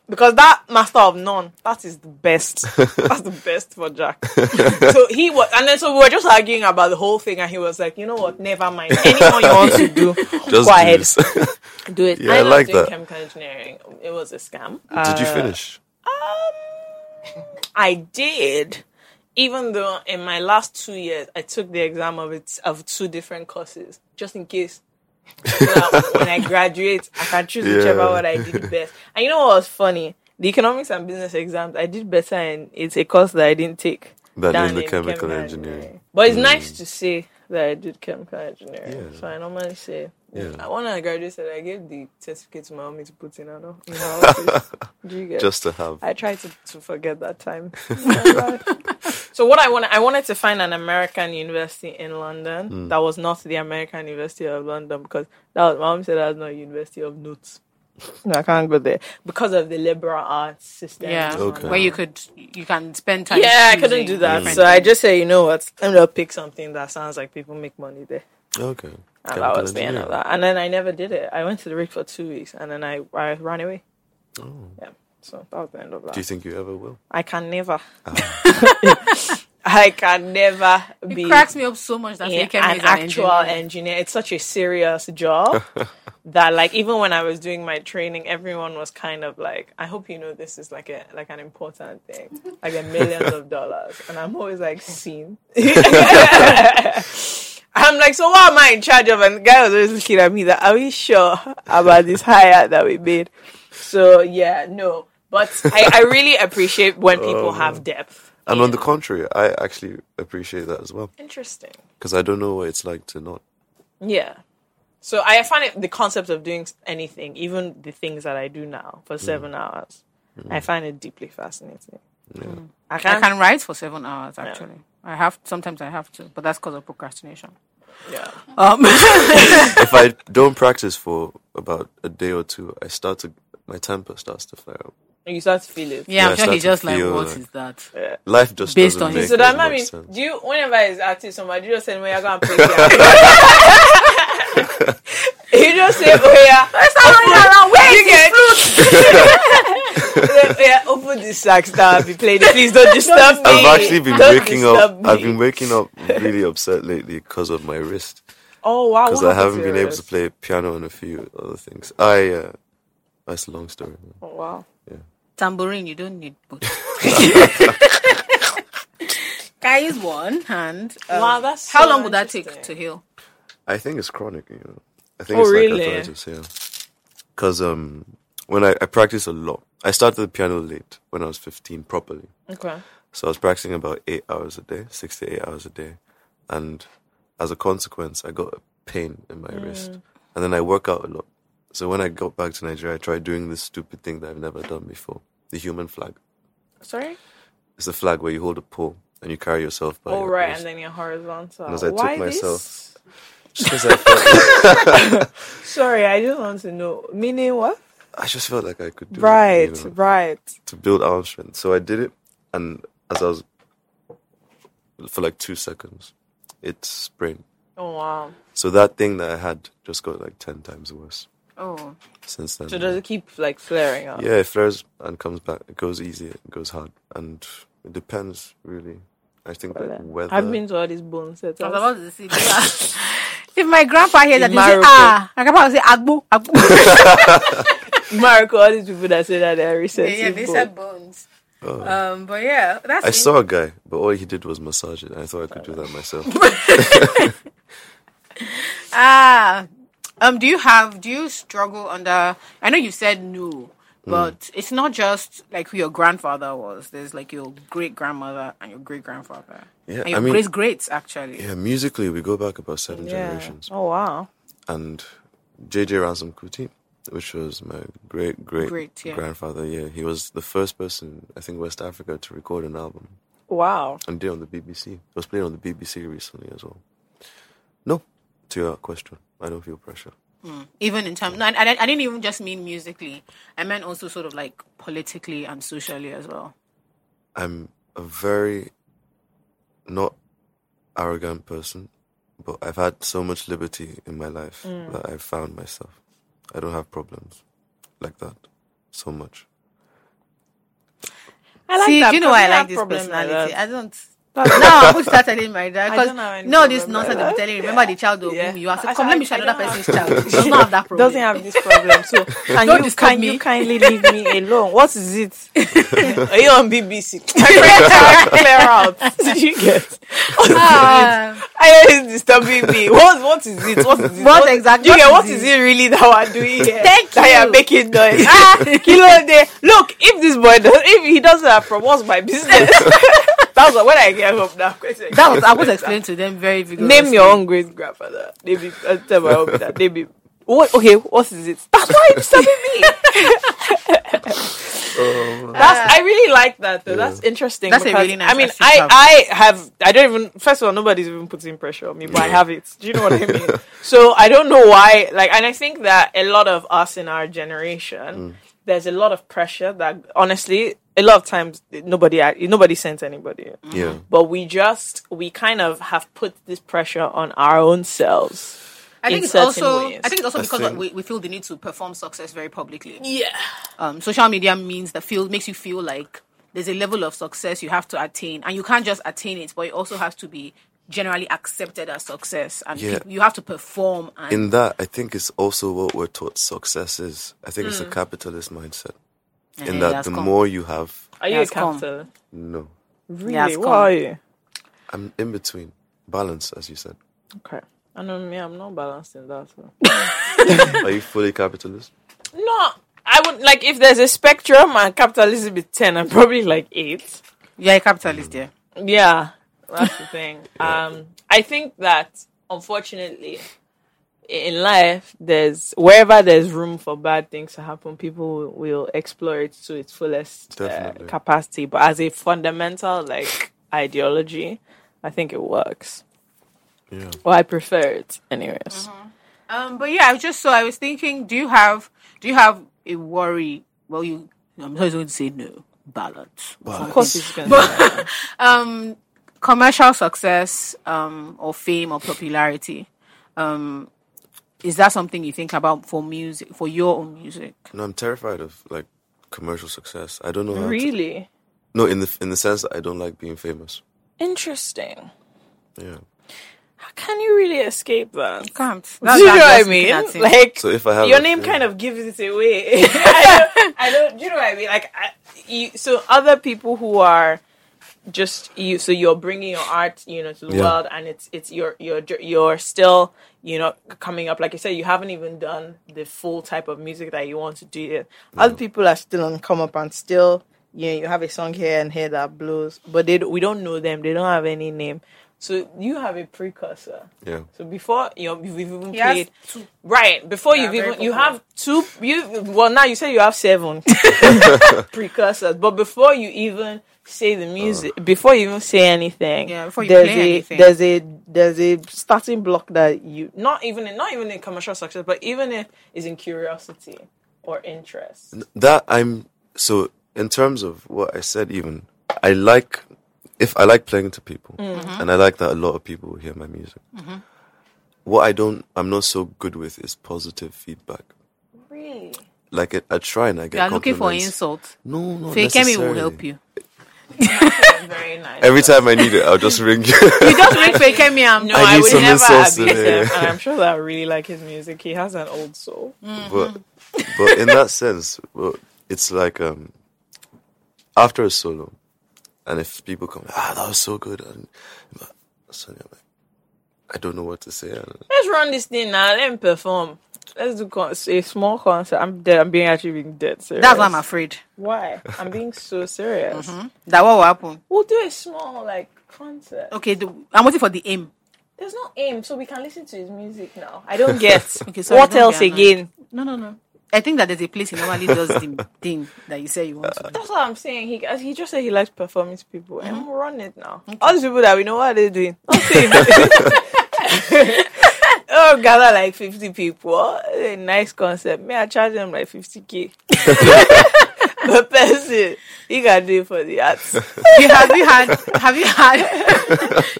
Speaker 5: because that master of none, that is the
Speaker 1: [laughs]
Speaker 5: best. That's the best for Jack. so he was, and then so we were just arguing about the whole thing, and he was like, you know what, never mind. Anyone you want to do,
Speaker 1: Just
Speaker 5: go ahead,
Speaker 1: this.
Speaker 5: do
Speaker 1: [laughs]
Speaker 5: it.
Speaker 1: Yeah, I
Speaker 5: ended up
Speaker 1: like
Speaker 5: doing
Speaker 1: that.
Speaker 5: Chemical engineering. It was a scam.
Speaker 1: Did you finish?
Speaker 5: I did, even though in my last two years I took the exam of it of two different courses, just in case. so that when I graduate, I can choose whichever
Speaker 1: Yeah.
Speaker 5: one I did best. And you know what was funny? The economics and business exams, I did better in it's a course that I didn't take
Speaker 1: Than
Speaker 5: than
Speaker 1: in the chemical engineering. Mm.
Speaker 5: But it's nice to say that I did chemical engineering.
Speaker 1: Yeah.
Speaker 5: So I normally say.
Speaker 1: Yeah.
Speaker 5: I When I graduated, I gave the certificate to my mommy to put in her in
Speaker 1: [laughs]
Speaker 5: her office. Do you get
Speaker 1: Just to have.
Speaker 5: I tried to, to forget that time. Oh so what I wanted, I wanted to find an American university in London that was not the American University of London because that was, my mom said that's not University of Notes. No, I can't go there because of the liberal arts system.
Speaker 6: Yeah,
Speaker 5: in
Speaker 1: Okay.
Speaker 5: London.
Speaker 6: where you could you can spend time.
Speaker 5: Yeah, I
Speaker 6: choosing
Speaker 5: couldn't do that.
Speaker 6: different
Speaker 5: So I
Speaker 6: things.
Speaker 5: just said, you know what? I'm gonna pick something that sounds like people make money there.
Speaker 1: Okay.
Speaker 5: And that
Speaker 1: Chemical
Speaker 5: was the end of
Speaker 1: engineering.
Speaker 5: that. And then I never did it. I went to the rig for two weeks and then I, I ran away. Yeah. So that was the end of that.
Speaker 1: Do you think you ever will?
Speaker 5: I can never. [laughs] I can never be
Speaker 6: it cracks me up so much that
Speaker 5: in
Speaker 6: yeah,
Speaker 5: an actual engineer. It's such a serious job that, like, even when I was doing my training, everyone was kind of like, "I hope you know this is like a like an important thing, like a millions of dollars." And I'm always like, "Seen." [laughs] I'm like, so what am I in charge of? And the guy was always looking at me that, are we sure about this hire that we made? So yeah, no. But I, I really appreciate when people have depth.
Speaker 1: And on the contrary, I actually appreciate that as well
Speaker 5: Interesting.
Speaker 1: because I don't know what it's like to not.
Speaker 5: Yeah. So I find it the concept of doing anything, even the things that I do now
Speaker 1: Mm.
Speaker 5: for seven hours, I find it deeply fascinating. Mm. I
Speaker 6: I
Speaker 5: can't.
Speaker 6: can write for seven hours actually. I have sometimes I have to, but that's because of procrastination.
Speaker 5: yeah.
Speaker 6: Um, [laughs]
Speaker 1: If I don't practice for about a day or two, I start to my temper starts to flare up.
Speaker 5: You start to feel it.
Speaker 6: yeah,
Speaker 1: I
Speaker 6: I'm sure
Speaker 1: start
Speaker 6: he's
Speaker 1: to
Speaker 6: just like,
Speaker 1: feel
Speaker 6: what
Speaker 1: like-
Speaker 6: is that?
Speaker 1: Life just
Speaker 6: Based
Speaker 1: doesn't
Speaker 6: on
Speaker 1: make
Speaker 5: So
Speaker 6: this.
Speaker 1: as
Speaker 5: that
Speaker 1: much
Speaker 5: means,
Speaker 1: sense.
Speaker 5: do you whenever it's artist somebody you just say when you're gonna
Speaker 1: [laughs]
Speaker 5: play piano. [laughs] you just say oh [laughs] yeah let's around where you get oh [laughs] yeah open the sax that I'll be playing please don't disturb me
Speaker 1: I've actually been
Speaker 5: Don't
Speaker 1: waking
Speaker 5: disturb
Speaker 1: up.
Speaker 5: me.
Speaker 1: I've been waking
Speaker 5: [laughs]
Speaker 1: up really upset lately because of my wrist.
Speaker 5: oh wow
Speaker 1: Because
Speaker 5: what
Speaker 1: I haven't
Speaker 5: happened
Speaker 1: been
Speaker 5: your
Speaker 1: able to
Speaker 5: wrist?
Speaker 1: play piano and a few other things. I. Uh, that's a long story. man.
Speaker 5: oh, wow
Speaker 6: Tambourine, you don't need
Speaker 1: [laughs]
Speaker 6: both. [laughs] Can I use one hand? Um,
Speaker 5: Wow, that's
Speaker 6: how
Speaker 5: so
Speaker 6: long would that take
Speaker 5: interesting.
Speaker 6: to heal?
Speaker 1: I think it's chronic. You know, I think
Speaker 5: Oh,
Speaker 1: it's
Speaker 5: really?
Speaker 1: like arthritis. Yeah. Because um, when I, I practice a lot, I started the piano late when I was fifteen properly.
Speaker 5: okay
Speaker 1: So I was practicing about eight hours a day, six to eight hours a day, and as a consequence, I got a pain in
Speaker 5: Mm.
Speaker 1: my wrist, and then I work out a lot. So when I got back to Nigeria, I tried doing this stupid thing that I've never done before: the human flag.
Speaker 5: sorry
Speaker 1: It's a flag where you hold a pole and you carry yourself by.
Speaker 5: all
Speaker 1: your
Speaker 5: right
Speaker 1: wrist.
Speaker 5: and then you're horizontal
Speaker 1: Because I took
Speaker 5: why
Speaker 1: myself-
Speaker 5: this
Speaker 1: Just 'cause I felt, [laughs]
Speaker 5: sorry I just want to know meaning what
Speaker 1: I just felt like I could do
Speaker 5: right
Speaker 1: it. you know.
Speaker 5: right
Speaker 1: to build arm strength. So I did it, and as I was for like two seconds, it sprained.
Speaker 5: oh wow
Speaker 1: So that thing that I had just got like ten times worse
Speaker 6: Oh,
Speaker 1: since then.
Speaker 5: so does it keep like flaring up
Speaker 1: yeah, it flares and comes back. It goes easy. It goes hard, and it depends really. I think like weather.
Speaker 5: I've been to all these bone setups.
Speaker 6: I was
Speaker 5: [laughs]
Speaker 6: about to say that. [laughs] if my grandpa hears that,
Speaker 5: In
Speaker 6: he say,
Speaker 5: Morocco.
Speaker 6: ah, my grandpa will say, agbo, [laughs] agbo.
Speaker 5: Marco, all these people that say that they're recessive. bone.
Speaker 6: bones. Um, but yeah, that's
Speaker 1: Oh. I saw a guy, but all he did was massage it. and I thought I could do that myself.
Speaker 5: [laughs]
Speaker 6: Ah, um, do you have? Do you struggle under? I know you said no,
Speaker 1: Hmm.
Speaker 6: but it's not just like who your grandfather was. There's like your great grandmother and your great grandfather.
Speaker 1: Yeah,
Speaker 6: and
Speaker 1: I
Speaker 6: your
Speaker 1: mean-
Speaker 6: great greats actually.
Speaker 1: yeah, musically we go back about seven
Speaker 5: Yeah.
Speaker 1: generations,
Speaker 5: Oh wow.
Speaker 1: and JJ Ransom Kuti, which was my great great,
Speaker 6: Great, yeah.
Speaker 1: grandfather. Yeah, he was the first person I think West Africa to record an album
Speaker 5: Wow.
Speaker 1: and did it on the BBC. It was played on the BBC recently as well. No, to your question, I don't feel pressure.
Speaker 6: Even in terms, no, I, I didn't- I didn't even just mean musically. I meant also sort of like politically and socially as well.
Speaker 1: I'm a very not arrogant person, but I've had so much liberty in my life
Speaker 6: Mm.
Speaker 1: that I've found myself. I don't have problems like that so much.
Speaker 5: I like
Speaker 6: See,
Speaker 5: that.
Speaker 6: do you know
Speaker 5: Probably
Speaker 6: why I like
Speaker 5: have
Speaker 6: this
Speaker 5: problems like
Speaker 6: personality?
Speaker 5: that.
Speaker 6: I
Speaker 5: [laughs]
Speaker 6: don't. now I'm going to start telling my dad
Speaker 5: I don't have any
Speaker 6: because no, this
Speaker 5: problem
Speaker 6: nonsense
Speaker 5: like
Speaker 6: they'll be
Speaker 5: that.
Speaker 6: telling you. Remember the child of
Speaker 5: Yeah.
Speaker 6: whom you are. So
Speaker 5: I-
Speaker 6: come,
Speaker 5: I-
Speaker 6: let me
Speaker 5: I
Speaker 6: shut another
Speaker 5: don't [laughs]
Speaker 6: person's child. She does not have that problem.
Speaker 5: Doesn't have this problem. So can
Speaker 6: [laughs] Don't
Speaker 5: you
Speaker 6: disturb
Speaker 5: can
Speaker 6: me.
Speaker 5: you kindly leave me alone? What is it? [laughs] Are you on BBC? My friend, clear out. Did you get? What is it?
Speaker 6: Ah,
Speaker 5: I is disturbing me. What what is it? What is it?
Speaker 6: What exactly-
Speaker 5: You get
Speaker 6: what
Speaker 5: what
Speaker 6: is
Speaker 5: is it really that we're doing here?
Speaker 6: Thank
Speaker 5: that
Speaker 6: you.
Speaker 5: you're making noise. [laughs] ah, kilo day. Look, if this boy does, if he doesn't have problems, what's my business? [laughs] That's what when I get home now. question.
Speaker 6: that was I was explaining to them very vigorously.
Speaker 5: Name your own great grandfather. Maybe I tell my own that. Maybe what? Okay, what is it? That's why it's telling me. That's I really like that though. That's interesting.
Speaker 6: That's a
Speaker 5: because,
Speaker 6: really nice
Speaker 5: I mean,
Speaker 6: aspect of-
Speaker 5: I I have I don't even. First of all, nobody's even putting pressure on me, but I have it. Do you know what I mean? so I don't know why. Like, and I think that a lot of us in our generation, there's a lot of pressure that honestly, a lot of times nobody nobody sent anybody
Speaker 6: Uh-huh.
Speaker 1: Yeah.
Speaker 5: but we just we kind of have put this pressure on our own selves.
Speaker 6: I think
Speaker 5: in
Speaker 6: it's
Speaker 5: certain
Speaker 6: also
Speaker 5: ways.
Speaker 6: I think it's also because
Speaker 1: think-
Speaker 6: we, we feel the need to perform success very publicly.
Speaker 5: Yeah,
Speaker 6: Um, social media means that feel makes you feel like there's a level of success you have to attain, and you can't just attain it, but it also has to be generally accepted as success, and
Speaker 1: Yeah.
Speaker 6: peop- you have to perform. And
Speaker 1: In that, I think it's also what we're taught success is. I think
Speaker 5: Hmm.
Speaker 1: it's a capitalist mindset. In
Speaker 6: it
Speaker 1: that,
Speaker 6: has
Speaker 1: the
Speaker 6: come.
Speaker 1: more you have,
Speaker 5: are you
Speaker 6: Yes,
Speaker 5: a
Speaker 6: come.
Speaker 5: capital?
Speaker 1: no.
Speaker 5: Really?
Speaker 6: Yes,
Speaker 5: What
Speaker 6: come.
Speaker 5: are you?
Speaker 1: I'm in between. Balance, as you
Speaker 5: [laughs]
Speaker 1: said.
Speaker 5: Okay. I know me. I'm not balanced in that. So.
Speaker 1: Are you fully capitalist?
Speaker 5: No, I would like if there's a spectrum and capitalism is ten, I'm probably like eight.
Speaker 6: you're a capitalist, yeah.
Speaker 5: Yeah, that's the [laughs] thing. Um, I think that unfortunately, in life, there's wherever there's room for bad things to happen, people will, will explore it to its fullest uh,
Speaker 1: Definitely.
Speaker 5: capacity. But as a fundamental like ideology, I think it works.
Speaker 1: Yeah.
Speaker 5: Well, I prefer it, anyways.
Speaker 6: Um, but yeah, I was just so I was thinking, do you have do you have a worry? Well, you I'm not going to say no balance.
Speaker 5: Of course, it's gonna.
Speaker 6: Um, commercial success, um, or fame or popularity, um, is that something you think about for music for your own music?
Speaker 1: No, I'm terrified of like commercial success. I don't know. How to-
Speaker 5: really
Speaker 1: no, in the in the sense that I don't like being famous.
Speaker 5: interesting.
Speaker 1: Yeah.
Speaker 5: Can you really escape that?
Speaker 6: Can't.
Speaker 5: Do [laughs] you know what I mean? Like,
Speaker 1: So if I have
Speaker 5: your
Speaker 1: a
Speaker 5: name,
Speaker 1: thing-
Speaker 5: kind of gives it
Speaker 1: [laughs]
Speaker 5: away. [laughs] I, don't, I don't. Do you know what I mean? Like, I, you, so other people who are just you. So you're bringing your art, you know, to the
Speaker 1: Yeah.
Speaker 5: world, and it's it's your your you're still you know coming up. Like you said, you haven't even done the full type of music that you want to do yet. Other people are still on come up and still. You know, you have a song here and here that blows, but they don't- we don't know them. They don't have any name. So you have a precursor.
Speaker 1: Yeah.
Speaker 5: So before you know, you've even
Speaker 6: has
Speaker 5: played right before you've
Speaker 6: very
Speaker 5: even you
Speaker 6: popular.
Speaker 5: have two you well now you say you have
Speaker 1: [laughs]
Speaker 5: seven precursors, but before you even say the music,
Speaker 1: Uh.
Speaker 5: before you even say anything,
Speaker 6: Yeah, before you
Speaker 5: there's
Speaker 6: play
Speaker 5: a
Speaker 6: anything.
Speaker 5: there's a there's a starting block that you not even not even in commercial success, but even if is in curiosity or interest.
Speaker 1: that I'm so in terms of what I said even I like if I like playing to people
Speaker 6: Mm-hmm.
Speaker 1: and I like that a lot of people hear my music. What I don't I'm not so good with is positive feedback.
Speaker 5: Really,
Speaker 1: Like it, I try and I get
Speaker 6: You are looking for
Speaker 1: compliments.
Speaker 6: insult.
Speaker 1: No, no.
Speaker 6: Fake Kemi will help you.
Speaker 5: very nice.
Speaker 1: Every time I need it, I'll just ring
Speaker 6: [laughs]
Speaker 1: you.
Speaker 6: You just make Fake Kemi.
Speaker 5: [laughs]
Speaker 6: I'm
Speaker 5: no,
Speaker 1: I
Speaker 5: I,
Speaker 1: need
Speaker 5: would
Speaker 1: some
Speaker 5: never
Speaker 1: insults
Speaker 5: abuse
Speaker 1: today.
Speaker 5: him, [laughs] and I'm sure that I really like his music. He has an old soul.
Speaker 1: but but in that sense, well, it's like um after a solo, and if people come, ah, that was so good, and suddenly I'm like, I don't know what to say. And
Speaker 5: let's run this thing now. Let me perform. Let's do con- a small concert. I'm dead. I'm being actually being dead serious.
Speaker 6: That's why I'm Mm-hmm. afraid.
Speaker 5: Why? I'm being so serious.
Speaker 6: That what will happen.
Speaker 5: We'll do a small like concert.
Speaker 6: Okay, the, I'm waiting for the aim.
Speaker 5: There's no aim, so we can listen to his music now. I don't get.
Speaker 6: Okay, [laughs] sorry,
Speaker 5: what
Speaker 6: don't
Speaker 5: else
Speaker 6: get annoyed.
Speaker 5: again?
Speaker 6: No, no, no. I think that there's a place he normally
Speaker 1: [laughs]
Speaker 6: does the thing that you say you want to do.
Speaker 5: That's what I'm saying. He as he just said he likes performing to people, and
Speaker 6: Mm-hmm.
Speaker 5: we'll run it now. All these people that we know, what are they doing? Nothing.
Speaker 6: [laughs]
Speaker 5: [laughs] oh, gather like
Speaker 6: [laughs]
Speaker 5: 50 people. A nice concept. May I charge them like 50k? the person. You can do it for the arts.
Speaker 6: [laughs] You- have you had? Have you had? [laughs]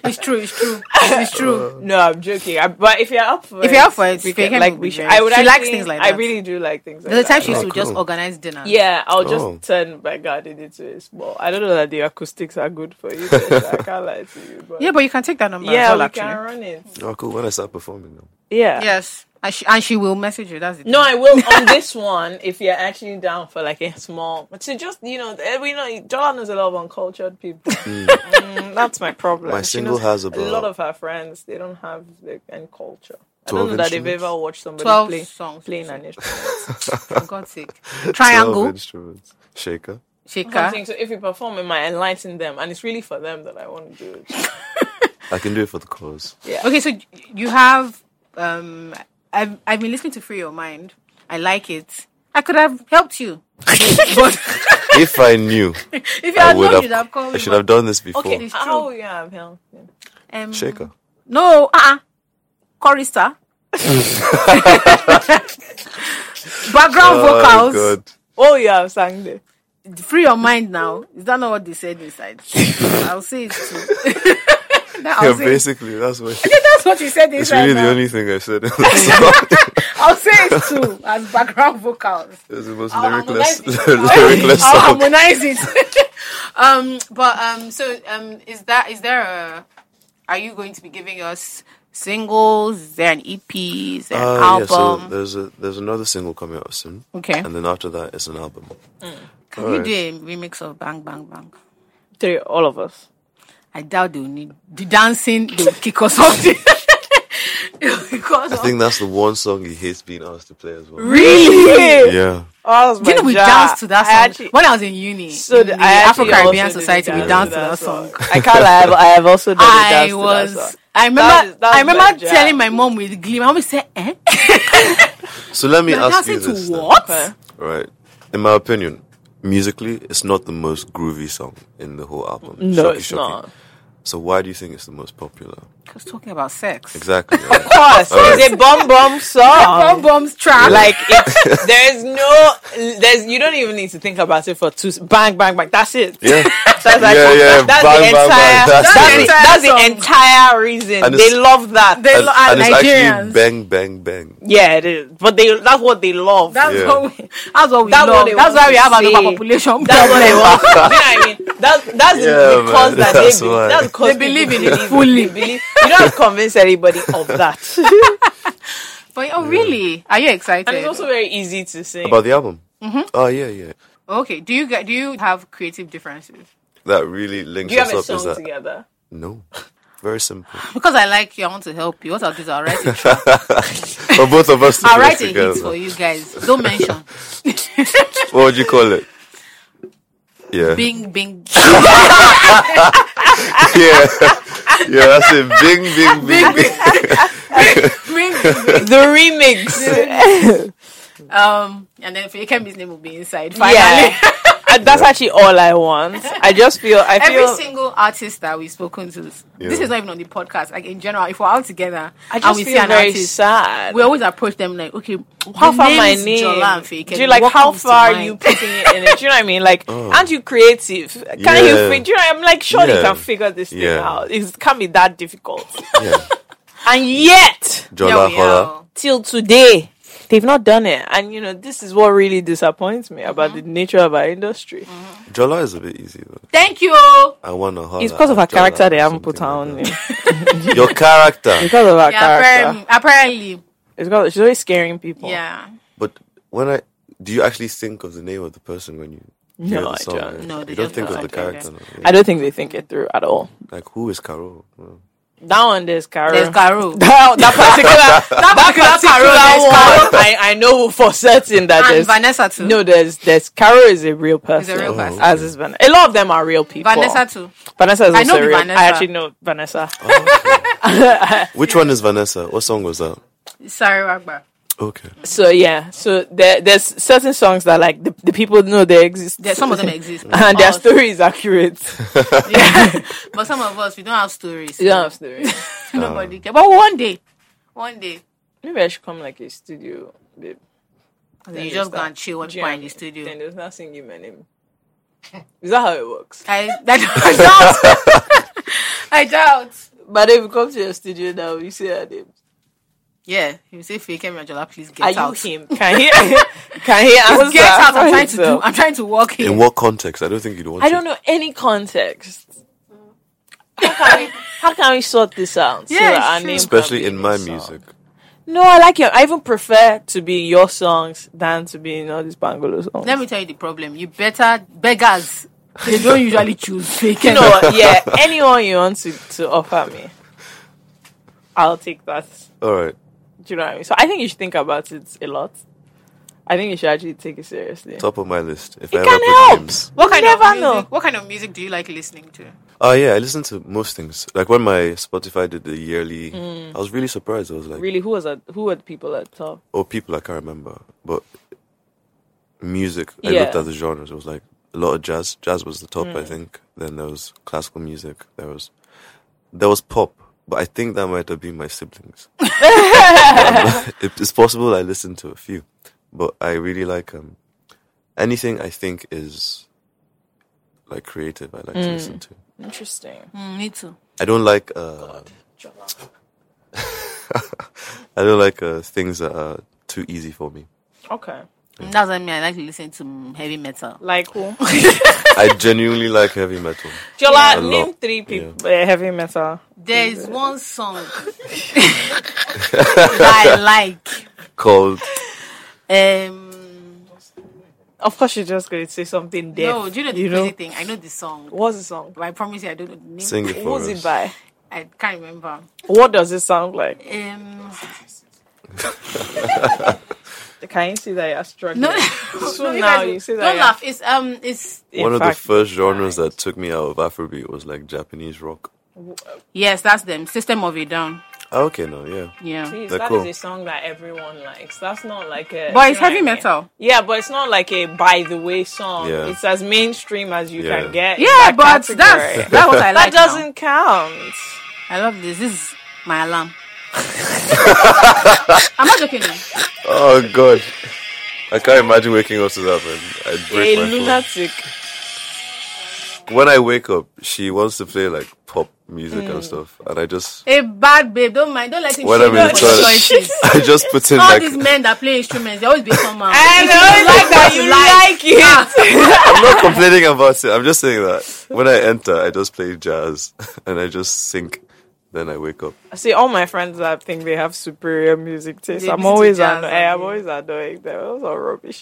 Speaker 6: it's true. It's true. It's
Speaker 1: Uh,
Speaker 6: true.
Speaker 5: No, I'm joking. I, but if you're up for
Speaker 6: If
Speaker 5: it,
Speaker 6: you're up for it,
Speaker 5: we
Speaker 6: we can
Speaker 5: can like we
Speaker 6: be
Speaker 5: should.
Speaker 6: married.
Speaker 5: I would.
Speaker 6: She
Speaker 5: actually,
Speaker 6: likes things like
Speaker 5: I
Speaker 6: that.
Speaker 5: really do like things. Like
Speaker 6: There's a time
Speaker 5: that.
Speaker 6: she used to
Speaker 1: Oh,
Speaker 6: just
Speaker 1: cool.
Speaker 6: organize dinner.
Speaker 5: Yeah, I'll
Speaker 1: Oh.
Speaker 5: just turn my garden into a small. I don't know that the acoustics are good for you. so I can't lie to you. But
Speaker 6: Yeah, but you can take that number. as
Speaker 5: yeah,
Speaker 6: well,
Speaker 5: we
Speaker 6: actually.
Speaker 5: can run it.
Speaker 1: Oh, cool. When I start performing, though.
Speaker 5: Yeah.
Speaker 6: Yes, and she, and she will message you. That's the
Speaker 5: No, I will on this [laughs] one if you're actually down for like a small. But to just you know, eh, we know Jola knows a lot of uncultured people. [laughs] Mm, that's my problem.
Speaker 1: My
Speaker 5: She
Speaker 1: single
Speaker 5: knows
Speaker 1: has
Speaker 5: a
Speaker 1: about-
Speaker 5: lot of her friends. They don't have like any culture. I
Speaker 1: 12
Speaker 5: don't know that they've
Speaker 1: instruments?
Speaker 5: ever watched somebody
Speaker 6: 12
Speaker 5: play
Speaker 6: songs,
Speaker 5: playing an instrument.
Speaker 6: for God's sake.
Speaker 1: 12
Speaker 6: Triangle,
Speaker 1: instruments. Shaker.
Speaker 6: shaker.
Speaker 5: Something. So if you perform, it might enlighten them, and it's really for them that I want to do it.
Speaker 1: I can do it for the cause.
Speaker 6: Okay, so you have. Um, I've I've been listening to Free Your Mind. I like it. I could have helped you, but
Speaker 1: if I
Speaker 6: [laughs]
Speaker 1: knew,
Speaker 6: if you
Speaker 1: I
Speaker 6: had
Speaker 1: would
Speaker 6: known,
Speaker 1: have.
Speaker 6: you'd have called
Speaker 1: I
Speaker 6: me.
Speaker 1: should have done this before.
Speaker 5: Okay,
Speaker 6: It's true.
Speaker 5: how yeah, I've helped. yeah.
Speaker 6: Um,
Speaker 1: Shaker.
Speaker 6: No, uh, uh
Speaker 1: [laughs]
Speaker 6: chorister. Background
Speaker 1: Oh,
Speaker 6: vocals.
Speaker 1: God.
Speaker 5: Oh yeah, I've sang there.
Speaker 6: Free your mind now. Is that not what they said
Speaker 1: [laughs]
Speaker 6: inside? I'll say it too. That I'll
Speaker 1: Yeah,
Speaker 6: say it.
Speaker 1: basically, that's
Speaker 6: [laughs]
Speaker 1: what.
Speaker 6: That's what you said
Speaker 1: It's
Speaker 6: inside.
Speaker 1: really the
Speaker 6: now.
Speaker 1: only thing I said.
Speaker 6: [laughs]
Speaker 1: in the song. [laughs]
Speaker 6: I'll say it too as background vocals.
Speaker 1: It's the most
Speaker 6: I'll
Speaker 1: lyricless, [laughs]
Speaker 6: harmonize [laughs] it.
Speaker 1: lyricless
Speaker 6: I'll
Speaker 1: song. [laughs]
Speaker 6: harmonize it. um, but um, so um, is that is there a? Are you going to be giving us singles? E Is there an EP? Is there an
Speaker 1: Uh, yeah, so
Speaker 6: album?
Speaker 1: there's a there's another single coming out soon,
Speaker 6: okay.
Speaker 1: and then after that, it's an album.
Speaker 6: Can
Speaker 1: All
Speaker 6: you
Speaker 1: right.
Speaker 6: do a remix of Bang Bang Bang?
Speaker 5: Three, all of us.
Speaker 6: I doubt they'll need the dancing. They'll kick us off. [laughs] The, because
Speaker 1: I
Speaker 6: of-
Speaker 1: think that's the one song he hates being asked to play as well.
Speaker 5: Really?
Speaker 1: Yeah,
Speaker 5: Oh,
Speaker 6: you know we danced to that song when I was in uni.
Speaker 5: So
Speaker 6: in
Speaker 5: the
Speaker 6: the
Speaker 5: Afro
Speaker 6: Afro Caribbean Society, we danced to that song.
Speaker 5: I can't lie, I've, I have also done the dance
Speaker 6: I
Speaker 5: to that
Speaker 6: was.
Speaker 5: song.
Speaker 6: I remember.
Speaker 5: That is- that
Speaker 6: I
Speaker 5: is my
Speaker 6: remember
Speaker 5: jam.
Speaker 6: telling my mom with glee. My mom said, "Eh,
Speaker 1: So let me
Speaker 6: You're
Speaker 1: ask you
Speaker 6: dancing to
Speaker 1: this. then,
Speaker 6: what?"
Speaker 5: Okay.
Speaker 1: Right. In my opinion, musically, it's not the most groovy song in the whole album.
Speaker 5: No,
Speaker 1: Shocky,
Speaker 5: it's
Speaker 1: shocky.
Speaker 5: not.
Speaker 1: So why do you think it's the most popular?
Speaker 6: Because talking about sex.
Speaker 1: Exactly.
Speaker 5: [laughs]
Speaker 1: right.
Speaker 5: Of course, it's a bum bum
Speaker 6: Bum [laughs]
Speaker 5: song.
Speaker 6: bums track.
Speaker 5: Like it's, there's no, there's you don't even need to think about it for two. s- Bang bang bang. That's it. [laughs]
Speaker 1: yeah.
Speaker 5: That's like
Speaker 1: yeah, yeah.
Speaker 5: that's
Speaker 1: bang,
Speaker 5: the
Speaker 1: bang, bang.
Speaker 5: entire. That's,
Speaker 1: it.
Speaker 5: the,
Speaker 6: entire
Speaker 5: that's the
Speaker 6: song.
Speaker 5: entire reason.
Speaker 1: And
Speaker 5: they
Speaker 1: it's-
Speaker 5: love that.
Speaker 6: They
Speaker 1: And,
Speaker 6: lo- are
Speaker 1: and it's actually
Speaker 6: Nigerians.
Speaker 1: bang, bang, bang.
Speaker 5: yeah, it is. But they that's what they love.
Speaker 6: that's
Speaker 1: Yeah.
Speaker 6: what we. That's what we
Speaker 5: That's what
Speaker 6: love.
Speaker 5: they
Speaker 6: that's why we have
Speaker 5: want
Speaker 6: an
Speaker 5: to see.
Speaker 6: overpopulation. [laughs]
Speaker 5: That's what
Speaker 6: problem.
Speaker 5: they want. [laughs] you know what I mean? That's that's
Speaker 1: Yeah,
Speaker 5: the, the cause
Speaker 1: man,
Speaker 5: that
Speaker 1: that's
Speaker 5: they
Speaker 1: why.
Speaker 5: believe. That's the cause
Speaker 6: They believe in
Speaker 5: people
Speaker 6: it
Speaker 5: believe
Speaker 6: fully.
Speaker 5: They believe. You don't have to convince anybody of that. [laughs] and
Speaker 6: But oh, really? Are you excited?
Speaker 5: it's also very easy to sing.
Speaker 1: About the album? Mm-hmm. Oh, yeah, yeah.
Speaker 6: okay. Do you get? Do you have creative differences?
Speaker 1: That really links
Speaker 5: Do you
Speaker 1: us
Speaker 5: have a
Speaker 1: up. Is
Speaker 5: song
Speaker 1: that [laughs]
Speaker 5: together?
Speaker 1: no? Very simple.
Speaker 6: Because I like you, I want to help you. What I'll do is I'll write a, [laughs]
Speaker 1: For both of us to
Speaker 6: I'll
Speaker 1: play
Speaker 6: write a
Speaker 1: together.
Speaker 6: hit for you guys. Don't [laughs] mention.
Speaker 1: What would you call it? Yeah.
Speaker 6: Bing, [laughs] bing,
Speaker 1: yeah. yeah, that's it. Bing, bing, bing, bing.
Speaker 6: bing, bing.
Speaker 5: The
Speaker 6: [laughs]
Speaker 5: remix.
Speaker 6: Um, and then Fekembi's name will be inside. Finally.
Speaker 5: yeah.
Speaker 6: [laughs]
Speaker 5: And that's actually all I want. I just feel I
Speaker 6: Every
Speaker 5: feel
Speaker 6: single artist that we've spoken to, this
Speaker 1: Yeah.
Speaker 6: is not even on the podcast. Like in general, if we're out together
Speaker 5: I
Speaker 6: and
Speaker 5: just
Speaker 6: we see
Speaker 5: feel
Speaker 6: an
Speaker 5: very
Speaker 6: artist,
Speaker 5: sad.
Speaker 6: we always approach them like, okay,
Speaker 5: how
Speaker 6: the
Speaker 5: far my
Speaker 6: name's
Speaker 5: name?
Speaker 6: Jola and Fake.
Speaker 5: Do you like
Speaker 6: What
Speaker 5: how
Speaker 6: comes to
Speaker 5: far are
Speaker 6: mind? [laughs]
Speaker 5: you putting it in it? Do you know what I mean? Like, aren't you creative? Can you?
Speaker 1: Oh. Yeah.
Speaker 5: Fi- do you know? I'm like, sure you
Speaker 1: Yeah.
Speaker 5: can figure this thing
Speaker 1: Yeah.
Speaker 5: out. It can't be that difficult.
Speaker 1: Yeah.
Speaker 5: and yet,
Speaker 6: Yeah,
Speaker 1: Jola
Speaker 6: we
Speaker 1: Hola.
Speaker 6: are.
Speaker 5: till today they've not done it and you know this is what really disappoints me about
Speaker 6: Mm-hmm.
Speaker 5: the nature of our industry
Speaker 1: Jola is a bit easy though.
Speaker 6: Thank you.
Speaker 1: I wanna holla.
Speaker 5: it's because of
Speaker 1: at
Speaker 5: her
Speaker 1: Jola
Speaker 5: character
Speaker 1: or
Speaker 5: they haven't put her
Speaker 1: something
Speaker 5: on
Speaker 1: like
Speaker 5: it.
Speaker 1: that. Your
Speaker 5: [laughs]
Speaker 1: character.
Speaker 5: because of her
Speaker 6: Yeah,
Speaker 5: character
Speaker 6: apparently, apparently,
Speaker 5: it's because she's always scaring people
Speaker 6: yeah.
Speaker 1: But when I do you actually think of the name of the person when you hear
Speaker 5: I
Speaker 1: the song?
Speaker 5: don't.
Speaker 6: No, they
Speaker 1: you don't
Speaker 6: just
Speaker 1: think
Speaker 6: put
Speaker 1: of the
Speaker 6: her character.
Speaker 1: character. No.
Speaker 5: i don't think they think it through at all
Speaker 1: Like who is Carol? Well,
Speaker 5: that one there's Carol.
Speaker 6: There's Caro.
Speaker 5: [laughs] that, that
Speaker 6: [laughs]
Speaker 5: particular that particular Carol, I, I know for certain that
Speaker 6: and
Speaker 5: there's
Speaker 6: Vanessa too.
Speaker 5: no there's there's Carol is a real
Speaker 6: She's a
Speaker 5: person
Speaker 6: real person.
Speaker 5: as is Vanessa a lot of them are real people
Speaker 6: Vanessa too.
Speaker 5: Vanessa is
Speaker 6: I know
Speaker 5: also
Speaker 6: the
Speaker 5: real
Speaker 6: Vanessa.
Speaker 5: I actually know Vanessa
Speaker 1: Which one is Vanessa? What song was that?
Speaker 6: Sorry, Ragba.
Speaker 1: Okay.
Speaker 5: So yeah, so there, there's certain songs that like the, the people know they exist,
Speaker 6: There, some of
Speaker 5: [laughs]
Speaker 6: them exist,
Speaker 5: and their
Speaker 6: Us,
Speaker 5: story is
Speaker 6: [laughs]
Speaker 5: accurate.
Speaker 6: yeah. [laughs] but some of us we don't have stories.
Speaker 5: you don't have stories.
Speaker 6: Um, Nobody. Can. But one day, one day.
Speaker 5: Maybe I should come like a studio. Babe.
Speaker 6: Then you just go and chill and
Speaker 5: Jamie,
Speaker 6: find the studio.
Speaker 5: Then there's nothing you my name. [laughs] Is that how it works?
Speaker 6: I, I doubt. [laughs] I doubt.
Speaker 5: But if you come to your studio now, you see her name.
Speaker 6: Yeah, you say fake Majola, please get
Speaker 5: Are
Speaker 6: out. [laughs]
Speaker 5: you him? Can he? can he answer?
Speaker 6: Get out!
Speaker 5: for
Speaker 6: I'm trying to do. [laughs]
Speaker 5: himself?
Speaker 6: I'm trying to walk
Speaker 1: In
Speaker 6: here.
Speaker 1: what context? I don't think you'd want.
Speaker 5: I don't know any context. How can we, how can we sort this out?
Speaker 6: Yeah, it's
Speaker 5: that our
Speaker 6: true.
Speaker 5: name can
Speaker 1: Especially
Speaker 5: be
Speaker 1: in my
Speaker 5: song?
Speaker 1: music.
Speaker 5: No, I like your. I even prefer to be in your songs than to be in all these Bangolo songs.
Speaker 6: Let me tell you the problem. You better beggars. They don't usually choose fake.
Speaker 5: you know
Speaker 1: [laughs]
Speaker 5: what? Yeah, anyone you want to, to offer me, I'll take that.
Speaker 1: All right.
Speaker 5: Do you know what I mean? So I think you should think about it a lot. I think you should actually take it seriously.
Speaker 1: Top of my list. If I
Speaker 5: it
Speaker 1: ever
Speaker 5: can
Speaker 1: put
Speaker 5: help.
Speaker 1: names.
Speaker 6: What kind
Speaker 5: you
Speaker 6: of
Speaker 5: never
Speaker 6: music?
Speaker 5: know.
Speaker 6: What kind of music do you like listening to?
Speaker 1: Oh yeah, I listen to most things. Like when my Spotify did the yearly, I was really surprised. I was like,
Speaker 5: Mm. Really, who was at, who were the people at top?
Speaker 1: or people I can't remember, but music. I
Speaker 5: Yeah. Mm.
Speaker 1: looked at the genres. It was like a lot of jazz. Jazz was the top, I think. Then there was classical music. There was there was pop, but I think that might have been my
Speaker 5: [laughs]
Speaker 1: siblings. Um, [laughs] it- it's possible I listened to a few, but I really like um anything I think is like creative. I like to
Speaker 5: Mm.
Speaker 1: listen to.
Speaker 5: Interesting.
Speaker 6: Mm, me too.
Speaker 1: I don't like. Uh, [laughs] I don't like uh, things that are too easy for me.
Speaker 5: Okay.
Speaker 6: That's what I mean. I like to listen to mm, heavy metal.
Speaker 5: Like
Speaker 6: [laughs]
Speaker 5: who?
Speaker 1: I genuinely like heavy metal.
Speaker 5: Jola,
Speaker 1: A lot.
Speaker 5: name three people uh, heavy metal.
Speaker 6: There is one song [laughs] that I like.
Speaker 1: Called
Speaker 6: Um,
Speaker 5: Of course, you're just going to say something dead.
Speaker 6: no, do you know the crazy thing? I know the song,
Speaker 5: What's the song?
Speaker 6: but I promise you, I don't know the name.
Speaker 1: Sing It For
Speaker 5: Who's
Speaker 1: Us.
Speaker 5: it by?
Speaker 6: I can't remember.
Speaker 5: What does it sound like? [laughs]
Speaker 6: Um,
Speaker 5: Can you see that you're struggling?
Speaker 6: [laughs] no,
Speaker 5: So
Speaker 6: no, you
Speaker 5: now
Speaker 6: guys-
Speaker 5: you see that
Speaker 6: Don't
Speaker 5: you're-
Speaker 6: laugh. It's um, it's
Speaker 5: In
Speaker 1: One of
Speaker 5: fact,
Speaker 1: the first genres that took me out of Afrobeat was like Japanese rock.
Speaker 6: yes, that's them. System of a Down.
Speaker 1: Ah, okay, no, yeah.
Speaker 6: Yeah,
Speaker 5: Please,
Speaker 1: They're
Speaker 5: that is
Speaker 1: cool.
Speaker 5: a song that everyone likes. That's not like a.
Speaker 6: But
Speaker 5: you
Speaker 6: it's
Speaker 5: know what
Speaker 6: heavy
Speaker 5: I mean?
Speaker 6: metal.
Speaker 5: Yeah, but it's not like a by the way song.
Speaker 1: Yeah.
Speaker 5: It's as mainstream as you
Speaker 1: Yeah.
Speaker 5: can get. in
Speaker 6: yeah,
Speaker 5: that
Speaker 6: but
Speaker 5: category.
Speaker 6: [laughs] that's
Speaker 5: that [laughs]
Speaker 6: that's what I like. now.
Speaker 5: doesn't count.
Speaker 6: I love this. This is
Speaker 5: [laughs]
Speaker 6: my alarm. I'm not joking. now.
Speaker 1: Oh god, I can't imagine waking up to that. Man, I
Speaker 5: You're a
Speaker 1: break my phone.
Speaker 5: lunatic.
Speaker 1: When I wake up, she wants to play like pop music and stuff, and I just [laughs]
Speaker 6: A bad babe. Don't mind. Don't let him
Speaker 1: When
Speaker 6: shame
Speaker 1: I'm
Speaker 6: you
Speaker 5: [laughs]
Speaker 1: in
Speaker 6: for
Speaker 1: the
Speaker 6: your
Speaker 1: toilet.
Speaker 6: choices.
Speaker 1: [laughs] I just put in
Speaker 6: All
Speaker 1: like
Speaker 6: these men that play instruments, they always be someone.
Speaker 5: I know like that you like it.
Speaker 6: Ah.
Speaker 1: I'm not complaining about it. I'm just saying that when I enter, I just play jazz [laughs] and I just sink. Then I wake up.
Speaker 5: See, all my friends that think they have superior music taste,
Speaker 6: They
Speaker 5: I'm
Speaker 6: listen to
Speaker 5: always
Speaker 6: jazz,
Speaker 5: annoyed. I'm
Speaker 6: okay.
Speaker 5: always annoying them. Those are
Speaker 1: [laughs]
Speaker 5: rubbish.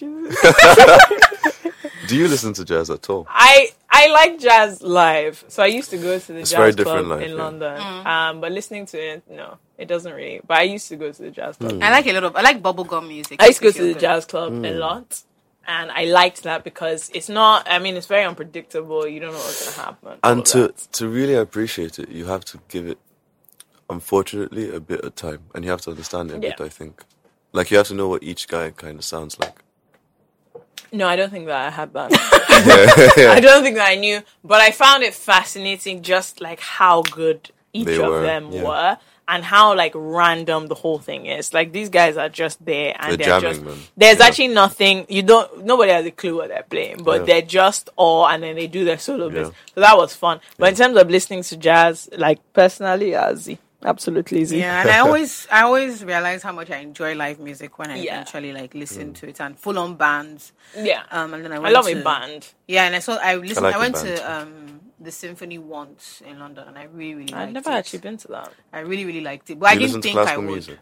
Speaker 1: Do you listen to jazz at all?
Speaker 5: I I like jazz live, so I used to go to the
Speaker 1: It's very
Speaker 5: jazz club
Speaker 1: different live,
Speaker 5: in
Speaker 1: yeah.
Speaker 5: London.
Speaker 6: Mm.
Speaker 5: Um, but listening to it, no, it doesn't really. But I used to go to the jazz club.
Speaker 6: I like a lot of. I like bubblegum music.
Speaker 5: I used to go
Speaker 6: It
Speaker 5: to
Speaker 6: feels
Speaker 5: the
Speaker 6: good.
Speaker 5: jazz club a
Speaker 1: Mm.
Speaker 5: lot, and I liked that because it's not. I mean, it's very unpredictable. You don't know what's gonna happen. all
Speaker 1: And to
Speaker 5: that.
Speaker 1: to really appreciate it, you have to give it, unfortunately, a bit of time, and you have to understand it a bit.
Speaker 5: Yeah.
Speaker 1: I think, like you have to know what each guy kind of sounds like.
Speaker 5: no, I don't think that I had
Speaker 1: [laughs]
Speaker 5: that. [laughs] I don't think that I knew, but I found it fascinating, just like how good each
Speaker 1: They
Speaker 5: of
Speaker 1: were,
Speaker 5: them
Speaker 1: yeah.
Speaker 5: were. And how like random the whole thing is. Like these guys are just there and
Speaker 1: They're
Speaker 5: they're
Speaker 1: jamming,
Speaker 5: just
Speaker 1: man.
Speaker 5: there's
Speaker 1: Yeah.
Speaker 5: actually nothing you don't nobody has a clue what they're playing, but
Speaker 1: Yeah.
Speaker 5: they're just all and then they do their solo bits.
Speaker 1: Yeah.
Speaker 5: So that was fun. But in terms of listening to jazz, like personally, Azzy. Absolutely easy.
Speaker 6: Yeah, and I always, I always realize how much I enjoy live music when I
Speaker 5: Yeah.
Speaker 6: actually like
Speaker 1: Mm.
Speaker 6: listen to it and full on bands.
Speaker 5: Yeah.
Speaker 6: Um, and then I
Speaker 5: I
Speaker 6: went
Speaker 5: love
Speaker 6: to,
Speaker 5: a band.
Speaker 6: Yeah, and I saw. I listened.
Speaker 1: like
Speaker 6: I,
Speaker 1: a
Speaker 6: went
Speaker 1: band.
Speaker 6: to um the symphony once in London, and I really, really.
Speaker 5: I've
Speaker 6: liked
Speaker 5: never
Speaker 6: it.
Speaker 5: actually been to that. [laughs]
Speaker 6: I really, really liked it, but
Speaker 1: you
Speaker 6: I
Speaker 1: listen
Speaker 6: didn't
Speaker 1: to
Speaker 6: think I
Speaker 1: classical
Speaker 6: would.
Speaker 1: music.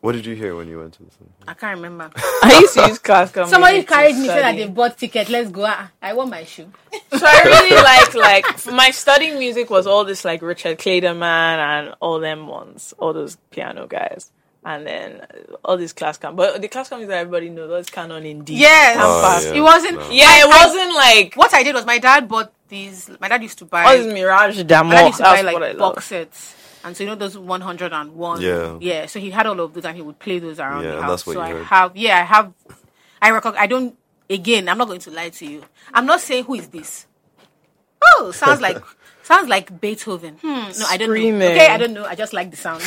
Speaker 1: What did you hear when you went to the
Speaker 6: I can't
Speaker 1: [laughs]
Speaker 6: remember.
Speaker 5: I used to use classical
Speaker 6: Somebody
Speaker 5: music to
Speaker 6: carried me, said that
Speaker 5: study.
Speaker 6: they bought ticket. Let's go. Ah, I want my shoe.
Speaker 5: So I really like like f- my studying music was all this like Richard Clayderman and all them ones, all those piano guys, and then uh, all these classical. But the classical music that everybody knows, that's canon indeed.
Speaker 6: Yes,
Speaker 1: Oh, yeah.
Speaker 6: it wasn't.
Speaker 1: No.
Speaker 5: yeah, it wasn't like
Speaker 6: What I did was my dad bought these. My dad used to buy.
Speaker 5: all this Mirage Damo.
Speaker 6: my dad used
Speaker 5: That's
Speaker 6: to buy
Speaker 5: what I
Speaker 6: like
Speaker 5: love.
Speaker 6: box sets, and so you know those one hundred and one.
Speaker 1: Yeah.
Speaker 6: yeah. So he had all of those, and he would play those around
Speaker 1: Yeah,
Speaker 6: the
Speaker 1: and
Speaker 6: house.
Speaker 1: that's what
Speaker 6: so
Speaker 1: you
Speaker 6: I
Speaker 1: heard.
Speaker 6: have. Yeah, I have. I record. I don't. Again, I'm not going to lie to you. I'm not saying who is this. Oh,
Speaker 1: [laughs]
Speaker 6: sounds like sounds like Beethoven. Hmm. No, I don't know.
Speaker 5: Screaming.
Speaker 6: Okay, I don't know. I just like
Speaker 1: [laughs]
Speaker 6: the sound.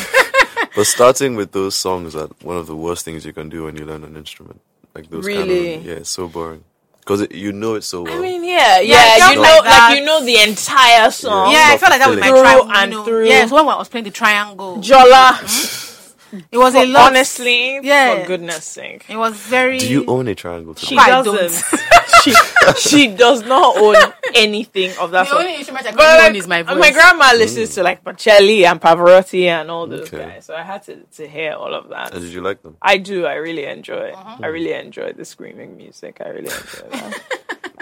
Speaker 1: But starting with those songs are one of the worst things you can do when you learn an instrument. Like those
Speaker 5: Really?
Speaker 1: kind of, yeah, it's so boring. Because you know it so well.
Speaker 5: I mean, yeah,
Speaker 6: I
Speaker 5: yeah.
Speaker 6: felt
Speaker 5: you know,
Speaker 6: like
Speaker 5: like,
Speaker 6: that.
Speaker 5: you know the entire song.
Speaker 6: Yeah, I
Speaker 1: Not
Speaker 6: felt like that with my
Speaker 1: fulfilling.
Speaker 5: Through
Speaker 6: triangle.
Speaker 5: and through.
Speaker 6: Yes, when I was playing the triangle,
Speaker 5: Jola.
Speaker 6: it was a lot.
Speaker 5: Honestly,
Speaker 6: Yeah.
Speaker 5: for goodness sake.
Speaker 6: it was very.
Speaker 1: Do you own a triangle? To
Speaker 5: She
Speaker 6: I
Speaker 5: doesn't. [laughs] she, she does not own anything of that
Speaker 6: the
Speaker 5: sort.
Speaker 6: only instrument I could
Speaker 5: But
Speaker 6: own
Speaker 5: like, oh
Speaker 6: is my voice. Mm.
Speaker 5: my grandma listens to like Pacelli and Pavarotti and all those
Speaker 1: Okay.
Speaker 5: guys, so I had to, to hear all of that.
Speaker 1: and Uh, did you like them?
Speaker 5: I do. I really enjoy. it.
Speaker 6: Uh-huh.
Speaker 5: I really enjoy the screaming music. I really enjoy
Speaker 6: [laughs]
Speaker 5: that.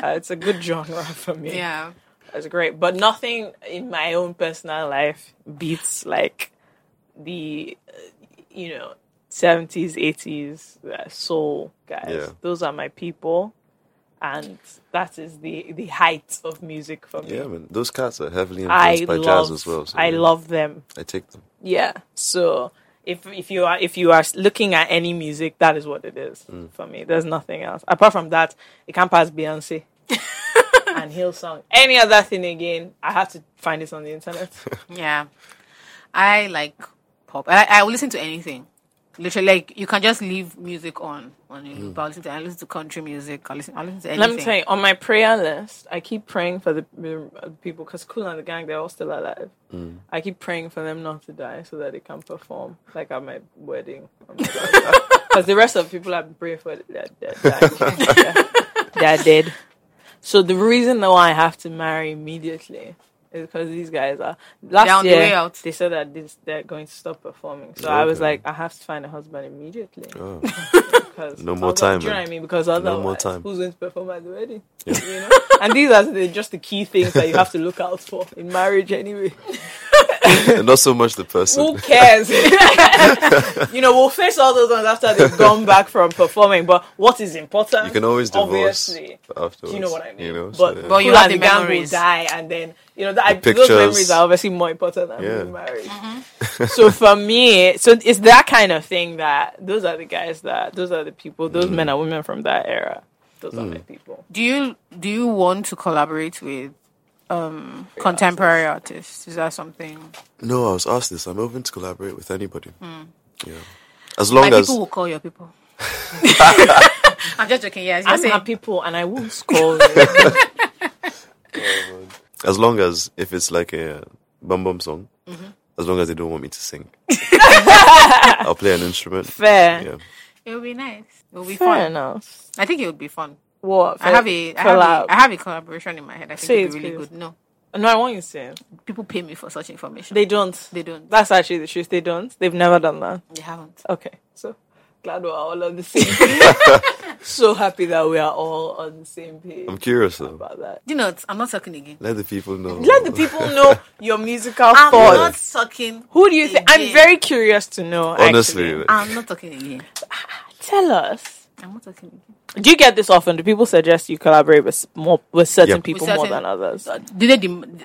Speaker 5: uh, it's a good genre for me.
Speaker 6: yeah,
Speaker 5: That's great. But nothing in my own personal life beats like the, uh, you know, 70s, 80s uh, soul guys.
Speaker 1: Yeah.
Speaker 5: Those are my people. And that is the, the height of music for me.
Speaker 1: Yeah, man. Those cats are heavily
Speaker 5: I
Speaker 1: influenced by
Speaker 5: love,
Speaker 1: jazz as well. So
Speaker 5: I
Speaker 1: yeah,
Speaker 5: love them.
Speaker 1: I take them. [laughs]
Speaker 5: Yeah. So if if you are if you are looking at any music, that is what it is
Speaker 1: Mm.
Speaker 5: for me. There's nothing else apart from that. It can't pass
Speaker 1: [laughs]
Speaker 5: Beyonce and Hillsong. Any other thing again, I have to find it on the internet.
Speaker 6: yeah. I like pop. I, I will listen to anything. Literally, like you can just leave music on on a loop. I listen to I listen to country music. I listen. I listen to anything.
Speaker 5: Let me tell you, on my prayer list, I keep praying for the the people because Cool and the gang, they're all still alive. I keep praying for them not to die so that they can perform like at my wedding. [laughs] Because the rest of the people I've praying for, they're, they're dying. Yeah. they're dead. So the reason why I have to marry immediately is because these guys are last
Speaker 6: They're on the
Speaker 5: year
Speaker 6: way out.
Speaker 5: they said that this, they're going to stop performing. So I was
Speaker 1: Okay.
Speaker 5: like, I have to find a husband immediately. [laughs]
Speaker 1: Oh.
Speaker 5: Because
Speaker 1: No more
Speaker 5: other-
Speaker 1: time,
Speaker 5: Do you know
Speaker 1: man.
Speaker 5: what I mean? Because otherwise,
Speaker 1: more time.
Speaker 5: who's going to perform at the
Speaker 1: [laughs]
Speaker 5: wedding? You know? and these are the, just the key things that you have to look out for in marriage,
Speaker 6: [laughs]
Speaker 5: anyway.
Speaker 1: and not so much the person. [laughs]
Speaker 5: Who cares? you know, we'll face all those ones after they've gone back from performing. But what is important?
Speaker 1: You can always divorce
Speaker 5: Obviously.
Speaker 1: afterwards.
Speaker 5: Do you know what I mean?
Speaker 1: You know, so,
Speaker 5: but
Speaker 1: yeah.
Speaker 6: But you
Speaker 5: Kool
Speaker 6: have
Speaker 5: and
Speaker 6: the
Speaker 5: Gang will
Speaker 6: memories.
Speaker 5: die, and then you know that I,
Speaker 1: The
Speaker 5: those
Speaker 1: pictures.
Speaker 5: memories are obviously more important than
Speaker 1: Yeah.
Speaker 5: being married.
Speaker 1: [laughs]
Speaker 6: Mm-hmm.
Speaker 5: so for me, so it's that kind of thing that those are the guys that those are the people,
Speaker 1: Mm.
Speaker 5: those men and women from that era. Those are my people.
Speaker 6: Do you do you want to collaborate with um contemporary artists? Is that something?
Speaker 1: no, I was asked this. I'm open to collaborate with anybody.
Speaker 5: Hmm.
Speaker 1: Yeah. As long
Speaker 6: My
Speaker 1: as
Speaker 6: people will call your people. I'm just joking. Yes, you're
Speaker 5: I'm
Speaker 6: saying
Speaker 5: my people, and I [laughs] won't score. you.
Speaker 1: as long as if it's like a bum bum song,
Speaker 5: Mm-hmm.
Speaker 1: as long as they don't want me to
Speaker 5: [laughs]
Speaker 1: sing, I'll play an instrument.
Speaker 5: Fair.
Speaker 1: Yeah.
Speaker 6: it would be nice. It would be
Speaker 5: Fair
Speaker 6: fun.
Speaker 5: enough.
Speaker 6: I think it would be fun.
Speaker 5: What?
Speaker 6: I have a I have
Speaker 5: collab.
Speaker 6: a, I have a collaboration in my head. I think
Speaker 5: Say
Speaker 6: it would be
Speaker 5: it,
Speaker 6: really
Speaker 5: please.
Speaker 6: good. No,
Speaker 5: no, I want you to. say.
Speaker 6: people pay me for such information.
Speaker 5: They don't.
Speaker 6: They don't.
Speaker 5: That's actually the truth. They don't. They've never done that.
Speaker 6: They haven't.
Speaker 5: Okay, so glad we're all on the same
Speaker 1: [laughs]
Speaker 5: page. so happy that we are all on the same page
Speaker 1: I'm curious though.
Speaker 5: about that.
Speaker 6: You know, I'm not talking again.
Speaker 1: Let the people know.
Speaker 5: Let the
Speaker 1: [laughs]
Speaker 5: people know your musical
Speaker 6: I'm
Speaker 5: thoughts.
Speaker 6: not talking.
Speaker 5: Who do you think? I'm
Speaker 6: again.
Speaker 5: very curious to know.
Speaker 1: Honestly,
Speaker 5: actually.
Speaker 6: I'm not talking again.
Speaker 5: tell us.
Speaker 6: I'm not talking again.
Speaker 5: Do you get this often? Do people suggest you collaborate with s- more with certain
Speaker 1: Yep.
Speaker 5: people
Speaker 6: With
Speaker 5: more
Speaker 6: certain-
Speaker 5: than others?
Speaker 6: Do they? Dem-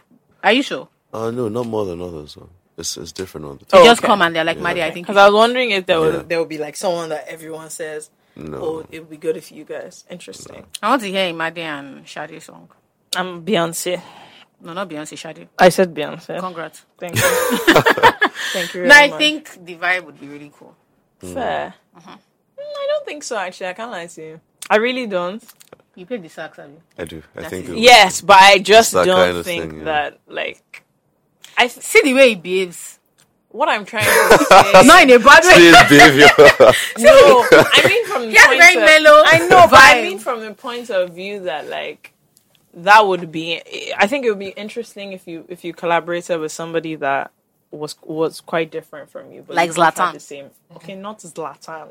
Speaker 6: are you sure?
Speaker 1: uh, no, not more than others. Though. It's it's different all the time.
Speaker 5: Oh,
Speaker 6: Just
Speaker 5: okay.
Speaker 6: come and they're like, Maddie, I think.
Speaker 5: Because I was wondering if there would
Speaker 1: Yeah.
Speaker 5: there would be like someone that everyone says, "Oh, it would be good if you guys." Interesting.
Speaker 6: I want to hear a Maddie and Shadi song.
Speaker 5: I'm Beyonce.
Speaker 6: No, not Beyonce, Shadi.
Speaker 5: I said Beyonce.
Speaker 6: Congrats.
Speaker 5: [laughs] Thank you. Thank you. Very
Speaker 6: No, I
Speaker 5: much.
Speaker 6: think the vibe would be really cool.
Speaker 5: fair. Mm, I don't think so. Actually, I can't lie to you. I really don't.
Speaker 6: You played the sax, have you?
Speaker 1: I do. I think. it-
Speaker 5: Yes, but I just
Speaker 1: that
Speaker 5: don't
Speaker 1: kind of
Speaker 5: think
Speaker 1: thing, yeah.
Speaker 5: that like I th-
Speaker 6: See the way he behaves.
Speaker 5: what I'm [laughs] trying to say.
Speaker 6: Not in a bad way.
Speaker 2: [laughs]
Speaker 6: [laughs]
Speaker 1: Serious behavior.
Speaker 5: no, I mean from the
Speaker 6: He has
Speaker 5: point
Speaker 6: very
Speaker 5: of,
Speaker 6: mellow
Speaker 5: I know, but I
Speaker 6: vibe.
Speaker 5: mean from the point of view that like that would be. I think it would be interesting if you if you collaborated with somebody that was was quite different from you, but
Speaker 6: Like
Speaker 5: you both had
Speaker 6: Zlatan. Ah!
Speaker 5: The same. Okay, not Zlatan.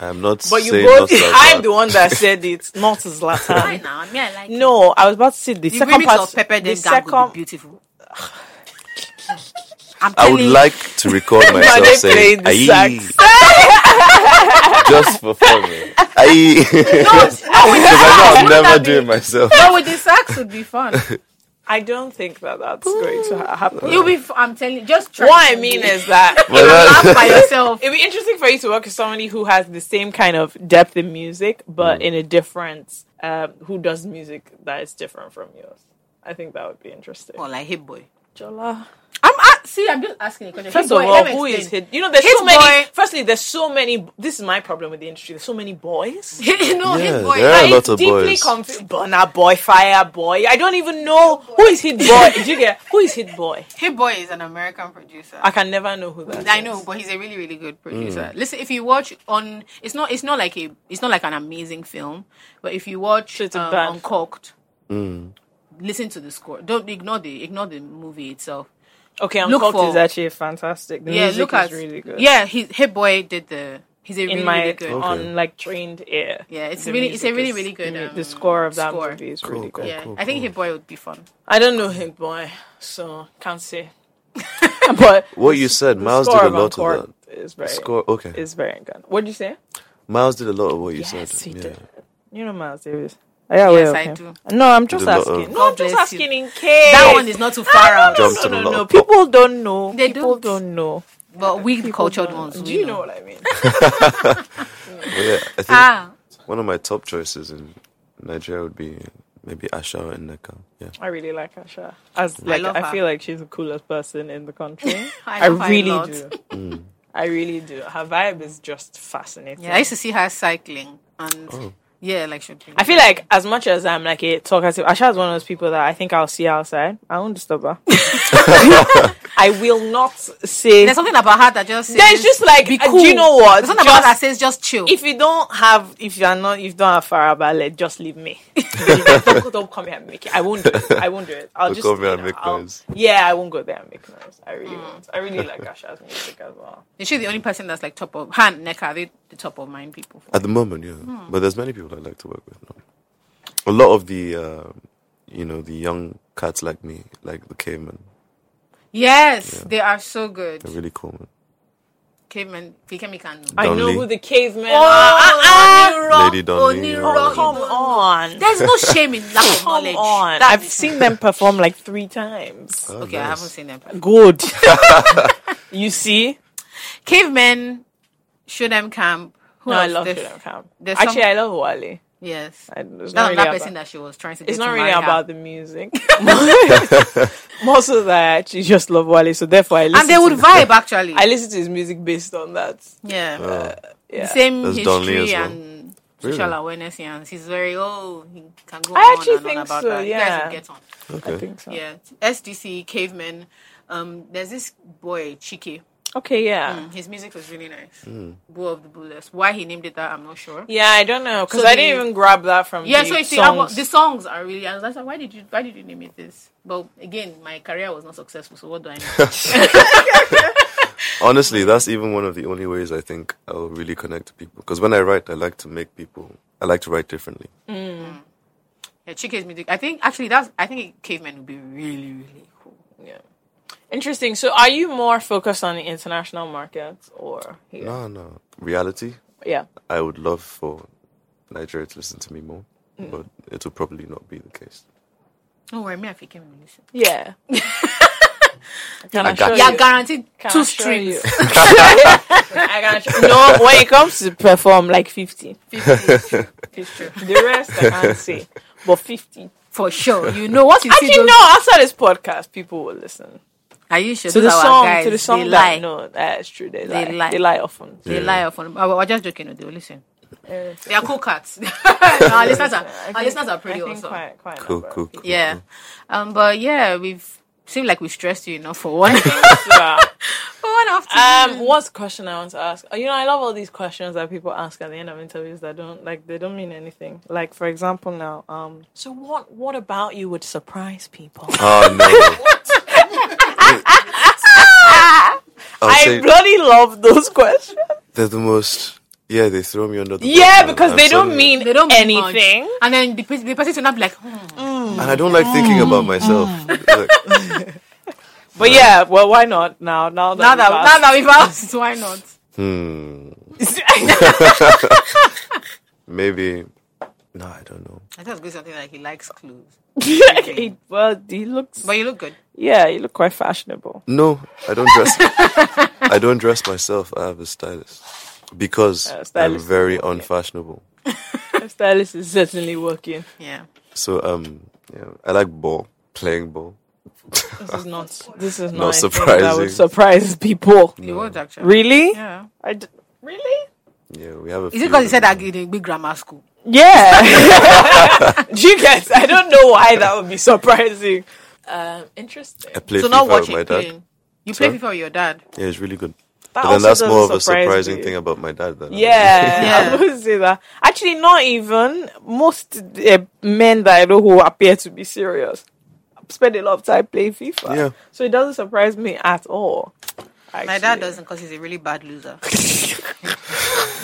Speaker 1: I'm not
Speaker 5: But you
Speaker 1: saying not
Speaker 5: both.
Speaker 1: like
Speaker 5: [laughs] I'm
Speaker 1: that.
Speaker 5: the one that said it, not
Speaker 6: Why
Speaker 5: Zlatan.
Speaker 6: now? I mean, I like it.
Speaker 5: No, I was about to say the,
Speaker 6: The
Speaker 5: second
Speaker 6: remix
Speaker 5: part.
Speaker 6: of Pepper
Speaker 5: the
Speaker 6: Dem Gang would
Speaker 5: second
Speaker 6: be
Speaker 5: [sighs]
Speaker 6: beautiful. I'm
Speaker 1: I
Speaker 6: telling
Speaker 1: would
Speaker 6: you.
Speaker 1: like to record myself
Speaker 5: they
Speaker 1: saying
Speaker 5: played the
Speaker 1: "Aye." just for
Speaker 5: [laughs]
Speaker 1: fun. man. Aye. [laughs] Because I know I'm never doing
Speaker 5: [laughs]
Speaker 1: myself. [laughs]
Speaker 6: But with the sax would be fun. [laughs]
Speaker 5: I don't think that that's going to ha- happen.
Speaker 6: You'll be. F- I'm telling you, just try.
Speaker 5: what I mean is that
Speaker 1: But [laughs] that-
Speaker 6: laugh by yourself. [laughs]
Speaker 5: it'd be interesting for you to work with somebody who has the same kind of depth in music,
Speaker 1: Mm.
Speaker 5: but in a different, um, who does music that is different from yours. I think that would be interesting.
Speaker 6: Or like Hip Boy.
Speaker 5: Jola.
Speaker 6: I'm I, see. I'm just asking a question.
Speaker 5: First
Speaker 6: Hey,
Speaker 5: of
Speaker 6: boy,
Speaker 5: all,
Speaker 6: let me
Speaker 5: who is
Speaker 6: explain.
Speaker 5: hid? You know, there's so
Speaker 6: Hit
Speaker 5: many.
Speaker 6: boy.
Speaker 5: Firstly, there's so many. This is my problem with the industry. There's so many boys.
Speaker 6: [laughs] no,
Speaker 1: Yeah,
Speaker 6: his boy.
Speaker 1: there are a lot
Speaker 5: It's
Speaker 1: of
Speaker 5: deeply
Speaker 1: boys.
Speaker 5: confused. Burner boy, fire boy. I don't even know who is hit boy. Did you get who is hit boy?
Speaker 6: Hey boy is an American producer.
Speaker 5: I can never know who that is.
Speaker 6: I know, but he's a really, really good producer. Listen, if you watch on, it's not, it's not like a, it's not like an amazing film, but if you watch
Speaker 5: So it's a
Speaker 6: um,
Speaker 5: bad-
Speaker 6: Uncorked, listen to the score. Don't ignore the, ignore the movie itself.
Speaker 5: Okay,
Speaker 6: Look
Speaker 5: Uncorked
Speaker 6: for-
Speaker 5: is actually fantastic. The
Speaker 6: yeah,
Speaker 5: music
Speaker 6: look
Speaker 5: is
Speaker 6: at,
Speaker 5: really good.
Speaker 6: yeah, he, Hey Boy did the, he's a
Speaker 5: in
Speaker 6: really,
Speaker 5: my
Speaker 6: really good.
Speaker 5: on like trained ear.
Speaker 6: Yeah, it's
Speaker 5: The
Speaker 6: really- it's a
Speaker 5: music
Speaker 6: really,
Speaker 5: is-
Speaker 6: really good,
Speaker 5: mu-
Speaker 6: um,
Speaker 5: the score of that
Speaker 6: score.
Speaker 5: movie is really good.
Speaker 6: yeah, I think Hey Boy would be fun.
Speaker 5: I don't know Hink Boy, so can't
Speaker 6: [laughs]
Speaker 5: say. but
Speaker 1: What you said, Miles did
Speaker 5: score
Speaker 1: a
Speaker 5: of
Speaker 1: lot of
Speaker 5: Uncorked
Speaker 1: that.
Speaker 5: is very
Speaker 1: Score, okay.
Speaker 5: is very good. What did you say?
Speaker 1: Miles did a lot of what you said.
Speaker 5: Yes, he
Speaker 1: yeah.
Speaker 5: did. You know Miles Davis. Are you aware
Speaker 6: Yes,
Speaker 5: of
Speaker 6: I
Speaker 5: him?
Speaker 6: do.
Speaker 5: No, I'm just
Speaker 1: Did a lot
Speaker 5: asking.
Speaker 1: of-
Speaker 5: No, I'm
Speaker 6: God
Speaker 5: just
Speaker 6: bless you.
Speaker 5: asking in case
Speaker 6: That one is not too far out,
Speaker 1: Jumped
Speaker 5: No,
Speaker 1: on a
Speaker 5: no,
Speaker 1: lot
Speaker 5: no.
Speaker 1: of pop.
Speaker 5: People don't know.
Speaker 6: They
Speaker 5: People
Speaker 6: don't.
Speaker 5: don't know.
Speaker 6: but we cultured ones.
Speaker 5: Do
Speaker 6: we
Speaker 5: you know what I mean?
Speaker 1: Yeah, I think
Speaker 6: Ah,
Speaker 1: one of my top choices in Nigeria would be maybe Asha and Neka. Yeah.
Speaker 5: I really like Asha. As like,
Speaker 6: love
Speaker 5: I,
Speaker 6: her.
Speaker 5: feel like she's the coolest person in the country.
Speaker 6: [laughs]
Speaker 5: I,
Speaker 6: love her a
Speaker 5: really
Speaker 6: lot.
Speaker 5: do.
Speaker 1: Mm.
Speaker 5: I really do. Her vibe is just fascinating.
Speaker 6: yeah, I used to see her cycling and. Yeah, like should be.
Speaker 5: I feel like as much as I'm like a talkative, Asha is one of those people that I think I'll see outside. I won't
Speaker 1: [laughs]
Speaker 5: disturb her. [laughs] I will not say.
Speaker 6: There's something about her that just says,
Speaker 5: There's just like,
Speaker 6: be
Speaker 5: uh,
Speaker 6: cool.
Speaker 5: do you know what?
Speaker 6: There's something about her that
Speaker 5: Just-
Speaker 6: says just chill.
Speaker 5: if you don't have, if you are not, if you don't have farabale, just leave
Speaker 6: [laughs]
Speaker 5: me. don't, don't come here and make it. I won't do it. I won't do it. I'll
Speaker 1: Don't
Speaker 5: just
Speaker 1: come here
Speaker 5: you
Speaker 1: and
Speaker 5: know,
Speaker 1: make
Speaker 5: I'll-
Speaker 1: noise.
Speaker 5: Yeah, I won't go there and make noise. I
Speaker 6: Hmm.
Speaker 5: really won't. I really like Asha's music as
Speaker 1: [laughs]
Speaker 5: well.
Speaker 6: Is she the only person that's like top of hand neck? Are they the top of mind people?
Speaker 1: At the moment, yeah. But there's many people I like to work with now. A lot of the, uh, you know, the young cats like me, like the cavemen,
Speaker 6: Yes, they are so good.
Speaker 1: they're really cool, man.
Speaker 6: Caveman, Fikemi Kanu.
Speaker 5: I know
Speaker 1: Donley.
Speaker 5: who the cavemen
Speaker 6: Oh,
Speaker 1: Lady Donley.
Speaker 5: are.
Speaker 1: all of
Speaker 5: Come
Speaker 1: them.
Speaker 5: on.
Speaker 6: There's no
Speaker 1: [laughs]
Speaker 6: shame in lack of knowledge.
Speaker 5: Come on.
Speaker 6: That's-
Speaker 5: I've seen them perform like three times.
Speaker 1: Oh,
Speaker 6: okay, I
Speaker 1: nice.
Speaker 6: haven't seen them.
Speaker 1: [laughs]
Speaker 5: Good. you see?
Speaker 6: Cavemen, Shodem Camp. Who
Speaker 5: No, I
Speaker 6: else?
Speaker 5: love
Speaker 6: There's-
Speaker 5: Shulam Camp.
Speaker 6: there's some-
Speaker 5: Actually, I love Wale.
Speaker 6: Yes,
Speaker 5: I, it's
Speaker 6: that's
Speaker 5: not really
Speaker 6: that
Speaker 5: about-
Speaker 6: person that she was trying to. Get
Speaker 5: it's
Speaker 6: to
Speaker 5: not really
Speaker 6: marry her.
Speaker 5: about the music. [laughs] More so that I actually just love Wale, so therefore I listen.
Speaker 6: And they would
Speaker 5: to,
Speaker 6: vibe actually.
Speaker 5: I listen to his music based on that.
Speaker 6: yeah.
Speaker 5: Yeah.
Speaker 6: The same
Speaker 1: Uh, There's Don Lee
Speaker 6: history
Speaker 1: as well.
Speaker 6: and social awareness. Yeah, and he's very oh, he can go.
Speaker 5: I
Speaker 6: on
Speaker 5: actually
Speaker 6: and
Speaker 5: think
Speaker 6: on about
Speaker 5: so,
Speaker 6: That. You guys
Speaker 5: yeah.
Speaker 6: will get on.
Speaker 5: I think so.
Speaker 6: Yeah, SDC cavemen. Um, there's this boy Chike. Mm.
Speaker 5: Okay, yeah.
Speaker 6: His music was really nice.
Speaker 5: Hmm.
Speaker 6: Bull of the Bullets. Why he named it that, I'm not sure.
Speaker 5: Yeah, I don't know because
Speaker 6: So
Speaker 5: I
Speaker 6: the-
Speaker 5: didn't even grab that from.
Speaker 6: Yeah,
Speaker 5: the
Speaker 6: so if the album,
Speaker 5: songs.
Speaker 6: the songs are really. I was like, why did you why did you name it this? But again, my career was not successful, so what do
Speaker 5: [laughs]
Speaker 6: I know?
Speaker 1: Honestly, that's even one of the only ways I think I'll really connect to people. Because when I write, I like to make people, I like to write differently.
Speaker 6: yeah, Chike's music. I think actually that's. I think cavemen would be really really cool.
Speaker 5: Interesting. So, are you more focused on the international markets or here?
Speaker 1: No, no. Reality,
Speaker 5: Yeah.
Speaker 1: I would love for Nigeria to listen to me more, but it will probably not be the case.
Speaker 6: Don't worry, me I think cavemen will listen. [laughs]
Speaker 5: Yeah. Can I,
Speaker 1: got
Speaker 5: show
Speaker 1: you.
Speaker 5: you?
Speaker 6: Yeah, guaranteed
Speaker 5: Can I
Speaker 6: two
Speaker 5: show
Speaker 6: streams.
Speaker 5: you? I can show- no, when it comes to perform, like 50. [laughs] 50. the rest I [laughs] can't say, but 50.
Speaker 6: [laughs] For sure.
Speaker 5: [laughs]
Speaker 6: You know what you see
Speaker 5: Actually,
Speaker 6: those,
Speaker 5: no, after this podcast, people will listen.
Speaker 6: Are you sure?
Speaker 5: To the
Speaker 6: Those are our
Speaker 5: song,
Speaker 6: guys,
Speaker 5: to the song
Speaker 6: they
Speaker 5: that,
Speaker 6: lie.
Speaker 5: no, that's true, they lie.
Speaker 6: They
Speaker 5: They lie,
Speaker 6: lie.
Speaker 5: often.
Speaker 6: They lie often. I was just joking. They will listen.
Speaker 5: Yeah.
Speaker 6: They are cool [laughs] cats. our listeners are,
Speaker 5: I
Speaker 6: our
Speaker 5: think-
Speaker 6: listeners are
Speaker 5: I
Speaker 6: pretty
Speaker 5: think
Speaker 6: awesome.
Speaker 5: quite, quite a
Speaker 1: Cool,
Speaker 5: number of
Speaker 1: cool,
Speaker 5: people.
Speaker 1: cool.
Speaker 6: Yeah. Um, but yeah, we've seemed like we stressed you enough for one. for
Speaker 5: [laughs] Yeah.
Speaker 6: one afternoon.
Speaker 5: Um, what's the question I want to ask? Oh, You know, I love all these questions that people ask at the end of interviews that don't like they don't mean anything. Like for example, now, um, so what? What about you would surprise people?
Speaker 1: Oh, no.
Speaker 5: [laughs]
Speaker 1: I'll
Speaker 5: I
Speaker 1: say
Speaker 5: bloody love those [laughs] questions.
Speaker 1: they're the most. Yeah, they throw me under the bus,
Speaker 5: Yeah,
Speaker 1: man.
Speaker 5: because they don't
Speaker 1: Absolutely.
Speaker 5: mean
Speaker 6: they don't mean much.
Speaker 5: anything.
Speaker 6: And then the, pe- the person should not be like, hmm.
Speaker 1: And I don't like thinking about
Speaker 6: Mm.
Speaker 1: myself. Like,
Speaker 5: But yeah, well, why not now? Now that
Speaker 6: now that
Speaker 5: we've
Speaker 6: now that we've asked, [laughs] why not?
Speaker 1: hmm,
Speaker 5: asked- [laughs]
Speaker 1: maybe. No, I don't know.
Speaker 6: I just go something like he likes clues.
Speaker 5: He- well, he looks.
Speaker 6: But you look good.
Speaker 5: Yeah, he look quite fashionable.
Speaker 1: No, I don't
Speaker 5: [laughs]
Speaker 1: dress. I don't dress myself. I have a stylist because
Speaker 5: Uh, stylist
Speaker 1: I'm very unfashionable.
Speaker 5: The stylist is certainly working.
Speaker 6: Yeah.
Speaker 1: So um, yeah, I like ball, playing ball.
Speaker 5: This is not. This is
Speaker 1: Not
Speaker 5: not, a thing That
Speaker 1: surprising.
Speaker 5: would surprise people.
Speaker 6: It was actually.
Speaker 5: Really?
Speaker 6: Yeah.
Speaker 5: I d- really?
Speaker 1: Yeah, we have a.
Speaker 6: Is it because you said that in a big grammar school?
Speaker 1: [laughs]
Speaker 5: Yeah. Do you guys? I don't know why that would be surprising. Um, interesting.
Speaker 1: I played
Speaker 6: so
Speaker 1: FIFA
Speaker 6: not
Speaker 1: with
Speaker 6: watching
Speaker 1: my dad.
Speaker 6: playing. You play
Speaker 1: Sorry?
Speaker 6: FIFA with your dad.
Speaker 1: Yeah, it's really good. but
Speaker 5: That
Speaker 1: then
Speaker 5: also
Speaker 1: that's
Speaker 5: doesn't
Speaker 1: more of a
Speaker 5: surprise
Speaker 1: surprising
Speaker 5: me.
Speaker 1: thing about my dad than
Speaker 5: Yeah,
Speaker 1: [laughs]
Speaker 6: Yeah.
Speaker 5: I would say that. Actually, not even most uh, men that I know who appear to be serious spend a lot of time playing FIFA.
Speaker 1: Yeah.
Speaker 5: So it doesn't surprise me at all.
Speaker 6: My dad
Speaker 5: actually.
Speaker 6: doesn't because he's a really bad
Speaker 1: [laughs]
Speaker 6: loser.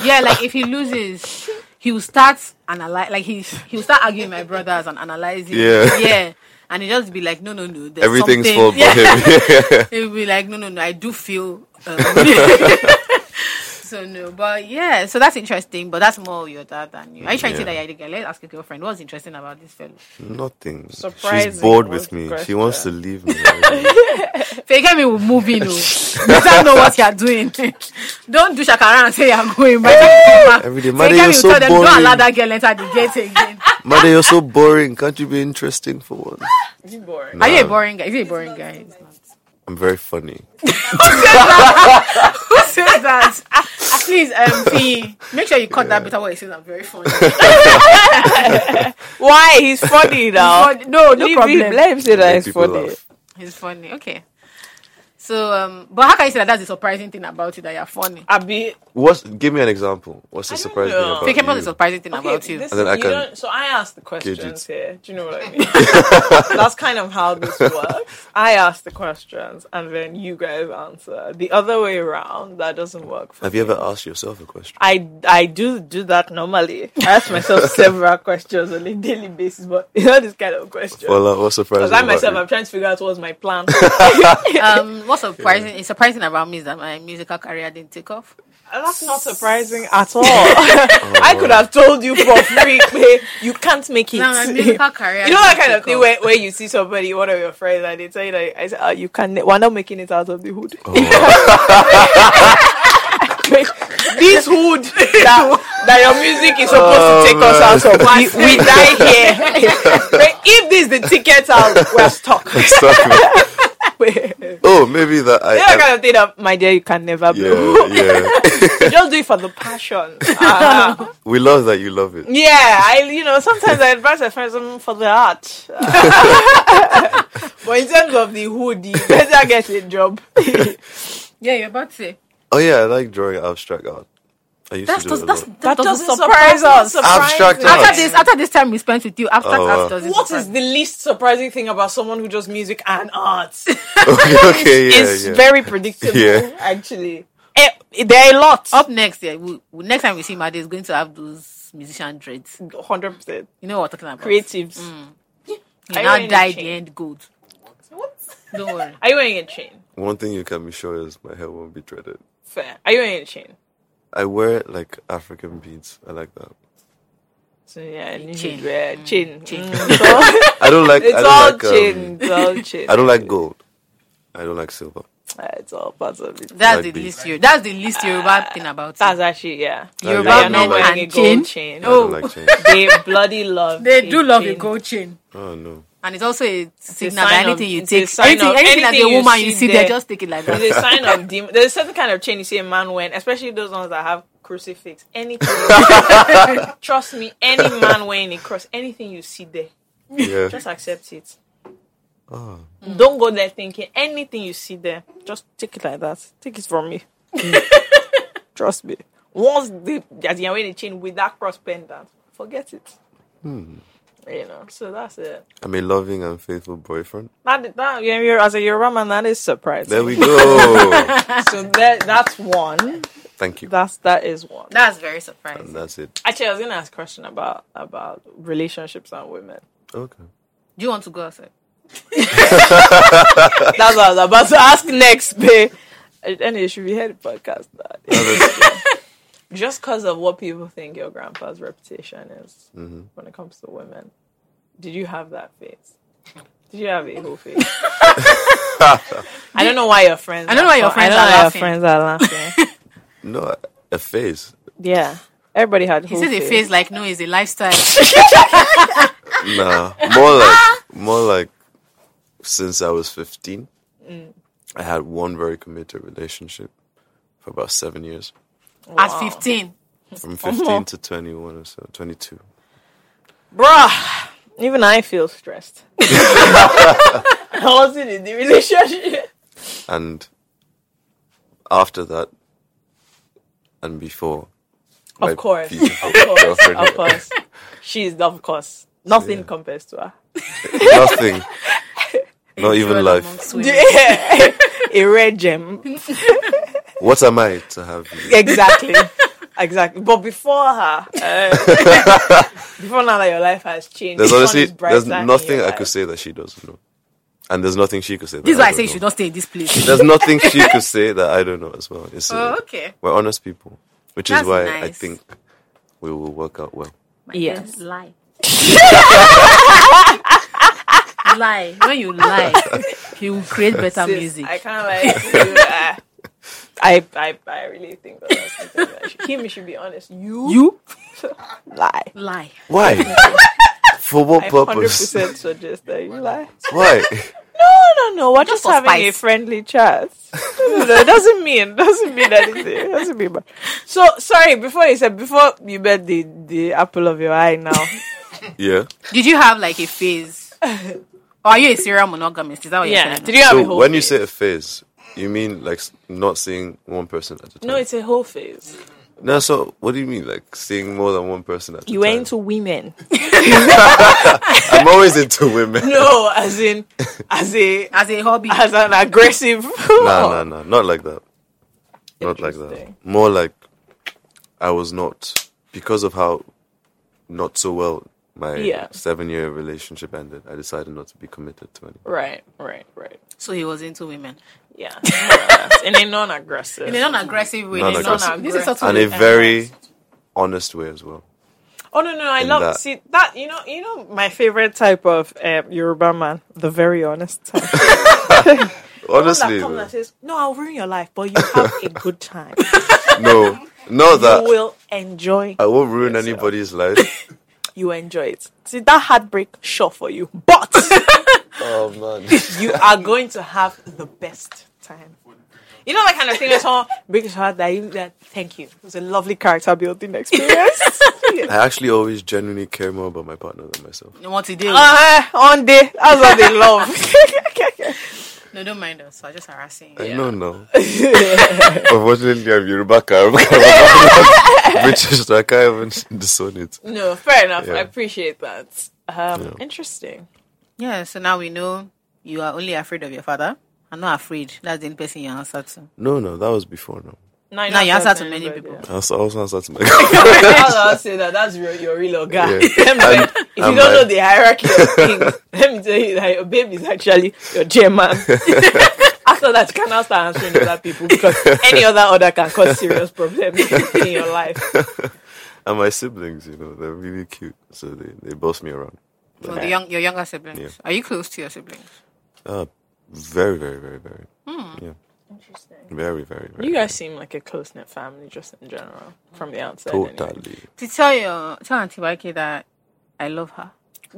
Speaker 6: yeah, like if he loses, he will start analyze. Like he he will start arguing with my brothers and analyzing.
Speaker 1: Yeah.
Speaker 6: yeah, and he just be like, no, no, no. There's
Speaker 1: everything's fault
Speaker 6: something. Yeah.
Speaker 1: but him.
Speaker 6: [laughs] He'll be like, no, no, no. I do feel. Um, [laughs] so no, but yeah. So that's interesting. But that's more your dad than you. Are you trying to say
Speaker 1: Yeah.
Speaker 6: that you're the guy? Let's ask your girlfriend. What's interesting about this fellow?
Speaker 1: Nothing.
Speaker 5: Surprising
Speaker 1: She's bored
Speaker 5: was
Speaker 1: with me.
Speaker 5: the
Speaker 1: She wants to
Speaker 5: question.
Speaker 1: leave me. already.
Speaker 6: Fake me will move
Speaker 1: [laughs]
Speaker 6: in. oh. You don't know what you're doing. [laughs] don't do shakara and say you're going back.
Speaker 1: [laughs] Every day,
Speaker 6: Fake
Speaker 1: Mother,
Speaker 6: me
Speaker 1: you're
Speaker 6: will
Speaker 1: so
Speaker 6: tell them don't allow
Speaker 1: boring.
Speaker 6: that girl enter the gate again.
Speaker 1: Mother, you're so boring. Can't you be interesting for once?
Speaker 5: Is it boring?
Speaker 6: Are you a
Speaker 1: Nah,
Speaker 6: boring guy? Is he a boring guy? [laughs]
Speaker 1: I'm very funny.
Speaker 6: Who says that? Ah, Please, um, Fee, make sure you cut that bit out where he says I'm very funny.
Speaker 5: [laughs] Why? He's
Speaker 1: [laughs]
Speaker 5: funny now.
Speaker 6: But no, no
Speaker 5: Leave
Speaker 6: problem.
Speaker 5: him. Let him say that
Speaker 1: Make
Speaker 5: it's
Speaker 1: people
Speaker 5: funny.
Speaker 1: laugh.
Speaker 6: He's funny. Okay. So, um, but how can you say that? That's the surprising thing about you that you're funny.
Speaker 5: Abi,
Speaker 1: What's? Give me an example. What's the
Speaker 5: don't
Speaker 1: surprising
Speaker 5: know.
Speaker 1: thing
Speaker 6: Fake him
Speaker 1: about
Speaker 6: was the
Speaker 1: you?
Speaker 6: surprising thing
Speaker 5: okay,
Speaker 6: about you.
Speaker 5: this-
Speaker 1: And then I
Speaker 5: you
Speaker 1: can
Speaker 5: don't- so I asked the questions
Speaker 1: gauge
Speaker 5: here. Do you know what I mean?
Speaker 1: [laughs]
Speaker 5: That's kind of how this works. I ask the questions and then you guys answer. The other way around, that doesn't work. For
Speaker 1: Have
Speaker 5: me.
Speaker 1: you ever asked yourself a question?
Speaker 5: I I do do that normally. I ask myself several questions on a daily basis, but not this kind of question.
Speaker 1: Well, uh, what's surprising?
Speaker 5: Because I
Speaker 1: about
Speaker 5: myself,
Speaker 1: you?
Speaker 5: I'm trying to figure out what's my plan.
Speaker 6: Um, what's surprising? It's surprising about me is that my musical career didn't take off.
Speaker 5: That's not surprising at all. [laughs] I could have told you for free, Clay. You can't make it.
Speaker 6: No,
Speaker 5: [laughs]
Speaker 6: my musical career.
Speaker 5: You know that
Speaker 6: didn't
Speaker 5: kind of
Speaker 6: take
Speaker 5: thing
Speaker 6: off.
Speaker 5: where, where you see somebody, one of your friends, and they tell you that I said, oh, you can we're not making it out of the hood.
Speaker 1: Oh.
Speaker 5: [laughs] this hood that, that your music is supposed to take us out of, we, we die here. [laughs] Wait, if this is the ticket out, we're
Speaker 1: [laughs]
Speaker 5: stuck. [laughs]
Speaker 1: Sorry.
Speaker 5: Wait.
Speaker 1: oh, maybe that I.
Speaker 5: That
Speaker 1: I
Speaker 5: kind of thing that, my dear, you can never blow. [laughs]
Speaker 1: yeah, yeah.
Speaker 5: You just do it for the passion. Ah.
Speaker 1: We love that you love it.
Speaker 5: Yeah, I you know sometimes I advise my friends um, for the art, [laughs] but in terms of the hood, you better get a job. [laughs]
Speaker 6: Yeah, eh, you're about to say.
Speaker 1: Oh yeah, I like drawing abstract art. I used
Speaker 6: That's,
Speaker 1: to do it a
Speaker 6: that's, that's,
Speaker 1: lot.
Speaker 6: that,
Speaker 5: doesn't
Speaker 6: doesn't
Speaker 5: surprise
Speaker 6: surprise
Speaker 5: us.
Speaker 6: us.
Speaker 1: Abstract art.
Speaker 6: After this, after this time we spent with you, after
Speaker 1: Oh,
Speaker 6: that
Speaker 1: wow.
Speaker 6: doesn't.
Speaker 5: What
Speaker 6: surprise
Speaker 5: is the least surprising thing about someone who just music and arts?
Speaker 1: [laughs]
Speaker 5: [laughs]
Speaker 1: okay, okay, yeah,
Speaker 5: it's
Speaker 1: yeah.
Speaker 5: very predictable,
Speaker 1: Yeah.
Speaker 5: actually. Eh, there are a lot,
Speaker 6: Up next, yeah, we, we, next time we see Madi is going to have those musician dreads.
Speaker 5: hundred percent
Speaker 6: You know what I'm talking about?
Speaker 5: creatives. Are
Speaker 6: You
Speaker 5: you
Speaker 6: now
Speaker 5: wearing a
Speaker 6: dye the
Speaker 5: chain?
Speaker 6: end gold. Don't [laughs] worry.
Speaker 5: Are you wearing a chain?
Speaker 1: One thing you can be sure is my hair won't be dreaded.
Speaker 5: Fair. Are you wearing a chain?
Speaker 1: I wear like African beads. I like that.
Speaker 5: So yeah, you
Speaker 6: Chain.
Speaker 5: should wear chain.
Speaker 6: chain.
Speaker 5: Mm, [laughs] so-
Speaker 1: I don't like.
Speaker 5: it's
Speaker 1: I don't
Speaker 5: all
Speaker 1: like, um,
Speaker 5: chain. it's all chain.
Speaker 1: I don't like gold. I don't like silver.
Speaker 5: Ah, it's all part of it.
Speaker 6: That's
Speaker 1: Like
Speaker 6: the
Speaker 1: this.
Speaker 6: least you. That's the least Yoruba thing about
Speaker 5: That's
Speaker 6: it.
Speaker 5: actually yeah.
Speaker 1: You're
Speaker 5: They are
Speaker 1: about
Speaker 5: not
Speaker 1: men
Speaker 5: wearing a
Speaker 6: and
Speaker 5: gold
Speaker 6: chain?
Speaker 5: chain.
Speaker 1: I don't like
Speaker 5: [laughs]
Speaker 1: change.
Speaker 5: They bloody love.
Speaker 6: Oh. They do love a
Speaker 5: chain.
Speaker 6: gold chain,
Speaker 1: Oh no.
Speaker 6: and it's also a signal
Speaker 5: sign
Speaker 6: that
Speaker 5: of-
Speaker 6: anything you
Speaker 5: it's a
Speaker 6: take,
Speaker 5: sign
Speaker 6: anything,
Speaker 5: of-
Speaker 6: anything as a
Speaker 5: anything you
Speaker 6: woman you
Speaker 5: see
Speaker 6: see
Speaker 5: there.
Speaker 6: there, just take it like that.
Speaker 5: It's a sign of demon. There's a certain kind of chain you see a man wearing, especially those ones that have crucifix. Anything.
Speaker 6: [laughs]
Speaker 5: Trust me, any man wearing a cross, anything you see there,
Speaker 1: Yeah.
Speaker 5: just accept it.
Speaker 1: Oh.
Speaker 5: Don't go there thinking anything you see there. Just take it like that. Take it from me. [laughs] Trust me. Once the as you're wearing a chain with that cross pendant, forget it. You know. So that's it.
Speaker 1: I'm a loving and faithful boyfriend.
Speaker 5: That, that yeah, you're, as a Yoruba man, that is surprising.
Speaker 1: There
Speaker 5: [laughs]
Speaker 1: we go.
Speaker 5: so that that's one.
Speaker 1: Thank you.
Speaker 5: That's that is one.
Speaker 6: That's very surprising.
Speaker 1: And that's it.
Speaker 5: [laughs] Actually, I was gonna ask a question about about relationships and women.
Speaker 1: Okay.
Speaker 6: Do you want to go outside?
Speaker 5: That's what I was about to ask next, babe. And it should be head podcast that. Just because of what people think your grandpa's reputation is when it comes to women, did you have that phase? Did you have a whole
Speaker 6: [laughs]
Speaker 5: phase? I don't know why your friends. I
Speaker 6: don't know why your friends
Speaker 5: I
Speaker 6: are
Speaker 5: don't know
Speaker 6: laughing.
Speaker 5: why your friends are
Speaker 6: [laughs]
Speaker 5: laughing.
Speaker 1: No, a face.
Speaker 5: yeah, everybody had.
Speaker 6: He says a face like no, is a lifestyle.
Speaker 5: [laughs]
Speaker 1: Nah. More like more like since I was 15.
Speaker 5: Mm.
Speaker 1: I had one very committed relationship for about seven years,
Speaker 6: At 15.
Speaker 1: from 15 to 21 or so, 22.
Speaker 5: Bruh, even I feel
Speaker 6: [laughs]
Speaker 5: stressed. I wasn't in the relationship.
Speaker 1: And after that, and before, my
Speaker 5: Of course.
Speaker 1: beautiful
Speaker 5: Of course.
Speaker 1: girlfriend-
Speaker 5: Of course. She's, of course. Nothing
Speaker 1: Yeah.
Speaker 5: compares to her. [laughs]
Speaker 1: nothing, not even life.
Speaker 5: Yeah. A red gem.
Speaker 1: What am I to have you?
Speaker 5: Exactly. Exactly. But before her, uh, [laughs] before now that your life has changed,
Speaker 1: There's
Speaker 5: the sun
Speaker 1: honestly
Speaker 5: is
Speaker 1: there's
Speaker 5: brighter in
Speaker 1: nothing
Speaker 5: your
Speaker 1: I
Speaker 5: life.
Speaker 1: could say that she doesn't know, and there's nothing she could say. That
Speaker 6: This is
Speaker 1: I
Speaker 6: why I
Speaker 1: don't
Speaker 6: say you
Speaker 1: know.
Speaker 6: should not stay in this place.
Speaker 5: [laughs]
Speaker 1: There's nothing she could say that I don't know as well. It's, uh,
Speaker 6: Oh, okay.
Speaker 1: We're honest people, which
Speaker 6: That's
Speaker 1: is why I
Speaker 6: nice.
Speaker 1: think we will work out well.
Speaker 5: Yes.
Speaker 6: [laughs]
Speaker 2: Lie. lie. When you lie, you will create better
Speaker 5: Sis,
Speaker 2: music.
Speaker 5: I can't like. uh, I, I I really think that that's something that should, him should be honest. You
Speaker 6: You?
Speaker 5: lie.
Speaker 2: lie.
Speaker 5: [laughs]
Speaker 1: Why? For what
Speaker 5: I hundred
Speaker 1: purpose?
Speaker 5: percent suggest that you lie.
Speaker 1: [laughs] Why?
Speaker 5: [laughs] No, no, no. We're just,
Speaker 6: for
Speaker 5: having a
Speaker 6: spice.
Speaker 5: friendly chat. [laughs] No, no, no, it doesn't mean doesn't mean anything. It doesn't mean. Bad. So sorry. Before you said before you met the the apple of your eye. Now [laughs]
Speaker 1: Yeah.
Speaker 6: Did you have like a [laughs] phase? or are you a serial monogamist? Is that what you're saying?
Speaker 5: Did you have a
Speaker 1: So
Speaker 5: whole?
Speaker 1: when you
Speaker 5: phase?
Speaker 1: say a phase, you mean like s- not seeing one person at a time?
Speaker 5: no, it's a whole phase.
Speaker 1: no. So what do you mean like seeing more than one person at a time?
Speaker 5: You went into women.
Speaker 1: I'm always into women.
Speaker 5: [laughs] No, as in as a
Speaker 6: As a hobby.
Speaker 5: as an aggressive. [laughs]
Speaker 1: No, no, no, not like that. Not like that.
Speaker 5: Oh. Interesting.
Speaker 1: More like I was not because of how not so well my
Speaker 5: Yeah.
Speaker 1: seven-year relationship ended. I decided not to be committed to anyone.
Speaker 5: Right, right, right.
Speaker 6: so he was into women.
Speaker 5: [laughs] Yeah, Yes, in a non-aggressive.
Speaker 6: In a non-aggressive way.
Speaker 1: Non-aggressive.
Speaker 6: Non-aggressive. This is sort of
Speaker 1: and a very honest way as well.
Speaker 5: oh no, no, I
Speaker 1: In
Speaker 5: love
Speaker 1: that-
Speaker 5: see that. You know, you know, my favorite type of um, Yoruba man, the very honest type.
Speaker 1: Honestly,
Speaker 5: that comes
Speaker 1: though,
Speaker 5: and says, "No, I'll ruin your life, but you have a good time.
Speaker 1: no, not [laughs]
Speaker 5: you
Speaker 1: that
Speaker 5: will enjoy.
Speaker 1: I won't ruin anybody's
Speaker 5: [laughs]
Speaker 1: life.
Speaker 5: You enjoy it. See that heartbreak, sure for you,
Speaker 1: [laughs]
Speaker 5: but
Speaker 1: Oh man,
Speaker 5: you are going to have the best time." You know that kind of thing. That's all. Break his heart. That you. That thank you. It was a lovely character building experience.
Speaker 1: I actually always genuinely care more about my partner than myself.
Speaker 6: What he did.
Speaker 5: Uh, on day. That's what they love.
Speaker 6: no, don't mind us. We're just harassing you.
Speaker 1: I know
Speaker 5: [laughs]
Speaker 1: now. Unfortunately, I'm Yoruba. I'm [laughs] British, so I can't even disown it.
Speaker 5: no, fair enough.
Speaker 1: Yeah.
Speaker 5: I appreciate that. Um, Interesting.
Speaker 6: Yeah, so now we know you are only afraid of your father. I'm not afraid. That's the only person you answer to.
Speaker 1: No, no, that was before. No,
Speaker 6: Now you answer to many people.
Speaker 1: I was, I was not that to
Speaker 5: I'll say that. That's your, your real guy. [laughs]
Speaker 1: Yeah.
Speaker 5: if
Speaker 1: And-
Speaker 5: you
Speaker 1: and
Speaker 5: don't
Speaker 1: my-
Speaker 5: know the hierarchy
Speaker 1: [laughs]
Speaker 5: of things, let me tell you that your baby is actually your
Speaker 1: [laughs]
Speaker 5: chairman. [laughs] After that, you cannot start answering other people because any other order can cause serious problems [laughs] in your life.
Speaker 1: [laughs] and my siblings, you know, they're really cute, so they they boss me around.
Speaker 6: So the young, your younger siblings.
Speaker 1: Yeah.
Speaker 6: Are you close to your siblings?
Speaker 1: Uh, very, very, very, very. Yeah. Interesting. Very, very, very.
Speaker 5: Hmm. You guys seem like a close knit family, just in general, from the outside. anyway.
Speaker 1: totally.
Speaker 6: To tell your tell Auntie Waike that I love her.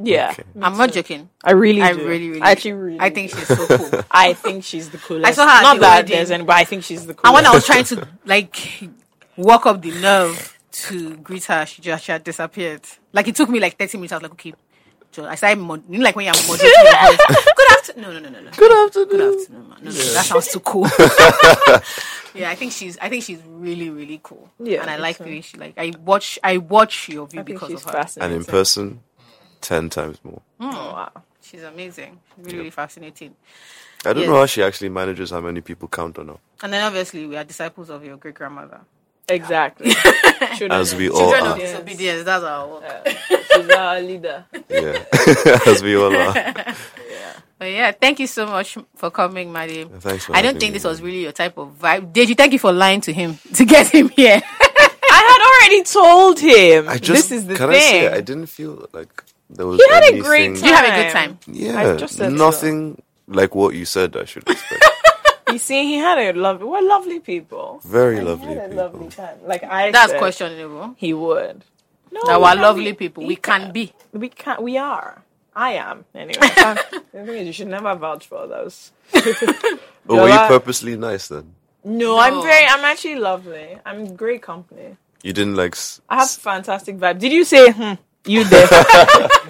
Speaker 5: Yeah.
Speaker 1: Okay.
Speaker 6: I'm not joking.
Speaker 5: I really,
Speaker 6: I
Speaker 5: do.
Speaker 6: really, really,
Speaker 5: I actually really,
Speaker 6: I think she's so [laughs] cool.
Speaker 5: I think she's the coolest.
Speaker 6: I saw her at
Speaker 5: Not
Speaker 6: the
Speaker 5: that
Speaker 6: wedding.
Speaker 5: there's any, but I think she's the coolest.
Speaker 6: and when I was trying
Speaker 5: [laughs]
Speaker 6: to like walk up the nerve to greet her, she just she had disappeared. Like it took me like 30 minutes. I was like, okay. So I started, mod- you know, like when you're moderating.
Speaker 5: [laughs]
Speaker 6: your voice. [laughs] Good afternoon. No, no, no, no, no.
Speaker 5: Good afternoon.
Speaker 6: Good afternoon, ma. No, no, that sounds too
Speaker 5: [laughs]
Speaker 6: cool. [laughs] yeah, I think she's I think she's really really cool.
Speaker 5: Yeah,
Speaker 6: and I
Speaker 5: I
Speaker 6: like the
Speaker 5: think
Speaker 6: way she like I watch I watch your view
Speaker 5: I think
Speaker 6: because
Speaker 5: she's
Speaker 6: of her.
Speaker 1: And
Speaker 5: fascinating.
Speaker 1: in person, ten times more.
Speaker 5: Oh, wow.
Speaker 6: She's amazing. She's really really fascinating.
Speaker 1: I don't
Speaker 6: Yes.
Speaker 1: know how she actually manages how many people count on her,
Speaker 6: And then obviously we are disciples of your great grandmother.
Speaker 5: Exactly.
Speaker 6: [laughs]
Speaker 5: Children
Speaker 1: as
Speaker 5: of-
Speaker 1: we all
Speaker 5: uh,
Speaker 6: Children of
Speaker 1: are.
Speaker 6: disobedience. That's our work.
Speaker 5: She's our leader.
Speaker 1: Yeah, [laughs] as we all
Speaker 5: [laughs]
Speaker 1: are.
Speaker 6: But yeah, thank you so much for coming, Maddie.
Speaker 1: Thanks for
Speaker 6: I don't
Speaker 1: having
Speaker 6: think
Speaker 1: me,
Speaker 6: this was
Speaker 1: man.
Speaker 6: really your type of vibe. Did you? Thank you for lying to him [laughs] to get him here.
Speaker 5: I had already told him.
Speaker 1: I just
Speaker 5: this is the
Speaker 1: can
Speaker 5: thing.
Speaker 1: I say I didn't feel like there was.
Speaker 5: You had a
Speaker 1: anything,
Speaker 5: great
Speaker 6: you have a good time.
Speaker 5: Time.
Speaker 1: Yeah,
Speaker 5: just said so.
Speaker 1: nothing like what you said. I should expect.
Speaker 5: You see, he had a lovely. We're lovely people.
Speaker 1: Very
Speaker 5: And
Speaker 1: lovely
Speaker 5: He had a
Speaker 1: people.
Speaker 5: lovely time. Like I.
Speaker 6: That's
Speaker 5: said,
Speaker 6: questionable.
Speaker 5: He would. No,
Speaker 6: That
Speaker 5: we
Speaker 6: we're
Speaker 5: can
Speaker 6: lovely
Speaker 5: be-
Speaker 6: people. We
Speaker 5: yeah.
Speaker 6: can be.
Speaker 5: We can. We are. I am anyway.
Speaker 6: [laughs]
Speaker 5: the thing is, you should never vouch for others.
Speaker 1: But were you
Speaker 5: Jola-
Speaker 1: purposely nice then?
Speaker 5: No, I'm very. I'm actually lovely. I'm great company.
Speaker 1: You didn't like. s-
Speaker 5: I have fantastic vibe. Did you say hmm, you
Speaker 7: [laughs]
Speaker 5: there? [laughs]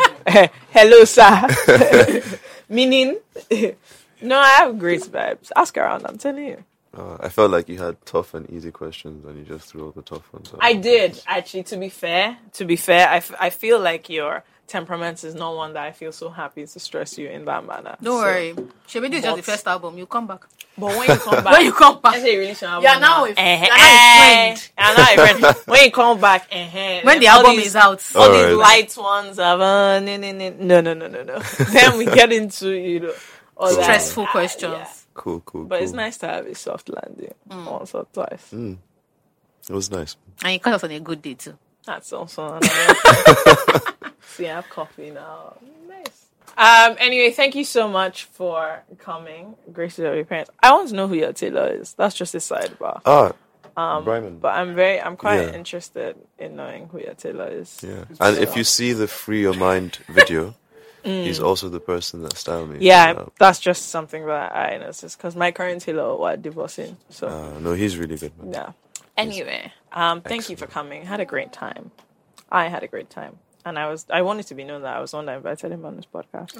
Speaker 5: Hello, sir. [laughs] Meaning, [laughs] no, I have great vibes. Ask around. I'm telling you.
Speaker 1: uh, I felt like you had tough and easy questions, and you just threw all the tough ones. out.
Speaker 5: I did actually. To be fair, to be fair, I, f- I feel like your temperament is not one that I feel so happy to stress you in that manner.
Speaker 7: Don't
Speaker 5: So-
Speaker 7: worry. Shebi, this is just the
Speaker 5: But-
Speaker 7: first album. You come back. [laughs]
Speaker 5: But when you come back,
Speaker 7: When you come back.
Speaker 5: let's say you release an album,
Speaker 7: Yeah, now if-
Speaker 5: eh,
Speaker 7: yeah, now it's
Speaker 5: eh, yeah, now
Speaker 7: [laughs]
Speaker 5: it's friend. When you come back, eh, eh,
Speaker 7: When the
Speaker 5: then all
Speaker 7: album
Speaker 5: these- Oh,
Speaker 7: is out.
Speaker 5: all these
Speaker 1: Alright.
Speaker 5: light ones of uh, no, no, no, no, no, no, no,
Speaker 1: [laughs]
Speaker 5: no. then we get into you know all that.
Speaker 7: Stressful
Speaker 5: Ah,
Speaker 7: questions. Mm.
Speaker 5: yeah.
Speaker 1: Cool, cool.
Speaker 5: But it's
Speaker 1: cool.
Speaker 5: nice to have a soft landing once or twice.
Speaker 1: Mm. It was nice.
Speaker 7: And you caught us on a good day too.
Speaker 5: That's also
Speaker 1: [laughs]
Speaker 5: another- [laughs] See, I have coffee now. Nice. Um. Anyway, thank you so much for coming, Graces of your parents. I want to know who your tailor is. That's just a sidebar.
Speaker 1: Ah, um, Bryman.
Speaker 5: But I'm very, I'm quite
Speaker 1: Yeah.
Speaker 5: interested in knowing who your tailor is.
Speaker 1: Yeah. And if you see the Free Your
Speaker 5: [laughs]
Speaker 1: Mind video, he's also the person that styled me.
Speaker 5: Mm. Yeah,
Speaker 1: Uh,
Speaker 5: that's just something that I noticed because my current tailor were divorcing. So
Speaker 1: Uh, no, he's really good, man.
Speaker 5: yeah. Anyway, um, thank you for coming. Had a great time. I had a great time, and I was, I wanted to be known that I was the one that invited him on this podcast.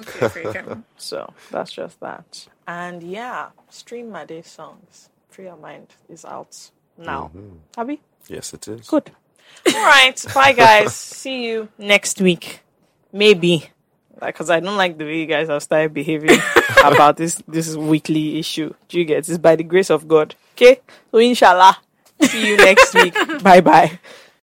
Speaker 5: [laughs] So that's just that. And yeah, stream my day songs. Free your mind is out now. Abby,
Speaker 1: Mm-hmm. Yes, it is.
Speaker 5: good. All [laughs] right, bye guys. See you next week, maybe. Because I don't like the way you guys have started behaving about this this weekly issue. Do you get? It's by the grace of God. Okay, so inshallah. See you next week. Bye bye.